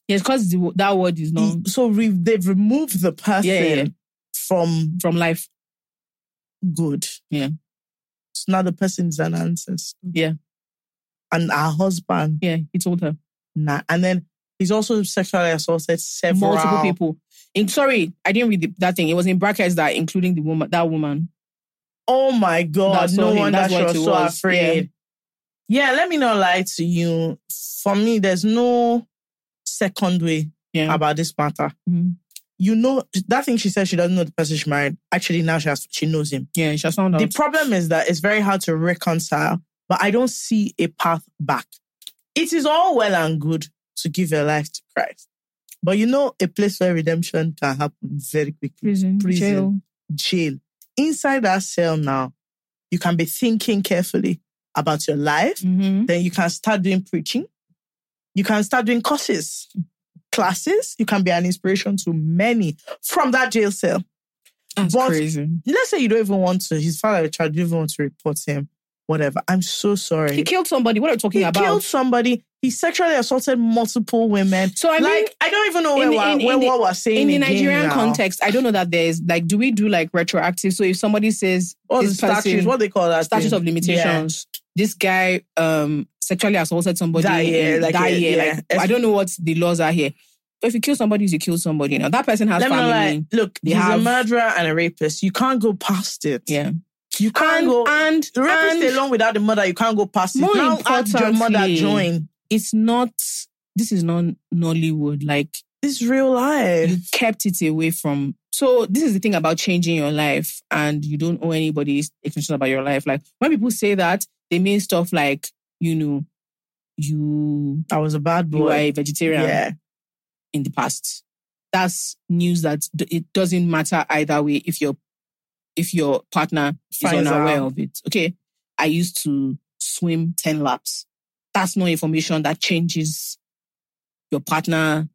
S2: Yes, because that word is not
S1: so re- they've removed the person
S2: Yeah, yeah, yeah.
S1: from
S2: from life.
S1: good.
S2: Yeah.
S1: So now the person is an ancestor.
S2: Yeah.
S1: And our husband.
S2: Yeah, he told her.
S1: Nah. And then he's also sexually assaulted several
S2: multiple people. In, sorry, I didn't read the, that thing. It was in brackets that including the woman, that woman.
S1: Oh my God.
S2: That's
S1: no
S2: all him.
S1: wonder
S2: That's
S1: she
S2: what
S1: was
S2: it
S1: so
S2: was.
S1: afraid. Yeah. let me not lie to you. For me, there's no second way
S2: Yeah.
S1: about this matter.
S2: Mhm.
S1: You know, that thing she said she doesn't know the person she married. Actually, now she has, she knows him.
S2: Yeah, she has found out.
S1: The problem is that it's very hard to reconcile, but I don't see a path back. It is all well and good to give your life to Christ. But you know, a place where redemption can happen very quickly
S2: prison,
S1: prison.
S2: jail.
S1: jail. Inside that cell now, you can be thinking carefully about your life.
S2: Mhm.
S1: Then you can start doing preaching. You can start doing courses, classes. You can be an inspiration to many from that jail cell.
S2: That's
S1: But-
S2: crazy.
S1: Let's say you don't even want to, his father, child, you don't even want to report him, whatever. I'm so sorry.
S2: He killed somebody. What are you talking
S1: He
S2: about?
S1: killed somebody. He sexually assaulted multiple women.
S2: so I mean,
S1: like, I don't even know where,
S2: in-
S1: we're-
S2: in- in
S1: where
S2: the-
S1: what we're saying.
S2: in the
S1: again
S2: Nigerian
S1: now.
S2: context, I don't know that there's like, do we do like retroactive? So if somebody says
S1: All the
S2: this person-
S1: statutes, what they call that?
S2: statute
S1: thing?
S2: of
S1: Yeah.
S2: limitations. This guy um sexually assaulted somebody
S1: That year,
S2: in
S1: like,
S2: that
S1: yeah,
S2: year.
S1: yeah.
S2: Like, I don't know what the laws are here. If you kill somebody, you kill somebody. Now that person has
S1: Let me know,
S2: family.
S1: like, look,
S2: They
S1: he's
S2: have-
S1: a murderer and a rapist. You can't go past it.
S2: yeah,
S1: You can't
S2: and
S1: go.
S2: and,
S1: the rapist
S2: and
S1: alone without the mother, you can't go past it.
S2: More
S1: Now add your mother
S2: importantly-
S1: join.
S2: it's not. This is not Nollywood. Like
S1: It's real
S2: you
S1: life.
S2: kept it away from. So this is the thing about changing your life, and you don't owe anybody expectations about your life. Like when people say that, they mean stuff like you know, you
S1: I was a bad
S2: you are
S1: boy.
S2: a vegetarian.
S1: Yeah.
S2: in the past. That's news that d- it doesn't matter either way if your if your partner
S1: Finds
S2: is unaware
S1: out.
S2: of it. Okay, I used to swim ten laps. That's no information that changes your partner,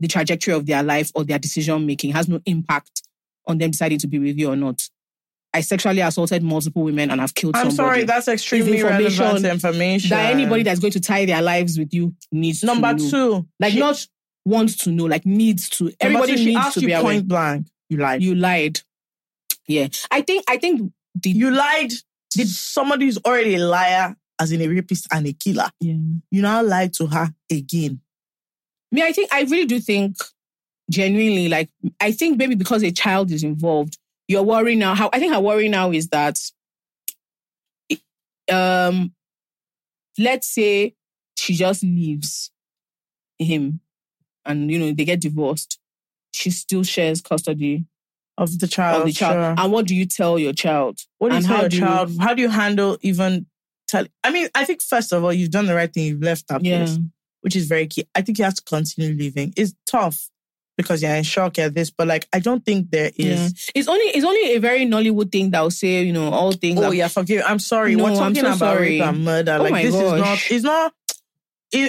S2: the trajectory of their life or their decision making has no impact on them deciding to be with you or not. I sexually assaulted multiple women and I've killed
S1: I'm
S2: somebody.
S1: sorry, that's extremely
S2: information
S1: relevant information.
S2: that anybody that's going to tie their lives with you needs
S1: Number
S2: to know.
S1: two.
S2: Like
S1: she,
S2: not wants to know, like needs to.
S1: number
S2: Everybody
S1: two, she
S2: needs
S1: asked
S2: to be
S1: you
S2: aware.
S1: point blank. You lied. You,
S2: You lied. Yeah, I think I think the
S1: lied. Did somebody who's already a liar, as in a rapist and a killer,
S2: yeah.
S1: you now lied to her again.
S2: me. I think I really do think genuinely. Like I think maybe because a child is involved, your worry now. How I think her worry now is that, um, let's say she just leaves him and you know they get divorced, she still shares custody
S1: of the child.
S2: of the child.
S1: Oh, sure.
S2: And what do you tell your child?
S1: What do you
S2: and
S1: tell
S2: how
S1: your
S2: do you-
S1: child? How do you handle even? Tell, I mean, I think first of all, you've done the right thing. You've left that
S2: Yeah,
S1: place, which is very key. I think you have to continue living. It's tough because you're in shock at this, but like I don't think there
S2: yeah.
S1: is.
S2: It's only it's only a very Nollywood thing that will say you know all things.
S1: Oh
S2: are-
S1: yeah, forgive. I'm sorry.
S2: No,
S1: We're
S2: I'm
S1: talking
S2: so
S1: about
S2: sorry.
S1: rape and murder.
S2: Oh
S1: like
S2: my
S1: this
S2: gosh.
S1: is not. It's not.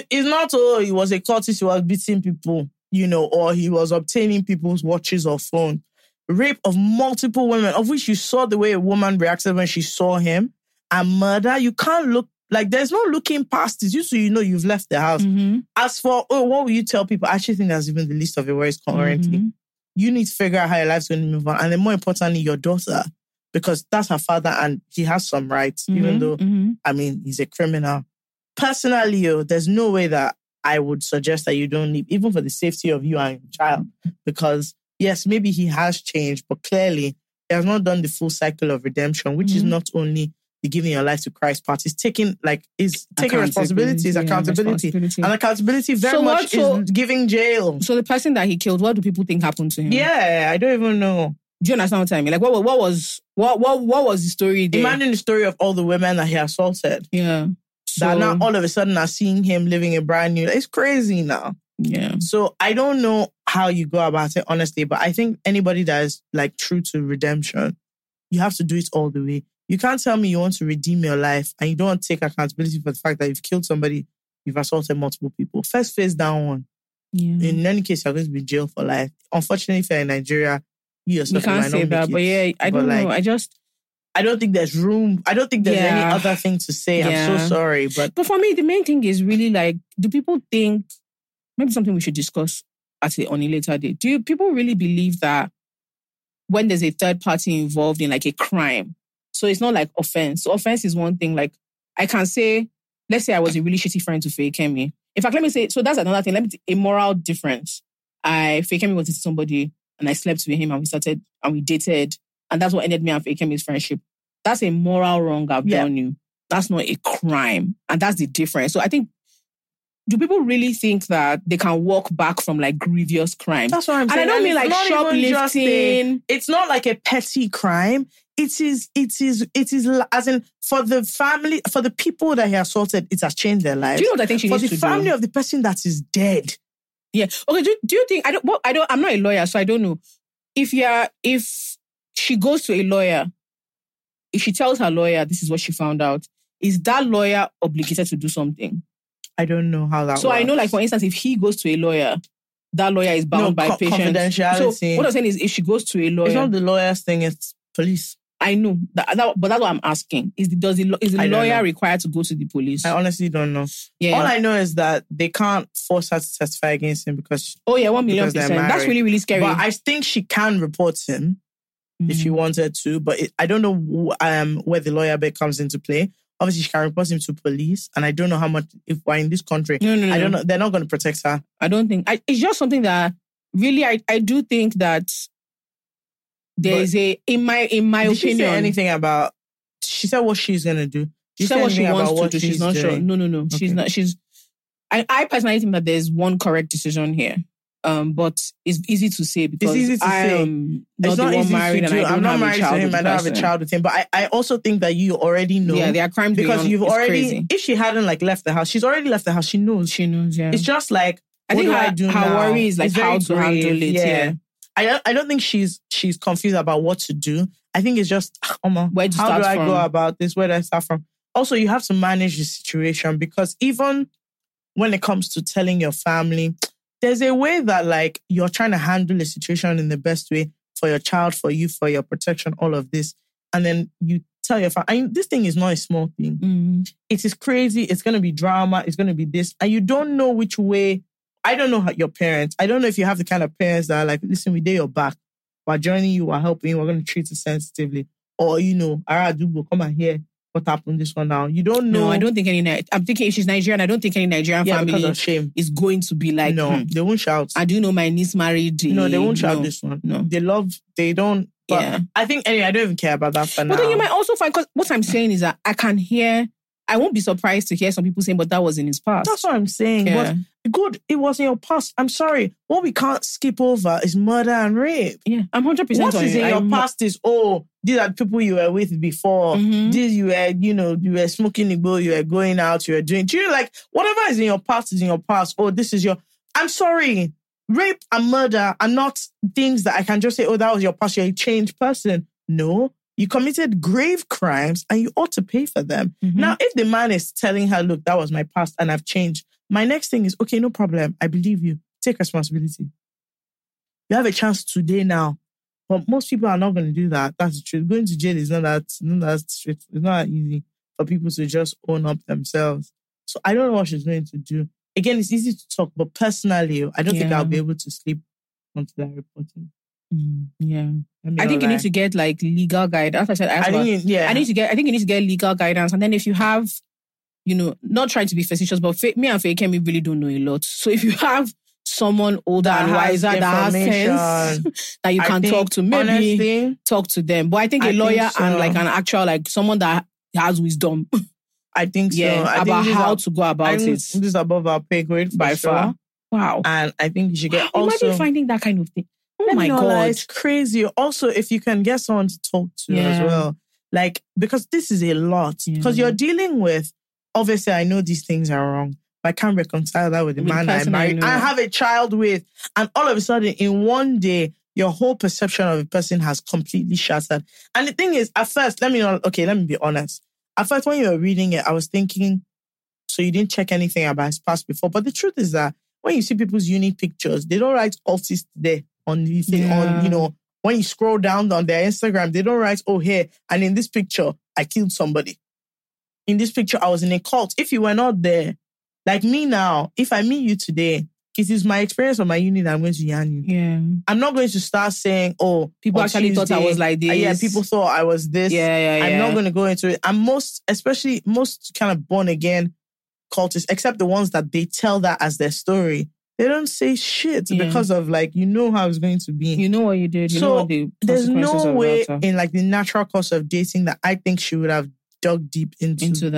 S1: It, it's not. Oh, he was a cultist. He was beating people. You know, or he was obtaining people's watches or phone. Rape of multiple women, of which you saw the way a woman reacted when she saw him, and murder. You can't look like there's no looking past this. You so you know you've left the house.
S2: Mhm,
S1: As for oh, what will you tell people? I actually think that's even the least of your worries currently
S2: mhm.
S1: you need to figure out how your life's going to move on. And then more importantly, your daughter, because that's her father and he has some rights, even
S2: Mhm,
S1: though,
S2: mhm.
S1: I mean, he's a criminal. Personally, yo, there's no way that I would suggest that you don't leave, even for the safety of you and your child, because yes, maybe he has changed, but clearly he has not done the full cycle of redemption, which is
S2: Mhm.
S1: not only the giving your life to Christ part, it's taking like is taking responsibilities,
S2: yeah,
S1: accountability.
S2: responsibility.
S1: And accountability very
S2: So
S1: much
S2: what- so-
S1: is giving jail.
S2: So the person that he killed, what do people think happened to him?
S1: Yeah, I don't even know.
S2: Do you understand what I mean? Like what what was what what what was the story there?
S1: Imagine the story of all the women that he assaulted
S2: yeah. So,
S1: that now all of a sudden are seeing him living a brand new. It's crazy now.
S2: yeah.
S1: So I don't know how you go about it honestly, but I think anybody that is like true to redemption, you have to do it all the way. You can't tell me you want to redeem your life and you don't want to take accountability for the fact that you've killed somebody, you've assaulted multiple people. First face down one.
S2: Yeah.
S1: In any case, you're going to be jailed for life. Unfortunately, if you're in Nigeria, you
S2: You
S1: yourself you
S2: can't
S1: might
S2: say
S1: not
S2: that,
S1: make
S2: but yeah,
S1: it.
S2: I
S1: But,
S2: don't
S1: like,
S2: know. I just
S1: I don't think there's room. I don't think there's any
S2: Yeah.
S1: other thing to say. I'm so
S2: Yeah.
S1: sorry, but
S2: But for me, the main thing is really like, do people think maybe something we should discuss at a, on a later date? Do you, people really believe that when there's a third party involved in like a crime, so it's not like offense. So offense is one thing. Like I can say, let's say I was a really shitty friend to Fekemi. In fact, let me say, so that's another thing. Let me t- a moral difference. I Fekemi was with somebody and I slept with him and we started and we dated and that's what ended me and Fekemi's friendship. That's a moral wrong I've
S1: Yeah.
S2: done you that's not a crime. And that's the difference. So I think, do people really think that they can walk back from like grievous crimes?
S1: that's what I'm
S2: And
S1: saying.
S2: I don't mean
S1: it's
S2: like
S1: not even just a-
S2: shoplifting.
S1: It's not like a petty crime. It is. It is. It is. li- As in, for the family, for the people that he assaulted, it has changed their lives.
S2: Do you know what I think she
S1: for
S2: needs
S1: the
S2: to
S1: family
S2: do?
S1: of the person that is dead,
S2: Yeah. Okay. Do, do you think I don't? Well, I don't. I'm not a lawyer, so I don't know. If you're, if she goes to a lawyer, if she tells her lawyer this is what she found out, is that lawyer obligated to do something?
S1: I don't know how that.
S2: so I know, like
S1: works.
S2: for instance, if he goes to a lawyer, that lawyer is bound
S1: No,
S2: by
S1: co-
S2: patient
S1: confidentiality.
S2: So what I'm saying is, if she goes to a lawyer,
S1: it's not the lawyers thing. It's police.
S2: I know that, that- but that's what I'm asking. Is the, does the, is
S1: I
S2: the
S1: don't
S2: lawyer
S1: know.
S2: required to go to the police?
S1: I honestly don't know.
S2: yeah.
S1: All I know is that they can't force her to testify against him because.
S2: oh yeah, one million
S1: Because they're
S2: percent. That's
S1: married.
S2: really really scary. Mm.
S1: But I think she can report him. if she wanted to. But it, I don't know wh- um, where the lawyer bit comes into play. Obviously, she can report him to police, and I don't know how much. If we're in this country,
S2: no no no,
S1: I don't know. They're not going to protect her.
S2: I don't think I, it's just something that really I, I do think that there
S1: But-
S2: is a in my in my
S1: Did she
S2: opinion
S1: say anything about? She said what she's going to do. Did
S2: she said
S1: say
S2: what she
S1: anything
S2: wants
S1: about
S2: to
S1: what
S2: do. She's not sure.
S1: doing?
S2: No, no, no. She's
S1: Okay.
S2: not. She's. I, I personally think that there's one correct decision here, um, but it's easy to say because
S1: easy to
S2: I
S1: say.
S2: am
S1: It's
S2: not the
S1: not
S2: one
S1: easy to
S2: married and I
S1: do.
S2: don't
S1: I'm not
S2: have a
S1: married to
S2: child.
S1: him.
S2: with
S1: I
S2: the
S1: don't have a
S2: person.
S1: child with him. But I, I also think that you already know
S2: Yeah, there are crimes
S1: because
S2: going on.
S1: you've
S2: It's
S1: already.
S2: crazy.
S1: If she hadn't like left the house, she's already left the house. She knows.
S2: She knows. Yeah.
S1: It's just like
S2: I
S1: what
S2: think
S1: do
S2: her,
S1: I do
S2: her
S1: now?
S2: worry is like
S1: It's very
S2: how to handle
S1: grave,
S2: it. Yeah.
S1: yeah. I don't, I don't think she's she's confused about what to do. I think it's just "Ah, Omo,
S2: Where to
S1: how
S2: start
S1: do I
S2: from?"
S1: go about this? Where do I start from? Also, you have to manage the situation because even when it comes to telling your family, there's a way that like you're trying to handle a situation in the best way for your child, for you, for your protection, all of this, and then you tell your family. I mean, this thing is not a small thing
S2: Mhm.
S1: it is crazy. It's going to be drama. It's going to be this. And you don't know which way. I don't know how your parents. I don't know if you have the kind of parents that are like, listen, we did your back. We're joining you. We're helping you. We're going to treat it sensitively. Or, you know, Ara Dubo, come and hear what happened this one now. You don't know.
S2: No, I don't think any. Ni- I'm thinking if she's Nigerian, I don't think any Nigerian
S1: Yeah, because
S2: family
S1: of shame.
S2: is going to be like.
S1: no,
S2: No,
S1: they won't shout.
S2: I do know my niece married.
S1: no, they
S2: eh,
S1: won't shout
S2: no.
S1: this one.
S2: No.
S1: They love, they don't. But
S2: Yeah.
S1: I think, anyway, I don't even care about that for now.
S2: But then you might also find because what I'm saying is that I can hear, I won't be surprised to hear some people saying, but that was in his past.
S1: That's what I'm saying.
S2: yeah.
S1: But good, it was in your past. I'm sorry. What we can't skip over is murder and rape.
S2: yeah. I'm 100%
S1: What
S2: on
S1: is
S2: you.
S1: in your
S2: I'm-
S1: past is oh, these are the people you were with before.
S2: Mhm.
S1: These you were, you know, you were smoking igbo, you were going out, you were doing. Do you like whatever is in your past is in your past? Oh, this is your. I'm sorry. Rape and murder are not things that I can just say. Oh, that was your past. You're a changed person. No, you committed grave crimes and you ought to pay for them.
S2: Mhm.
S1: Now, if the man is telling her, "Look, that was my past and I've changed," my next thing is, "Okay, no problem. I believe you. Take responsibility. You have a chance today now." But most people are not going to do that. That's the truth. Going to jail is not that not that straight. It's not that easy for people to just own up themselves. So I don't know what she's going to do. Again, it's easy to talk, but personally, oh, I don't think
S2: Yeah.
S1: I'll be able to sleep until I report it.
S2: Mm,
S1: Mm-hmm.
S2: yeah.
S1: Let me
S2: I
S1: not
S2: think you
S1: lie.
S2: need to get like legal guidance. That's what I said. I, asked
S1: I
S2: about-
S1: think you- yeah.
S2: I need to get. I think you need to get legal guidance, and then if you have, you know, not trying to be facetious, but Faye, me and Faye Kemi really don't know a lot. So if you have someone older
S1: That
S2: and
S1: has
S2: wiser that has
S1: information.
S2: sense that you
S1: I
S2: can
S1: think,
S2: talk to, maybe
S1: honestly,
S2: talk to them. But I think a
S1: I think
S2: lawyer
S1: so.
S2: and like an actual like someone that has wisdom,
S1: I think so.
S2: yeah,
S1: I
S2: about
S1: think
S2: how
S1: these are-
S2: to go about
S1: I think
S2: it
S1: This is above our pay grade for
S2: by
S1: sure.
S2: far. Wow.
S1: and I think you should get also.
S2: Imagine finding that kind of thing. Oh
S1: Let
S2: my
S1: me not
S2: god.
S1: lie, it's crazy. Also, if you can get someone to talk to as
S2: Yeah.
S1: well, like because this is a lot. Because
S2: Yeah.
S1: you're dealing with, obviously, I know these things are wrong, but I can't reconcile that with the
S2: With the
S1: man I
S2: person I
S1: married.
S2: know.
S1: I have a child with, and all of a sudden, in one day, your whole perception of a person has completely shattered. And the thing is, at first, let me not. Okay, let me be honest. At first, when you were reading it, I was thinking, so you didn't check anything about his past before. But the truth is that when you see people's uni pictures, they don't write artist there on the thing on
S2: Yeah.
S1: you know. When you scroll down on their Instagram, they don't write, oh, here, and in this picture, I killed somebody. In this picture, I was in a cult. If you were not there, like me now, if I meet you today, it is my experience of my uni that I'm going to yarn you.
S2: Yeah.
S1: I'm not going to start saying, oh,
S2: People
S1: on
S2: actually thought I
S1: Tuesday-
S2: was like
S1: Uh,
S2: this.
S1: Yeah, people thought I was this.
S2: Yeah, yeah, yeah.
S1: I'm not going to go into it. And most, especially most kind of born again cultists, except the ones that they tell that as their story, they don't say shit
S2: Yeah.
S1: because of like, you know how it's going to be.
S2: You know what you did. You
S1: So,
S2: know what the
S1: There's
S2: consequences
S1: no
S2: of
S1: way
S2: that uh. are.
S1: in like the natural course of dating that I think she would have dug deep into into,
S2: into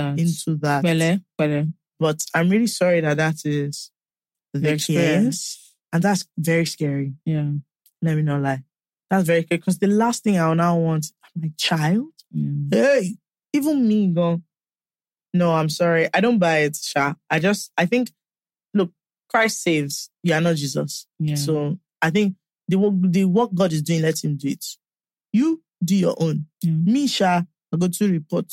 S1: that.
S2: that. Bele, bele.
S1: But I'm really sorry that that is the
S2: Their
S1: case. And that's very scary.
S2: Yeah.
S1: Let me not lie. That's very scary because the last thing I will now want my child
S2: yeah.
S1: hey, even me go. No, I'm sorry. I don't buy it, Sha. I just I think look, Christ saves. You are not Jesus.
S2: Yeah.
S1: So I think the work the work God is doing, let him do it. You do your own.
S2: Yeah.
S1: Me, Sha, I go to report.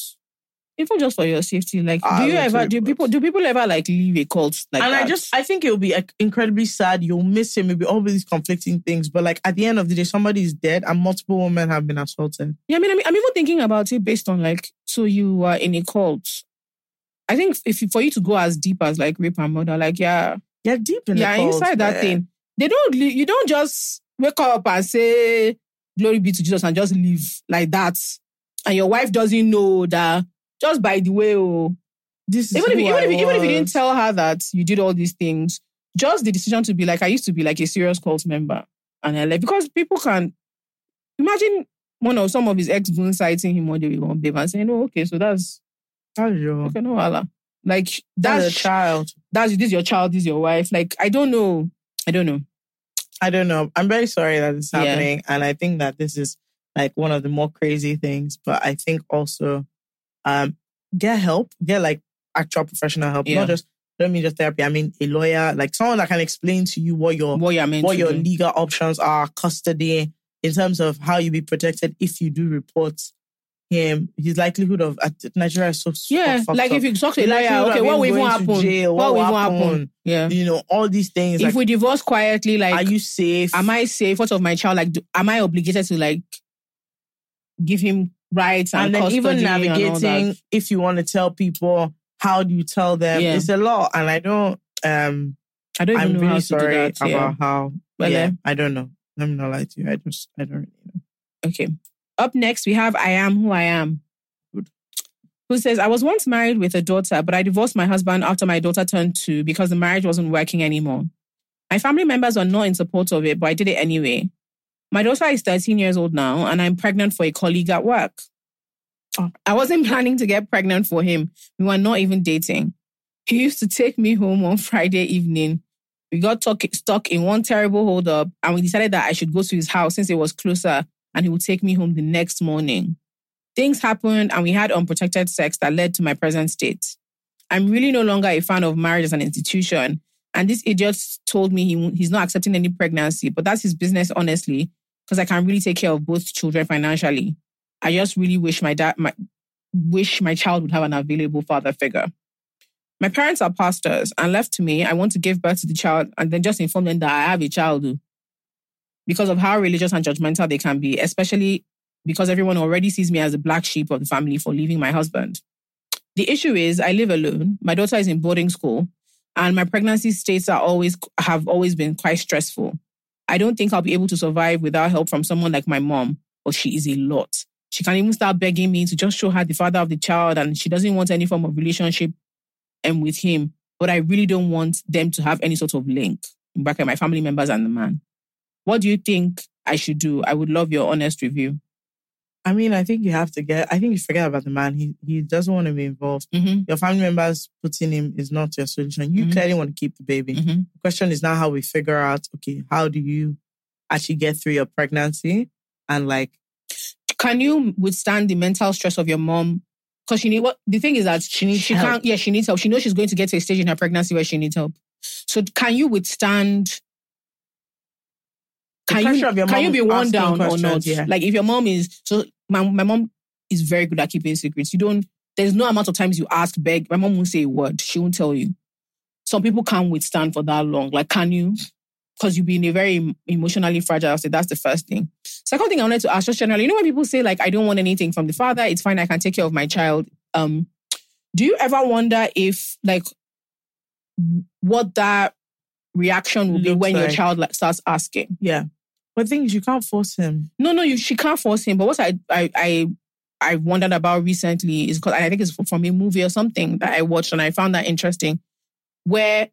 S2: even just for your safety, like
S1: I
S2: do you
S1: would
S2: ever
S1: too,
S2: do
S1: but-
S2: people do people ever like leave a cult like
S1: and
S2: that?
S1: I just I think it'll be like, incredibly sad. You'll miss him, it'll be all these conflicting things. But like at the end of the day, somebody is dead and multiple women have been assaulted.
S2: yeah, I mean, I mean, I'm even thinking about it based on like so you are in a cult. I think if you- for you to go as deep as like rape and murder, like yeah,
S1: You're deep in
S2: yeah,
S1: the cult,
S2: inside that
S1: man.
S2: thing, they don't. le- You don't just wake up and say glory be to Jesus and just leave like that, and your wife doesn't know that. Just by the way, oh,
S1: This is
S2: even if,
S1: who
S2: you- even,
S1: I
S2: if, you- even if you didn't
S1: was.
S2: tell her that you did all these things, just the decision to be like, I used to be like a serious cult member. And I left because people can imagine one of some of his ex goons citing him one day with one babe and saying, Oh, okay, so that's
S1: That's your-
S2: okay, no, Allah. Like,
S1: that's a
S2: that's,
S1: child.
S2: that's this is your child, this is your wife. Like, I don't know. I don't know.
S1: I don't know. I'm very sorry that this is
S2: Yeah.
S1: happening. And I think that this is like one of the more crazy things. But I think also um get help, get like actual professional help.
S2: Yeah.
S1: Not just I don't mean just therapy. I mean a lawyer, like someone that can explain to you what your
S2: What you're meant
S1: what
S2: to
S1: your
S2: do.
S1: legal options are, custody, in terms of how you be protected if you do report him, his likelihood of at Nigeria is so
S2: Yeah, like if you talk to a lawyer, okay, what will even happen?
S1: Jail, what,
S2: will
S1: will
S2: even
S1: happen?
S2: happen? Yeah.
S1: You know, all these things.
S2: If
S1: like,
S2: we divorce quietly, like
S1: are you safe?
S2: am I safe? What of my child? Like, do, am I obligated to like give him rights and,
S1: and then even
S2: custody and all that?
S1: navigating if you want to tell people how do you tell them
S2: Yeah.
S1: it's a lot and i don't um
S2: I don't even
S1: i'm
S2: know how
S1: really
S2: to
S1: sorry
S2: do that.
S1: about
S2: yeah.
S1: how
S2: Well,
S1: yeah
S2: eh.
S1: i don't know i'm not lie to you i just i don't really know
S2: Okay. Up next, we have I am who I am. Who says, I was once married with a daughter, but I divorced my husband after my daughter turned two because the marriage wasn't working anymore. My family members were not in support of it, but I did it anyway. My daughter is 13 years old now, and I'm pregnant for a colleague at work. I wasn't planning to get pregnant for him. We were not even dating. He used to take me home on Friday evening. We got talk- stuck in one terrible holdup, and we decided that I should go to his house since it was closer, and he would take me home the next morning. Things happened, and we had unprotected sex that led to my present state. I'm really no longer a fan of marriage as an institution, and this idiot told me he, he's not accepting any pregnancy, but that's his business, honestly, because I can really take care of both children financially. I just really wish my dad, my, wish my child would have an available father figure. My parents are pastors, and left to me, I want to give birth to the child and then just inform them that I have a child oh. who- because of how religious and judgmental they can be, especially because everyone already sees me as the black sheep of the family for leaving my husband. The issue is, I live alone. My daughter is in boarding school, and my pregnancy states are always have always been quite stressful. I don't think I'll be able to survive without help from someone like my mom, but she is a lot. She can even start begging me to just show her the father of the child, and she doesn't want any form of relationship and with him. But I really don't want them to have any sort of link in bracket my family members and the man. What do you think I should do? I would love your honest review.
S1: I mean, I think you have to get. I think you forget about the man. He he doesn't want to be involved.
S2: Mm-hmm.
S1: Your family members putting him is not your solution. You
S2: Mhm.
S1: clearly want to keep the baby.
S2: Mm-hmm.
S1: The question is now how we figure out. Okay, how do you actually get through your pregnancy and like
S2: Can you withstand the mental stress of your mom? Because she need what the thing is that she needs she
S1: help.
S2: can't yeah she needs help. She knows she's going to get to a stage in her pregnancy where she needs help. So can you withstand?
S1: The
S2: Can
S1: pressure
S2: you
S1: of your
S2: can you
S1: mom
S2: be worn
S1: asking
S2: down or not?
S1: questions, yeah.
S2: Like if your mom is so my my mom is very good at keeping secrets. You don't there's no amount of times you ask, beg. My mom won't say a word. She won't tell you. Some people can't withstand for that long. Like can you? Because you've been a very em- emotionally fragile state. That's the first thing. Second thing I wanted to ask just generally, you know when people say like I don't want anything from the father, it's fine, I can take care of my child. Um, do you ever wonder if like w- what that reaction will be
S1: Looks
S2: when your
S1: like.
S2: child like starts asking?
S1: yeah? But the thing is, you can't force him.
S2: No, no, you she can't force him. But what I I I, I wondered about recently is because I think it's from a movie or something that I watched and I found that interesting, where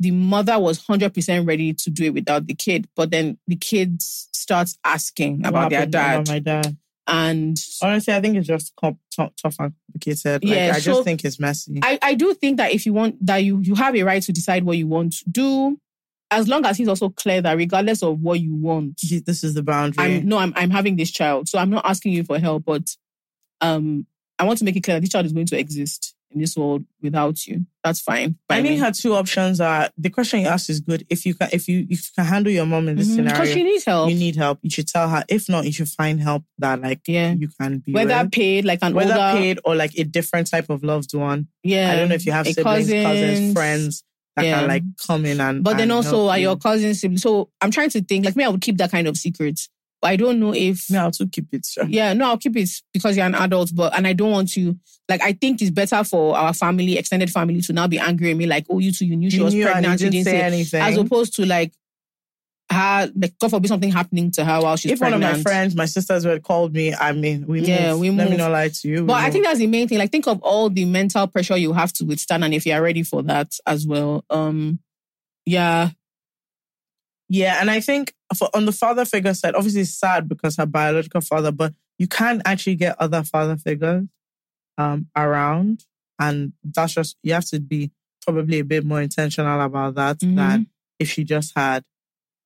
S2: the mother was hundred percent ready to do it without the kid, but then the kid starts asking about
S1: What
S2: their
S1: happened about
S2: dad,
S1: my dad.
S2: and
S1: Honestly, I think it's just com- tough, tough and complicated. Like,
S2: Yeah,
S1: I
S2: so-
S1: just think it's messy.
S2: I, I do think that if you want that you you have a right to decide what you want to do, as long as he's also clear that regardless of what you want,
S1: Gee, this is the boundary.
S2: I'm no, I'm I'm having this child, so I'm not asking you for help, but um, I want to make it clear that this child is going to exist in this world without you. That's fine. by
S1: I think
S2: me.
S1: her two options are the question you asked is good. If you can, if you if you can handle your mom in this
S2: Mhm.
S1: scenario,
S2: she needs help.
S1: you need help. You should tell her. If not, you should find help that like
S2: yeah,
S1: you can be
S2: whether
S1: with.
S2: paid like an
S1: whether
S2: older,
S1: paid or like a different type of loved one.
S2: yeah.
S1: I don't know if you have
S2: a
S1: siblings, cousins,
S2: cousins.
S1: friends that
S2: Yeah.
S1: can like come in and.
S2: But then
S1: and
S2: also,
S1: help
S2: are
S1: you.
S2: your cousins? sibling- So I'm trying to think. Like me, I would keep that kind of secret. But I don't know if
S1: Me, I'll too keep it. Sure.
S2: Yeah, no, I'll keep it because you're an adult, but and I don't want to like I think it's better for our family, extended family, to now be angry at me, like, oh, you two, you knew she
S1: You
S2: was
S1: knew and
S2: pregnant,
S1: you didn't say anything.
S2: as opposed to like her like God forbid something happening to her while she's
S1: if
S2: pregnant.
S1: one of my friends, my sisters, were called me, I mean, we
S2: Yeah,
S1: moved.
S2: we
S1: Let me
S2: moved.
S1: not lie to you. we
S2: but I
S1: moved.
S2: think that's the main thing. Like think of all the mental pressure you have to withstand and if you're ready for that as well. Um yeah.
S1: Yeah, and I think for on the father figure side, obviously it's sad because her biological father, but you can actually get other father figures um, around, and that's just you have to be probably a bit more intentional about that
S2: Mm-hmm.
S1: than if she just had.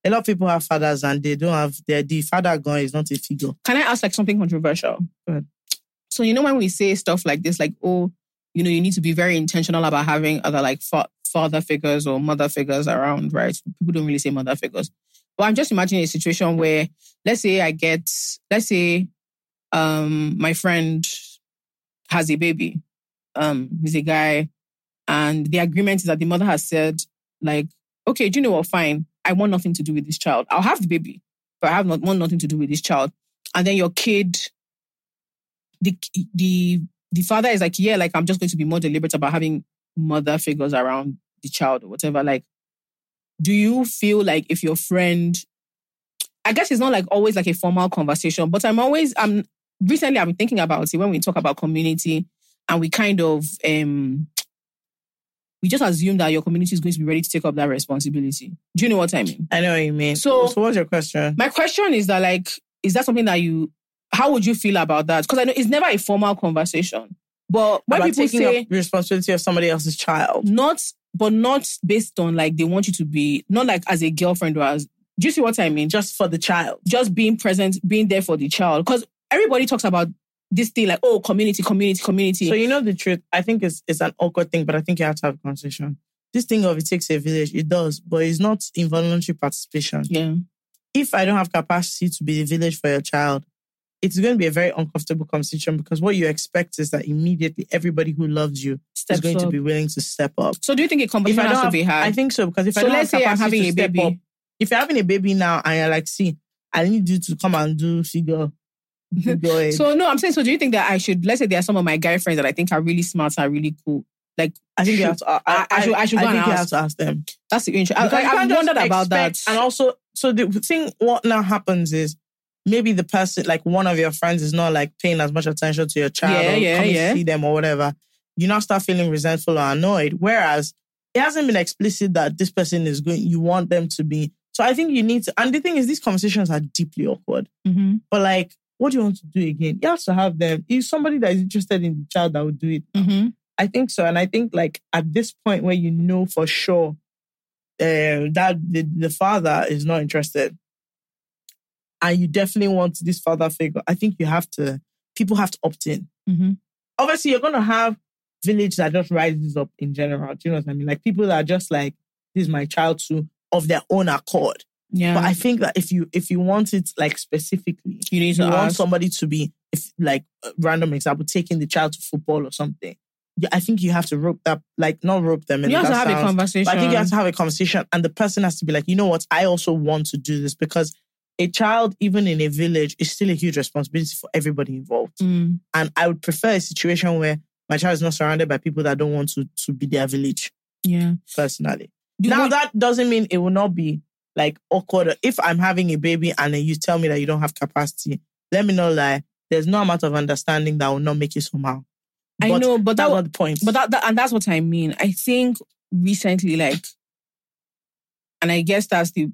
S1: A lot of people have fathers and they don't have their the father gone is not a figure.
S2: Can I ask like something controversial?
S1: Go ahead.
S2: So you know when we say stuff like this, like oh, you know, you need to be very intentional about having other like fa- father figures or mother figures around, right? People don't really say mother figures, but I'm just imagining a situation where, let's say, I get, let's say, um, my friend has a baby, um, he's a guy, and the agreement is that the mother has said, like, okay, do you know what? Fine, I want nothing to do with this child. I'll have the baby, but I have not want nothing to do with this child. And then your kid, the the the father is like, yeah, like I'm just going to be more deliberate about having mother figures around the child or whatever. Like, do you feel like if your friend, I guess it's not like always like a formal conversation, but I'm always I'm recently I've been thinking about it when we talk about community and we kind of um we just assume that your community is going to be ready to take up that responsibility. Do you know what I mean?
S1: I know what you mean.
S2: So-
S1: so what's your question?
S2: My question is that like, is that something that you How would you feel about that? Because I know it's never a formal conversation. But when
S1: about
S2: people
S1: taking
S2: say
S1: up responsibility of somebody else's child.
S2: not, but not based on like they want you to be, not like as a girlfriend or as, do you see what I mean?
S1: Just for the child.
S2: just being present, being there for the child. Because everybody talks about this thing like, oh, community, community, community.
S1: So you know the truth. I think it's it's an awkward thing, but I think you have to have a conversation. This thing of it takes a village, it does, but it's not involuntary participation.
S2: yeah.
S1: If I don't have capacity to be the village for your child, it's going to be a very uncomfortable conversation because what you expect is that immediately everybody who loves you
S2: Steps
S1: is going to
S2: up.
S1: be willing to step up.
S2: So do you think a
S1: If
S2: conversation
S1: I
S2: has
S1: don't,
S2: to
S1: have,
S2: be had?
S1: I think so because if I
S2: so
S1: don't
S2: let's
S1: have
S2: say I'm
S1: capacity
S2: having
S1: to
S2: a
S1: step
S2: baby.
S1: up, if you're having a baby now and you're like, see, I need you to come and do figure, figure it."
S2: So no, I'm saying. So do you think that I should? Let's say there are some of my guy friends that I think are really smart, are really cool.
S1: I think you have to. I,
S2: I- I should- I should go and
S1: think you
S2: ask.
S1: have to ask them.
S2: That's the interesting. I,
S1: Because you
S2: I,
S1: can't
S2: I've
S1: just
S2: wondered about that.
S1: expect- And also, so the thing, what now happens is maybe the person, like one of your friends, is not like paying as much attention to your child
S2: Yeah,
S1: or
S2: yeah,
S1: coming
S2: yeah.
S1: to see them or whatever. You now start feeling resentful or annoyed. Whereas it hasn't been explicit that this person is going, you want them to be. So I think you need to, and the thing is, these conversations are deeply awkward.
S2: Mhm,
S1: But like, what do you want to do again? You have to have them. It's somebody that is interested in the child that would do it.
S2: mhm.
S1: I think so. And I think like at this point where you know for sure uh, that the, the father is not interested and you definitely want this father figure, I think you have to, people have to opt in.
S2: Mhm.
S1: Obviously, you're going to have village that just rises up in general. Do you know what I mean? Like people that are just like, this is my child too, of their own accord.
S2: Yeah.
S1: But I think that if you if you want it like specifically,
S2: you need
S1: you
S2: to
S1: want
S2: ask.
S1: somebody to be if like a random example taking the child to football or something you- i think you have to rope that like not rope them in
S2: You
S1: that
S2: have to have a
S1: sounds-
S2: conversation.
S1: but i think you have to have a conversation and the person has to be like you know what i also want to do this because a child even in a village is still a huge responsibility for everybody involved
S2: Mm,
S1: and i would prefer a situation where my child is not surrounded by people that don't want to to be their village
S2: yeah.
S1: personally
S2: You
S1: now
S2: want-
S1: that doesn't mean it will not be like awkward. If I'm having a baby and then you tell me that you don't have capacity, let me not lie. There's no amount of understanding that will not make it somehow.
S2: I
S1: but
S2: know, but that
S1: That's
S2: was.
S1: not the point.
S2: But that, that and that's what I mean. I think recently, like, and I guess that's the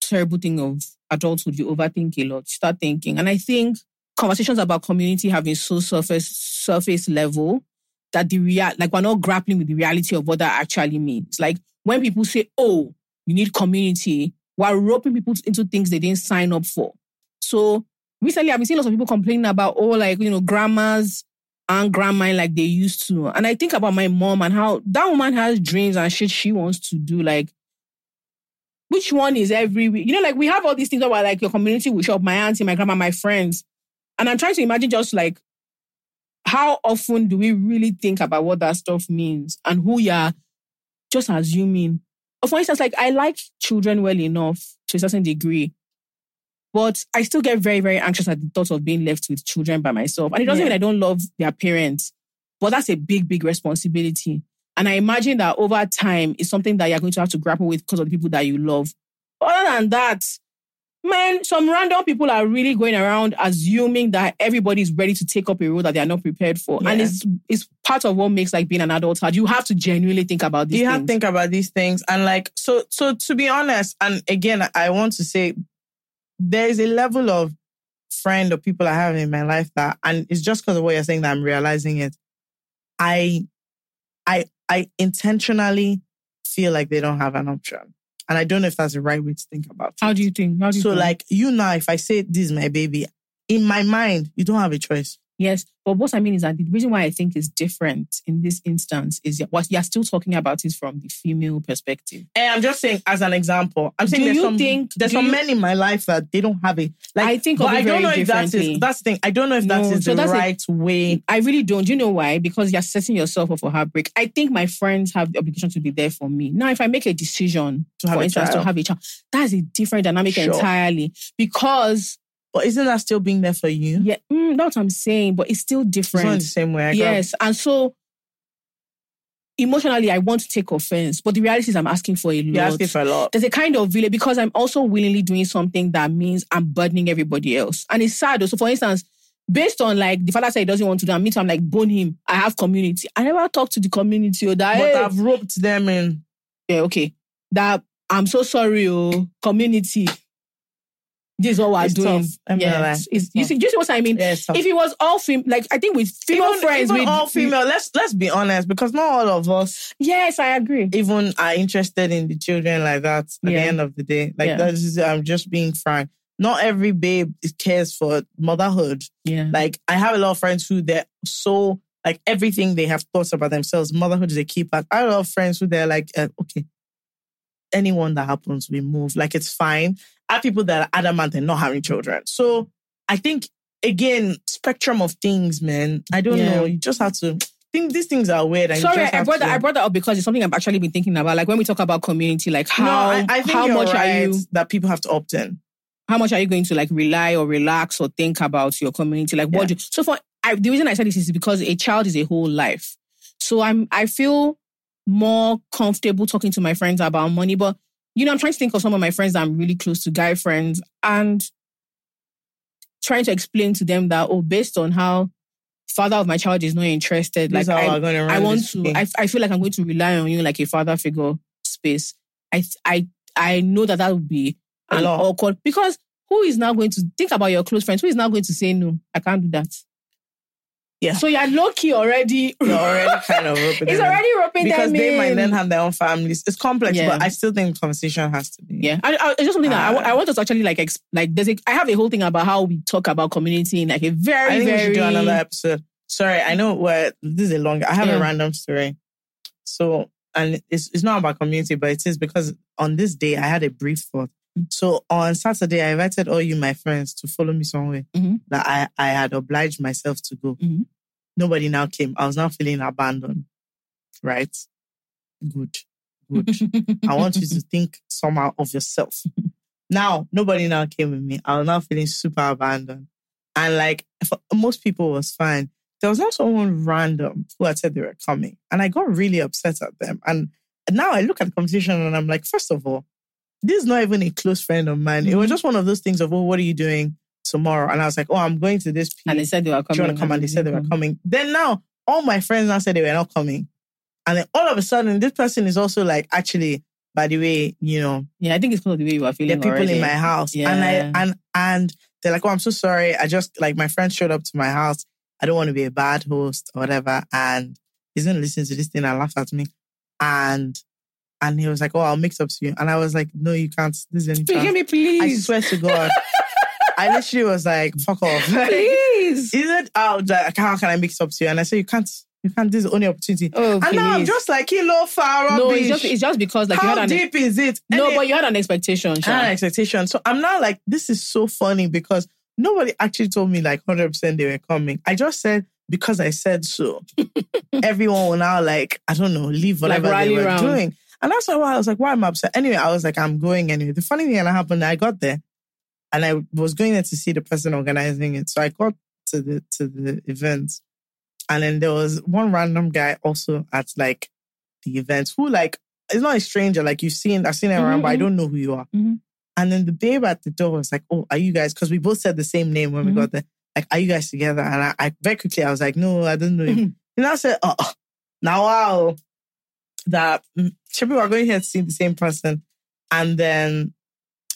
S2: terrible thing of adulthood. You overthink a lot. You start thinking, and I think conversations about community have been so surface surface level that the real like we're not grappling with the reality of what that actually means. Like when people say, "Oh, you need community," we're roping people into things they didn't sign up for. So recently, I've been seeing lots of people complaining about, "Oh, like you know, grandmas." and grandma like they used to. And I think about my mom and how that woman has dreams and shit she wants to do. Like, which one is every week? You know, like we have all these things about like your community will show up, my auntie, my grandma, my friends. And I'm trying to imagine just like how often do we really think about what that stuff means and who you're just assuming. For instance, like I like children well enough to a certain degree. But I still get very, very anxious at the thought of being left with children by myself. And it doesn't
S1: Yeah.
S2: mean I don't love their parents, but that's a big, big responsibility. And I imagine that over time is something that you're going to have to grapple with because of the people that you love. Other than that, man, some random people are really going around assuming that everybody's ready to take up a role that they are not prepared for. And
S1: Yeah.
S2: it's it's part of what makes like being an adult hard. You have to genuinely think about these
S1: you
S2: things.
S1: have to think about these things and like so so to be honest and again i want to say there is a level of friend or people i have in my life that and it's just because of what you're saying that i'm realizing it i i i intentionally feel like they don't have an option and i don't know if that's the right way to think about it
S2: How do you think? How do you
S1: so
S2: think?
S1: like you now if i say this is my baby in my mind you don't have a choice
S2: Yes, but what I mean is that the reason why I think is different in this instance is what you're still talking about is from the female perspective.
S1: and i'm just saying as an example i'm saying
S2: Do
S1: there's
S2: you
S1: some
S2: think-
S1: there's
S2: do
S1: some
S2: you-
S1: men in my life that they don't have a like
S2: I think of
S1: but
S2: it
S1: I don't
S2: very
S1: know if that
S2: differently.
S1: is that's the thing. I don't know if
S2: No,
S1: that is
S2: so
S1: the
S2: that's a-
S1: right way.
S2: I really don't. You know why? Because you're setting yourself up for heartbreak. I think my friends have the obligation to be there for me. Now, if I make a decision,
S1: To have
S2: for
S1: a
S2: instance, to
S1: child.
S2: have a child, that's a different dynamic
S1: Sure.
S2: entirely. Because
S1: But isn't that still being there for you?
S2: yeah, mm, that's what I'm saying, but it's still
S1: It's not in
S2: different.
S1: the same way. I got-
S2: yes, and so emotionally, I want to take offense, but the reality is, I'm asking for a lot.
S1: you're asking for a lot.
S2: there's a kind of village because I'm also willingly doing something that means I'm burdening everybody else. And it's sad. though. So, for instance, based on like the father said he doesn't want to do, and me too, I'm like, bone him. I have community. I never talk to the community or that.
S1: But
S2: "Hey,
S1: I've roped them in.
S2: yeah, okay. That I'm so sorry, oh, community. this is what we're
S1: It's
S2: doing.
S1: tough. I'm gonna lie.
S2: Yes. It's- you
S1: It's
S2: see, do you see what I mean?
S1: Yeah, it's tough.
S2: if it was all female, like I think with female
S1: even,
S2: friends,
S1: even
S2: with
S1: all female. Let's let's be honest, because not all of us
S2: Yes, I agree.
S1: even are interested in the children like that. At
S2: Yeah.
S1: the end of the day, like
S2: Yeah.
S1: that's just, I'm just being frank. Not every babe cares for motherhood.
S2: Yeah.
S1: Like I have a lot of friends who they're so like everything they have thoughts about themselves. Motherhood is a key part. I have a lot of friends who they're like, uh, okay, anyone that happens, we move. Like it's fine. I have people that are adamant and not having children. So I think again, spectrum of things, man. I don't
S2: Yeah.
S1: know. You just have to think these things are weird. And you
S2: Sorry,
S1: just
S2: I
S1: have
S2: brought that.
S1: to-
S2: I brought that up because it's something I've actually been thinking about. Like when we talk about community, like how
S1: no, I, I think
S2: how
S1: you're
S2: much
S1: right
S2: are you
S1: that people have to opt in?
S2: how much are you going to like rely or relax or think about your community? Like what? Do, so for I, the reason I said this is because a child is a whole life. So I'm I feel more comfortable talking to my friends about money, but you know I'm trying to think of some of my friends that I'm really close to, guy friends, and trying to explain to them that oh, based on how father of my child is not interested,
S1: This is
S2: like
S1: how
S2: I-
S1: we're gonna run
S2: I want
S1: this
S2: to.
S1: thing.
S2: I, I feel like I'm going to rely on you like a father figure space. I th- I I know that that would be
S1: A
S2: an
S1: lot.
S2: awkward because who is now going to think about your close friends? Who is now going to say no? I can't do that.
S1: Yeah.
S2: So you're low key already.
S1: You're already kind of roping
S2: it's
S1: them in.
S2: already roping
S1: because
S2: them
S1: they might
S2: in.
S1: then have their own families. It's complex,
S2: Yeah.
S1: but I still think conversation has to be.
S2: yeah, I, I, it's just something that I, wa-
S1: Ah.
S2: I want us to actually like ex- like. There's a, I have a whole thing about how we talk about community in like a very
S1: I think
S2: very
S1: we should do another episode. Sorry, I know where this is a long. I have
S2: Yeah.
S1: a random story. So, and it's it's not about community, but it is because on this day I had a brief thought. So on Saturday, I invited all you my friends to follow me somewhere
S2: Mhm.
S1: that I I had obliged myself to go.
S2: Mhm.
S1: Nobody now came. I was now feeling abandoned. Right? Good, good. I want you to think somehow of yourself. Now, nobody now came with me. I was now feeling super abandoned. And like for most people it was fine. There was now someone random who had said they were coming. And I got really upset at them. And now I look at the conversation and I'm like, first of all, this is not even a close friend of mine. It was just one of those things of, oh, what are you doing tomorrow? And I was like, oh, I'm going to this place
S2: and they said they were coming.
S1: do you want to come? And they said they were coming. Then now, all my friends now said they were not coming. And then all of a sudden, this person is also like, actually, by the way, you know,
S2: Yeah, I think it's because of the way you are feeling.
S1: there are people
S2: already.
S1: in my house.
S2: Yeah.
S1: And I and and they're like, Oh, I'm so sorry. I just like my friend showed up to my house. I don't want to be a bad host or whatever. And he's gonna listen to this thing and laugh at me. And and he was like, Oh, I'll mix up to you. And I was like, No, you can't. This is any
S2: Forgive
S1: chance.
S2: me, please.
S1: I swear to God. I literally was like, fuck off. Like,
S2: please.
S1: is it out like how can I mix up to you? And I say you can't, you can't. This is the only opportunity.
S2: Oh,
S1: and now I'm
S2: please.
S1: just like, hello, far
S2: no,
S1: rubbish.
S2: it's just it's just because like you
S1: how
S2: had an
S1: deep is it?
S2: no,
S1: And
S2: but
S1: it-
S2: you had an expectation.
S1: I had an
S2: Sha.
S1: expectation. Ah, So I'm now like, this is so funny because nobody actually told me like 100 percent they were coming. I just said because I said so. Everyone will now like I don't know leave
S2: Like,
S1: whatever they
S2: rally
S1: were
S2: round.
S1: doing. And that's why I was like, why am I upset? Anyway, I was like, I'm going anyway. The funny thing that happened, I got there and I was going there to see the person organizing it. So I got to the to the event. And then there was one random guy also at like the event who like is not a stranger. Like you've seen, I've seen him around,
S2: Mhm,
S1: but I
S2: mhm.
S1: don't know who you are.
S2: Mhm.
S1: And then the babe at the door was like, "Oh, are you guys?" Because we both said the same name when
S2: Mhm.
S1: we got there. Like, are you guys together? And I, I very quickly I was like, "No, I don't know." Him. and I said, "Oh, oh, now wow, that mm, two people are going here to see the same person." And then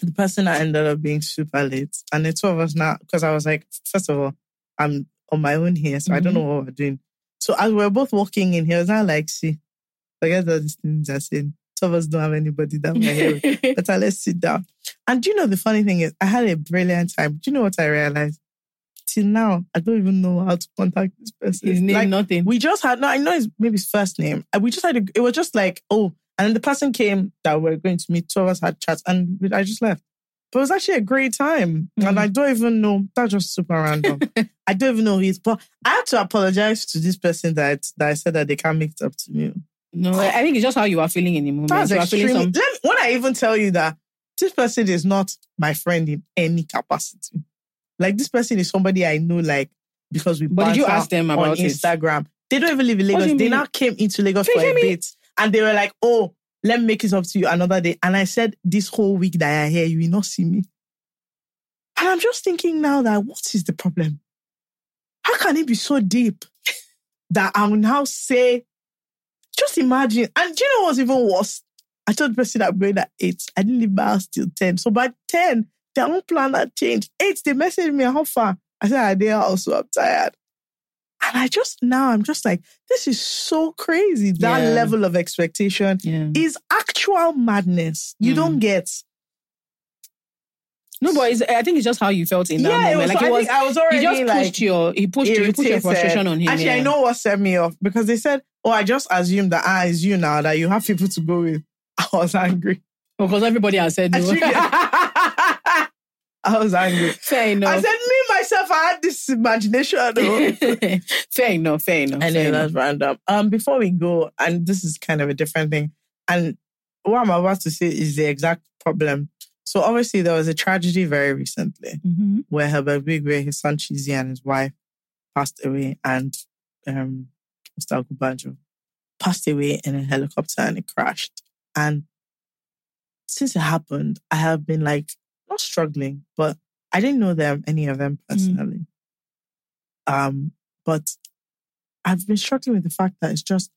S1: the person that ended up being super late, and the two of us now, because I was like, first of all, I'm on my own here, so I
S2: Mm-hmm.
S1: don't know what we're doing. So as we were both walking in, he was not like, see, forget all these things you're saying. Some of us don't have anybody that we're here with. But uh, let's sit down. And do you know the funny thing is, I had a brilliant time. Do you know what I realized? Till now, I don't even know how to contact this person.
S2: His name,
S1: Like,
S2: nothing.
S1: we just had no, I know it's maybe his first name. And We just had a, it was just like, oh, and then the person came that we are going to meet, two of us had chats, and we- I just left. But it was actually a great time.
S2: Mhm.
S1: And I don't even know, that's just super random. I don't even know who he is. But I had to apologize to this person that, that I said that they can't make it up to me.
S2: no, I I think it's just how you are feeling in the moment.
S1: That's
S2: you are feeling
S1: extremely.
S2: some,
S1: Let me- when I even tell you that this person is not my friend in any capacity, like this person is somebody I know, like because we.
S2: But did you
S1: banter
S2: ask them
S1: on
S2: about it?
S1: Instagram? They don't even live in
S2: What do
S1: Lagos.
S2: you
S1: They
S2: mean?
S1: now came into Lagos
S2: Can you
S1: for a
S2: hear me?
S1: bit, and they were like, "Oh, let me make it up to you another day." And I said, "This whole week that I here, you will not see me." And I'm just thinking now that what is the problem? How can it be so deep that I will now say, just imagine? And do you know what's even worse? I told the person I'm going at eight. I didn't leave my house till 10. So by 10, they their own plan had changed. Eight, they messaged me, how far? I said, I did also, I'm tired. And I just now I'm just like, this is so crazy. That
S2: Yeah.
S1: level of expectation
S2: Yeah.
S1: is actual madness. You
S2: Mm.
S1: don't get.
S2: No, but it's, I think it's just how you felt in that moment. like it was,
S1: I was
S2: he just pushed your, he pushed, you, he pushed your
S1: irritated.
S2: frustration on him.
S1: Actually,
S2: yeah.
S1: I know what set me off because they said, "Oh, I just assumed that ah, it's you now that you have people to go with." I was angry.
S2: because Oh, everybody has said no.
S1: Actually, I was angry.
S2: fair
S1: I
S2: enough.
S1: said, "Me myself, I had this imagination." oh.
S2: fair enough. Fair enough.
S1: I
S2: fair
S1: know
S2: enough.
S1: that's random. Um, before we go, and this is kind of a different thing, and what I'm about to say is the exact problem. So obviously, there was a tragedy very recently.
S2: Mhm.
S1: where Herbert Bigwe, his son Chizi, and his wife passed away, and um, Mr. Akubanjo passed away in a helicopter and it crashed. And since it happened, I have been like, not struggling, but I didn't know them, any of them personally. Um, but I've been struggling with the fact that it's just,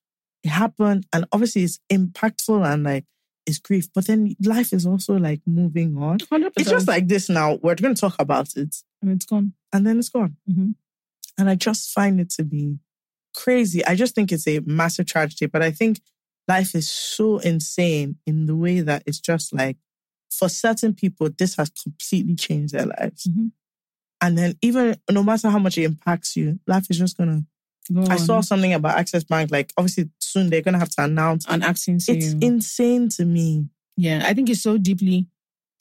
S1: it happened, and obviously it's impactful and like, it's grief, but then life is also like moving on.
S2: 100%.
S1: It's just like this now. We're going to talk about it
S2: And Mm-hmm. it's gone.
S1: and then it's gone.
S2: Mhm.
S1: And I just find it to be crazy. I just think it's a massive tragedy, but I think life is so insane in the way that it's just like, for certain people, this has completely changed their lives.
S2: Mhm.
S1: And then, even no matter how much it impacts you, life is just gonna.
S2: Go
S1: I saw
S2: on.
S1: something about Access Bank, like, obviously, soon they're gonna have to announce.
S2: an acting
S1: It's
S2: scene.
S1: insane to me.
S2: yeah, I think it's so deeply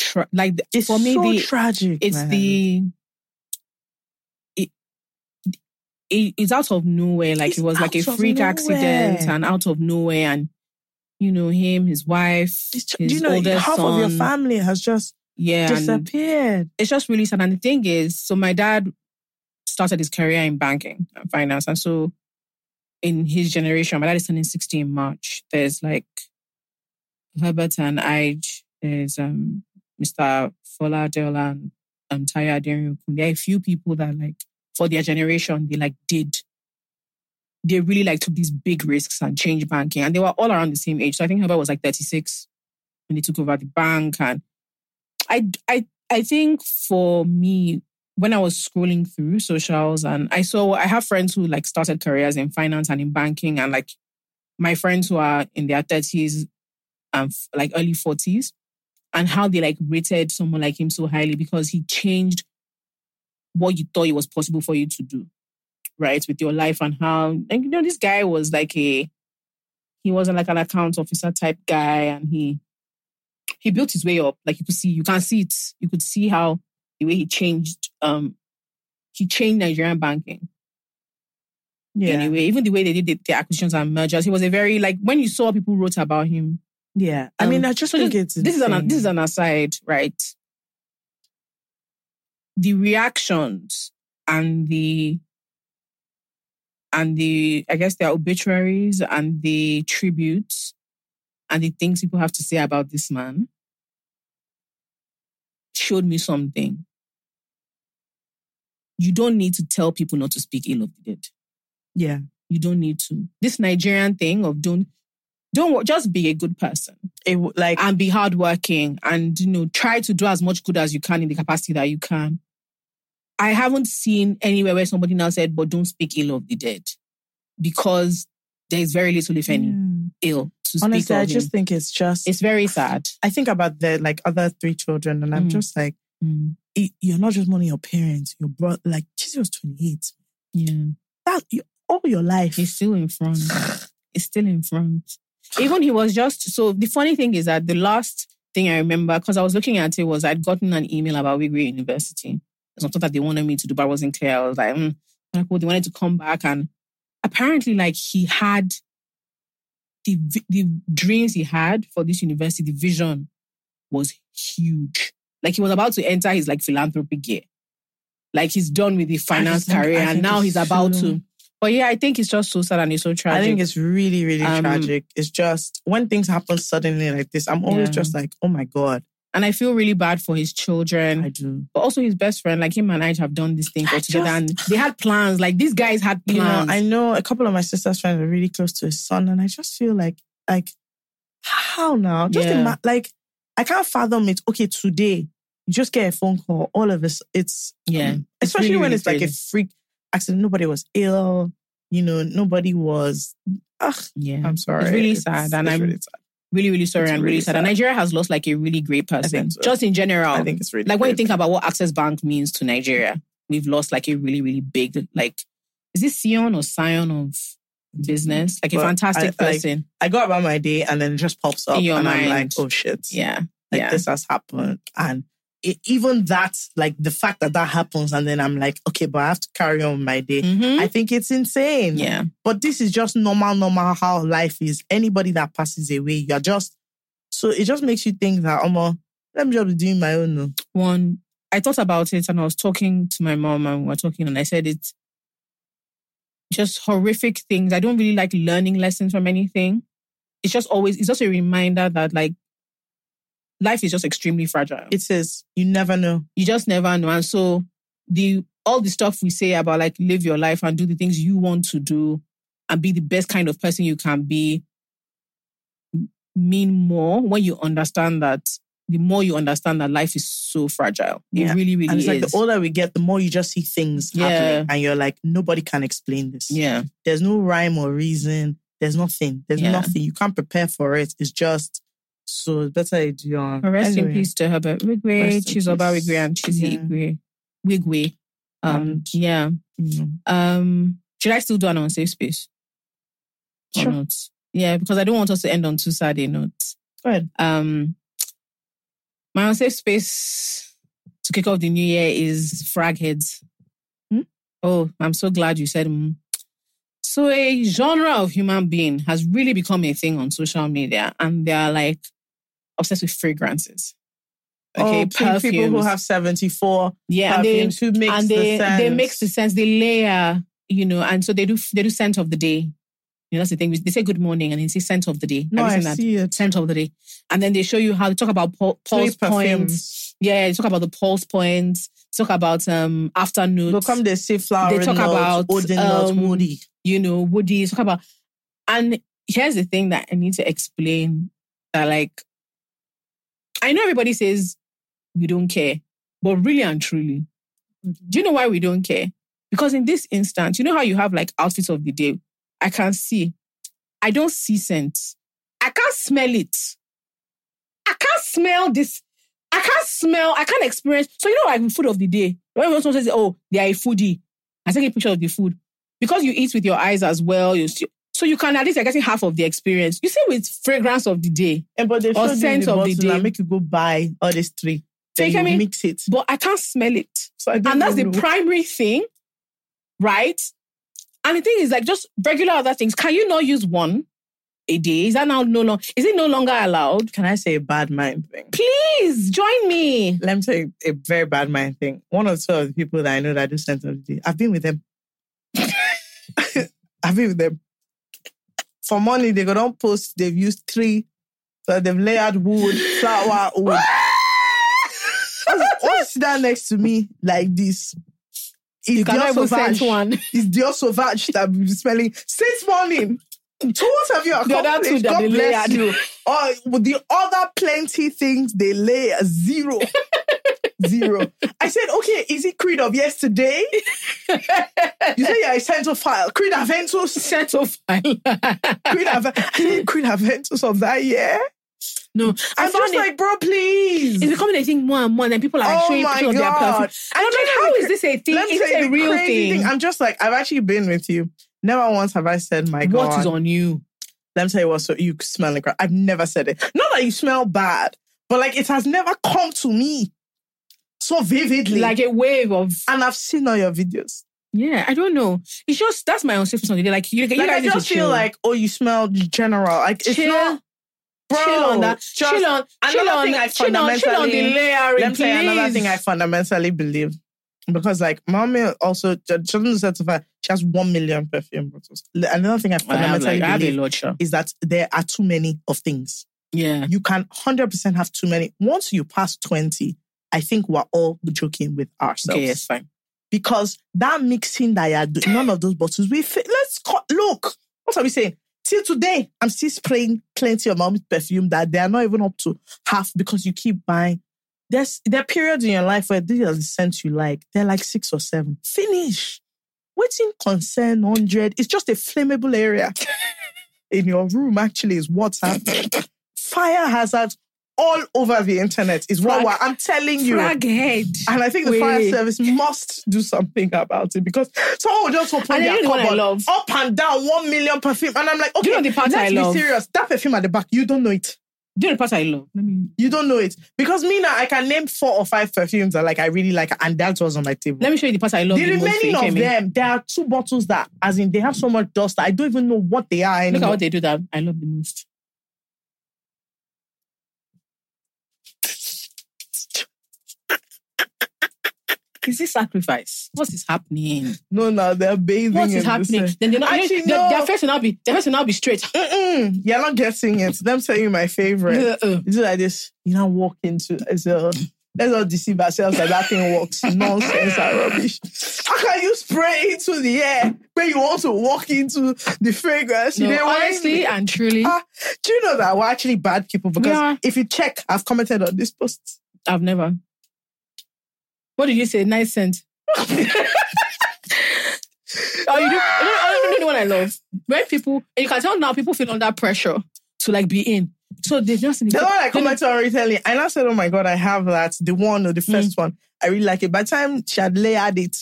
S2: tra- like the-
S1: It's
S2: for me
S1: so
S2: the
S1: tragic.
S2: it's
S1: man.
S2: the it, it's out of nowhere. Like
S1: It's
S2: it was like a
S1: out of
S2: freak accident
S1: nowhere.
S2: and out of nowhere, and you know him, his wife,
S1: It's tr-
S2: his
S1: do you know
S2: oldest
S1: half
S2: son.
S1: of your family has just
S2: yeah, and
S1: disappeared?
S2: it's just really sad. And the thing is, so my dad started his career in banking and finance, and so in his generation, my dad is turning sixty in March. There's like Herbert and Ige. There's um Mr. Fola Deola and um, Taya Aderounmu. There are a few people that like for their generation they like did. They really like took these big risks and changed banking, and they were all around the same age. So I think Herbert was like 36 when he took over the bank, and I I I think for me when I was scrolling through socials and I saw I have friends who like started careers in finance and in banking, and like my friends who are in their 30s and f- like early 40s and how they like rated someone like him so highly because he changed what you thought it was possible for you to do, right? With your life and how and you know this guy was like a he wasn't like an account officer type guy and he he built his way up. Like you could see, you can see it. You could see how the way he changed um he changed Nigerian banking
S1: Yeah.
S2: anyway. Even the way they did the, the acquisitions and mergers. He was a very like when you saw people wrote about him,
S1: Yeah. I mean,
S2: Um,
S1: I just
S2: so
S1: think it's
S2: this is an
S1: insane.
S2: this is an aside, right? The reactions and the and the I guess their obituaries and the tributes and the things people have to say about this man showed me something. You don't need to tell people not to speak ill of the dead.
S1: Yeah.
S2: You don't need to. This Nigerian thing of don't don't wo- just be a good person
S1: It w- like
S2: and be hardworking and you know try to do as much good as you can in the capacity that you can. I haven't seen anywhere where somebody now said, "But don't speak ill of the dead," because there is very little, if any,
S1: Yeah.
S2: ill to speak
S1: honestly,
S2: of.
S1: I
S2: him.
S1: just think it's just.
S2: it's very sad.
S1: I think about the like other three children, and I'm
S2: Mm.
S1: just like, it, you're not just one of your parents. Your brother, like Jesus, was 28.
S2: Yeah,
S1: That you, all your life.
S2: he's still in front. He's still in front. Even he was just so. The funny thing is that the last thing I remember, because I was looking at it, was I'd gotten an email about Wigwe University. It's something that they wanted me to do, but I wasn't clear. I was like, mm. like, well, they wanted to come back, and apparently, like he had the vi- the dreams he had for this university. The vision was huge. Like he was about to enter his like philanthropy gear. Like he's done with the finance
S1: think- I
S2: career, and
S1: think
S2: now
S1: it's
S2: he's about
S1: so-
S2: to. But yeah, I think it's just so sad and it's so
S1: I
S2: tragic.
S1: think it's really, really
S2: Um,
S1: tragic. It's just when things happen suddenly like this, I'm always
S2: Yeah.
S1: just like, oh my God,
S2: and I feel really bad for his children,
S1: I do.
S2: but also his best friend. Like him and I have done this thing for
S1: I
S2: together,
S1: just-
S2: and they had plans. Like these guys had
S1: You know,
S2: plans.
S1: I know a couple of my sister's friends are really close to his son, and I just feel like, like, how now? Just
S2: Yeah.
S1: ima- like, I can't fathom it. Okay, today you just get a phone call. All of us, it's
S2: Yeah.
S1: especially
S2: really,
S1: when
S2: really
S1: it's like a
S2: crazy.
S1: freak accident. Nobody was ill. You know, nobody was. Ugh,
S2: Yeah.
S1: I'm sorry.
S2: really sad, and
S1: it's
S2: I'm-
S1: really sad.
S2: really, really sorry
S1: It's
S2: and really
S1: really
S2: sad.
S1: sad.
S2: And Nigeria has lost like a really great person,
S1: think so.
S2: just in general.
S1: I think it's really
S2: like when you
S1: great.
S2: think about what Access Bank means to Nigeria, we've lost like a really, really big like is this Sion or Scion of business? Like a
S1: Mm-hmm. But I-
S2: fantastic
S1: like,
S2: person.
S1: I go about my day and then it just pops up,
S2: In your
S1: and I'm like,
S2: mind.
S1: oh shit,
S2: yeah.
S1: like
S2: yeah.
S1: this has happened, and it, even that, like the fact that that happens, and then I'm like, okay, but I have to carry on with my day.
S2: Mhm.
S1: I think it's insane.
S2: yeah.
S1: But this is just normal, normal how life is. Anybody that passes away, you're just so it just makes you think that Omo, let me just be doing my own. oh."
S2: One I thought about it and I was talking to my mom and we were talking and I said it's just horrific things. I don't really like learning lessons from anything. It's just always it's just a reminder that like life is just extremely fragile.
S1: It says you never know.
S2: you just never know. And so the all the stuff we say about like live your life and do the things you want to do and be the best kind of person you can be m- mean more when you understand that the more you understand that life is so fragile.
S1: Yeah.
S2: It really, really
S1: And it's
S2: is.
S1: like the older we get, the more you just see things
S2: Yeah.
S1: happening, and you're like, nobody can explain this.
S2: yeah.
S1: There's no rhyme or reason. There's nothing. There's
S2: Yeah.
S1: nothing. You can't prepare for it. It's just so it's better you do your own.
S2: Rest in
S1: Anyway,
S2: peace to Herbert
S1: Rest
S2: Wigwe,
S1: in
S2: Chizoba
S1: peace.
S2: Wigwe, and Chizzy
S1: Yeah.
S2: Igwe. Wigwe. Um,
S1: And-
S2: yeah.
S1: you know.
S2: Um, should I still do an unsafe space? Or
S1: Sure.
S2: not? Yeah, because I don't want us to end on too sad a note.
S1: Go ahead.
S2: Um, my unsafe space to kick off the new year is frag heads.
S1: Hmm?
S2: Oh, I'm so glad you said. Mm. So, a genre of human being has really become a thing on social media, and they are like obsessed with fragrances.
S1: oh, pe- people who
S2: perfumes.
S1: have 74
S2: yeah, and they,
S1: perfumes who mix
S2: and they
S1: the scents.
S2: they mix the sense they layer you know and so they do they do scent of the day you know that's the thing they say good morning and they say scent of the day
S1: No,
S2: Have you
S1: I
S2: seen that?
S1: see it.
S2: scent of the day and then they show you how they talk about pa- pulse
S1: Three
S2: points
S1: perfumes.
S2: yeah they talk about the pulse points talk about um afternoon
S1: Look, come they say flower.
S2: They talk about,
S1: Odin um,
S2: um,
S1: Woody.
S2: you know woody talk about and here's the thing that i need to explain that like i know everybody says we don't care but really and truly do you know why we don't care because in this instance you know how you have like outfits of the day i can see i don't see scent i can't smell it i can't smell this i can't smell i can't experience so you know like with food of the day when someone says oh they are a foodie i take a picture of the food because you eat with your eyes as well. You see, so you can at least you're getting half of the experience. You see, with fragrance of the day,
S1: And but they
S2: or
S1: show you
S2: scent
S1: the
S2: of
S1: bottle
S2: the day.
S1: and make you go buy all these three.
S2: So
S1: Then
S2: you get
S1: you
S2: me?
S1: mix it.
S2: but I can't smell it,
S1: So I don't
S2: and that's the
S1: know.
S2: primary thing, right? And the thing is, like, just regular other things. Can you not use one a day? Is that now no long? Is it no longer allowed?
S1: Can I say a bad mind thing?
S2: Please join me.
S1: Let me tell you a very bad mind thing. One or two of the people that I know that do scent of the day, I've been with them. I've been with them. For money, they go don't post, they've used three, so they've layered wood, flower, wood. What's- What's that next to me like this? It's
S2: You cannot even
S1: Dior
S2: send
S1: Sauvage.
S2: one.
S1: It's Dior Sauvage that we've been smelling since morning. So what have you
S2: The other two
S1: accomplished?
S2: that
S1: God
S2: they
S1: bless
S2: layered.
S1: you. Or with the other plenty things they lay are zero. zero. I said, okay, is it Creed of yesterday? You say you're a central file. Creed Aventus.
S2: Set of
S1: Creed, Aven- I said, Creed Aventus of that year.
S2: no, I
S1: I'm
S2: found
S1: just
S2: it.
S1: like, bro, please.
S2: it's becoming a thing more and more, and then people are like
S1: Oh
S2: showing
S1: my
S2: pictures of their
S1: God.
S2: perfume. And I'm like,
S1: you know
S2: how
S1: the
S2: is this a thing?
S1: Let me
S2: Is
S1: tell
S2: this
S1: you
S2: a
S1: the
S2: real
S1: crazy
S2: thing?
S1: I'm just like, I've actually been with you. Never once have I said, my God.
S2: What is on you?
S1: Let me tell you what, so you smell like crap. I've never said it. Not that you smell bad, but like it has never come to me so vividly.
S2: Like a wave of
S1: and I've seen all your videos.
S2: yeah, I don't know. It's just that's my unsafe on today. Like you, you
S1: like I
S2: guys need to
S1: just feel
S2: chill.
S1: like, oh, you smell general. Like it's
S2: chill,
S1: not bro,
S2: chill on that,
S1: just-
S2: chill on, chill
S1: another
S2: on,
S1: thing I
S2: chill on, chill on the
S1: fundamentally-
S2: layering.
S1: Let me tell you another
S2: please.
S1: thing I fundamentally believe. Because like mommy also she doesn't certify she has one million perfume bottles. Another thing I
S2: I have,
S1: fundamentally
S2: like, I have a
S1: believe
S2: lot, sure.
S1: is that there are too many of things.
S2: Yeah,
S1: you can 100% have too many. Once you pass 20, I think we're all joking with ourselves.
S2: okay, it's fine.
S1: Because that mixing that you're doing, none of those bottles, we fi- let's co- look. What are we saying? Till today, I'm still spraying plenty of mommy's perfume that they are not even up to half because you keep buying. There's there are periods in your life where these are the scents you like. They're like six or seven. Finish. Waiting concern hundred. It's just a flammable area in your room. Actually, is water, fire hazards all over the internet. Is what
S2: Frag-
S1: we're- I'm telling you.
S2: Fraghead.
S1: And I think the
S2: Wait.
S1: fire service must do something about it because someone will just open
S2: And
S1: their
S2: you know what I
S1: cupboard
S2: love?
S1: up and down one million perfume, and I'm like, okay,
S2: you know the part
S1: let's
S2: I
S1: be
S2: love?
S1: serious. That perfume at the back, you don't know it.
S2: Do you know the part I love? Let me
S1: You don't know it because me now I can name four or five perfumes that like I really like, and that was on my table.
S2: let me show you the part I love.
S1: the
S2: the most
S1: remaining
S2: when it
S1: of
S2: came in.
S1: them, there are two bottles that, as in, they have so much dust that I don't even know what they are
S2: Look at
S1: anymore.
S2: what they do that I love the most. Is this sacrifice? What is happening?
S1: no, no, they're bathing.
S2: What
S1: in
S2: is
S1: this,
S2: happening? Then they're not,
S1: Actually,
S2: they their,
S1: no.
S2: their face will not be their face will not be straight.
S1: uh, Mm-mm, you're not getting it. Let me tell you my favorite.
S2: Uh-uh.
S1: It's like this. You now walk into as a let's not deceive ourselves that that thing works. Nonsense and rubbish. How can you spray into the air when you want to walk into the fragrance? you
S2: No,
S1: didn't want
S2: honestly
S1: it?
S2: and truly,
S1: Ah, do you know that we're actually bad people? Because
S2: are.
S1: if you check, I've commented on this post.
S2: I've never. What did you say? Nice scent. oh, you do, I don't know the one I love. When people, and you can tell now, people feel under pressure to like be in. So they just
S1: The one I
S2: They-
S1: commented on recently, and I said, "Oh my god, I have that. The one or the
S2: Mm.
S1: first one. I really like it." By the time she had layered it,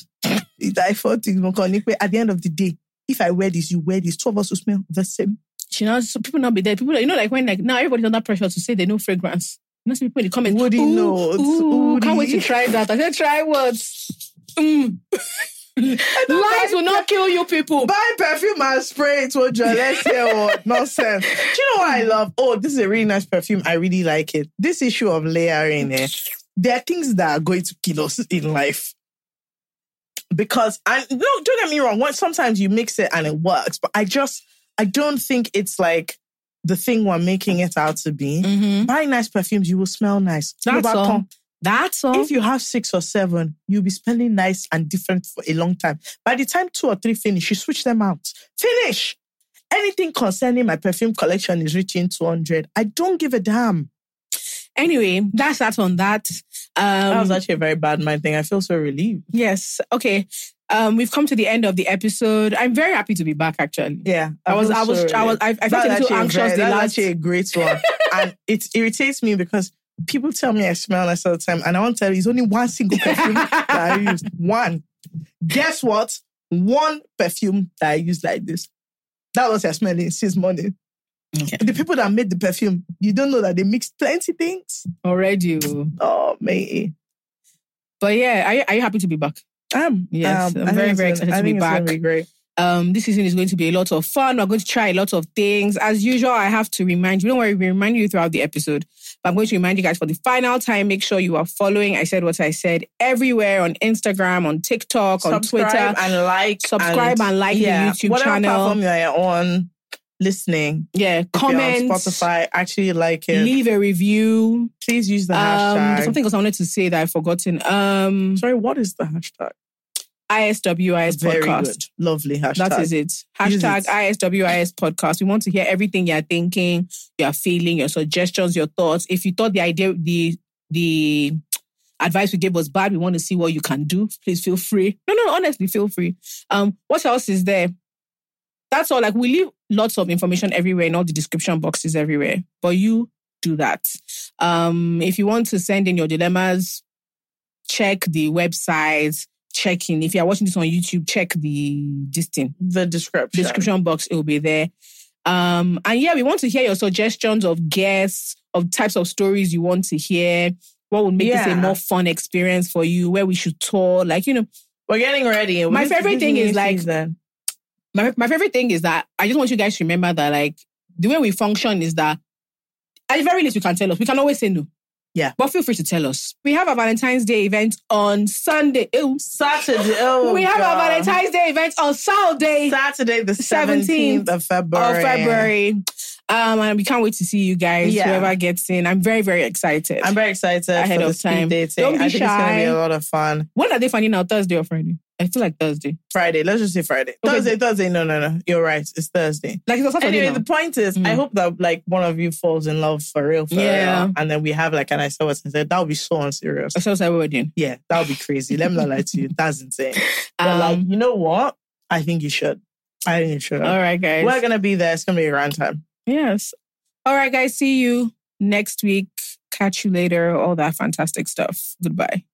S1: it I thought it was going to- At the end of the day, if I wear this, you wear this. Two of us will smell the same.
S2: you know, so people not be there. People, you know, like when like now everybody's under pressure to say they know fragrance. You know, some people in the comments,
S1: Woody
S2: ooh,
S1: notes,
S2: ooh,
S1: woody."
S2: can't wait to try that. I said, try what? Mm. Lies will not kill you, people.
S1: buy perfume and spray it with your let's say what nonsense. Do you know what I love? Oh, this is a really nice perfume. I really like it. This issue of layering, eh, there are things that are going to kill us in life. Because and no, don't get me wrong. When, sometimes you mix it and it works, but I just I don't think it's like the thing we're making it out to be.
S2: Mm-hmm.
S1: Buy nice perfumes, you will smell nice.
S2: That's
S1: Global
S2: all. That's all.
S1: if you have six or seven, you'll be spelling nice and different for a long time. By the time two or three finish, you switch them out. Finish! Anything concerning my perfume collection is reaching 200. I don't give a damn.
S2: anyway, that's that on that. Um,
S1: that was actually a very bad mind thing. I feel so relieved.
S2: yes. Okay. Um, we've come to the end of the episode. I'm very happy to be back. Actually,
S1: Yeah.
S2: I was, I was, I was, I, I felt a little anxious the
S1: Oh, That's
S2: last.
S1: actually a great one. and it irritates me because people tell me I smell nice all the time. And I want to tell you, it's only one single perfume that I use. One. Guess what? One perfume that I use like this. That was I smelling since morning.
S2: Okay.
S1: The people that made the perfume, you don't know that they mixed plenty things.
S2: already.
S1: Oh, mate.
S2: But yeah, are you, are you happy to be back?
S1: Um,
S2: Yes, I'm
S1: I think
S2: very,
S1: it's gonna-
S2: very excited
S1: I
S2: to be
S1: think it's gonna
S2: back.
S1: Be great.
S2: Um, this season is going to be a lot of fun. We're going to try a lot of things. As usual, I have to remind you, don't worry, we remind you throughout the episode. But I'm going to remind you guys for the final time, make sure you are following I Said What I Said everywhere on Instagram, on TikTok, on
S1: subscribe
S2: Twitter.
S1: and like.
S2: Subscribe and like the YouTube
S1: whatever
S2: channel.
S1: platform you're on, listening,
S2: yeah,
S1: If you're on
S2: comment,
S1: Spotify. Actually, like it.
S2: leave a review.
S1: Please use the
S2: Um,
S1: hashtag.
S2: there's something else I wanted to say that I've forgotten. Um,
S1: Sorry, what is the hashtag?
S2: ISWIS podcast.
S1: Lovely hashtag.
S2: That is it. Hashtag
S1: it.
S2: ISWIS podcast. We want to hear everything you're thinking, you're feeling, your suggestions, your thoughts. If you thought the idea, the the advice we gave was bad, we want to see what you can do. Please feel free. No, no, honestly, feel free. Um, what else is there? That's all. Like we leave lots of information everywhere in all the description boxes everywhere. But you do that. Um, if you want to send in your dilemmas, check the website. Check in. If you are watching this on YouTube, check the this thing
S1: The description.
S2: description box. It will be there. Um, and yeah, we want to hear your suggestions of guests, of types of stories you want to hear. What would make this
S1: Yeah.
S2: a more fun experience for you? Where we should tour? Like you know,
S1: We're getting ready.
S2: My
S1: This-
S2: favorite
S1: this
S2: thing
S1: new
S2: is, like,
S1: season.
S2: my my favorite thing is that I just want you guys to remember that like the way we function is that at the very least you can tell us. We can always say no.
S1: Yeah.
S2: But feel free to tell us. We have a Valentine's Day event on Sunday. Ew.
S1: Saturday. Oh,
S2: we have
S1: God.
S2: a Valentine's Day event on Saturday
S1: Saturday, the 17th, of February.
S2: of February. Um, and we can't wait to see you guys,
S1: Yeah.
S2: whoever gets in. I'm very, very excited.
S1: I'm very excited
S2: Ahead
S1: for
S2: of
S1: the speed
S2: time.
S1: dating.
S2: Don't be
S1: I think it's going to
S2: shy.
S1: be a lot of fun.
S2: when are they finding out? Thursday or Friday? I feel like Thursday.
S1: Friday. Let's just say Friday.
S2: Okay.
S1: Thursday, Thursday. No, no, no. You're right. It's Thursday.
S2: Like it's a Saturday.
S1: Anyway,
S2: now.
S1: the point is, I
S2: Mm.
S1: hope that like one of you falls in love for real, for
S2: Yeah.
S1: real, and then we have like an I said what I said. That would be so unserious.
S2: I saw cyber wedding.
S1: Yeah, that would be crazy. Let me not lie to you. That's insane. But
S2: Um,
S1: like, you know what? I think you should. I think you should.
S2: all right, guys.
S1: We're gonna be there. It's gonna be around time.
S2: yes. All right, guys. See you next week. Catch you later. All that fantastic stuff. Goodbye.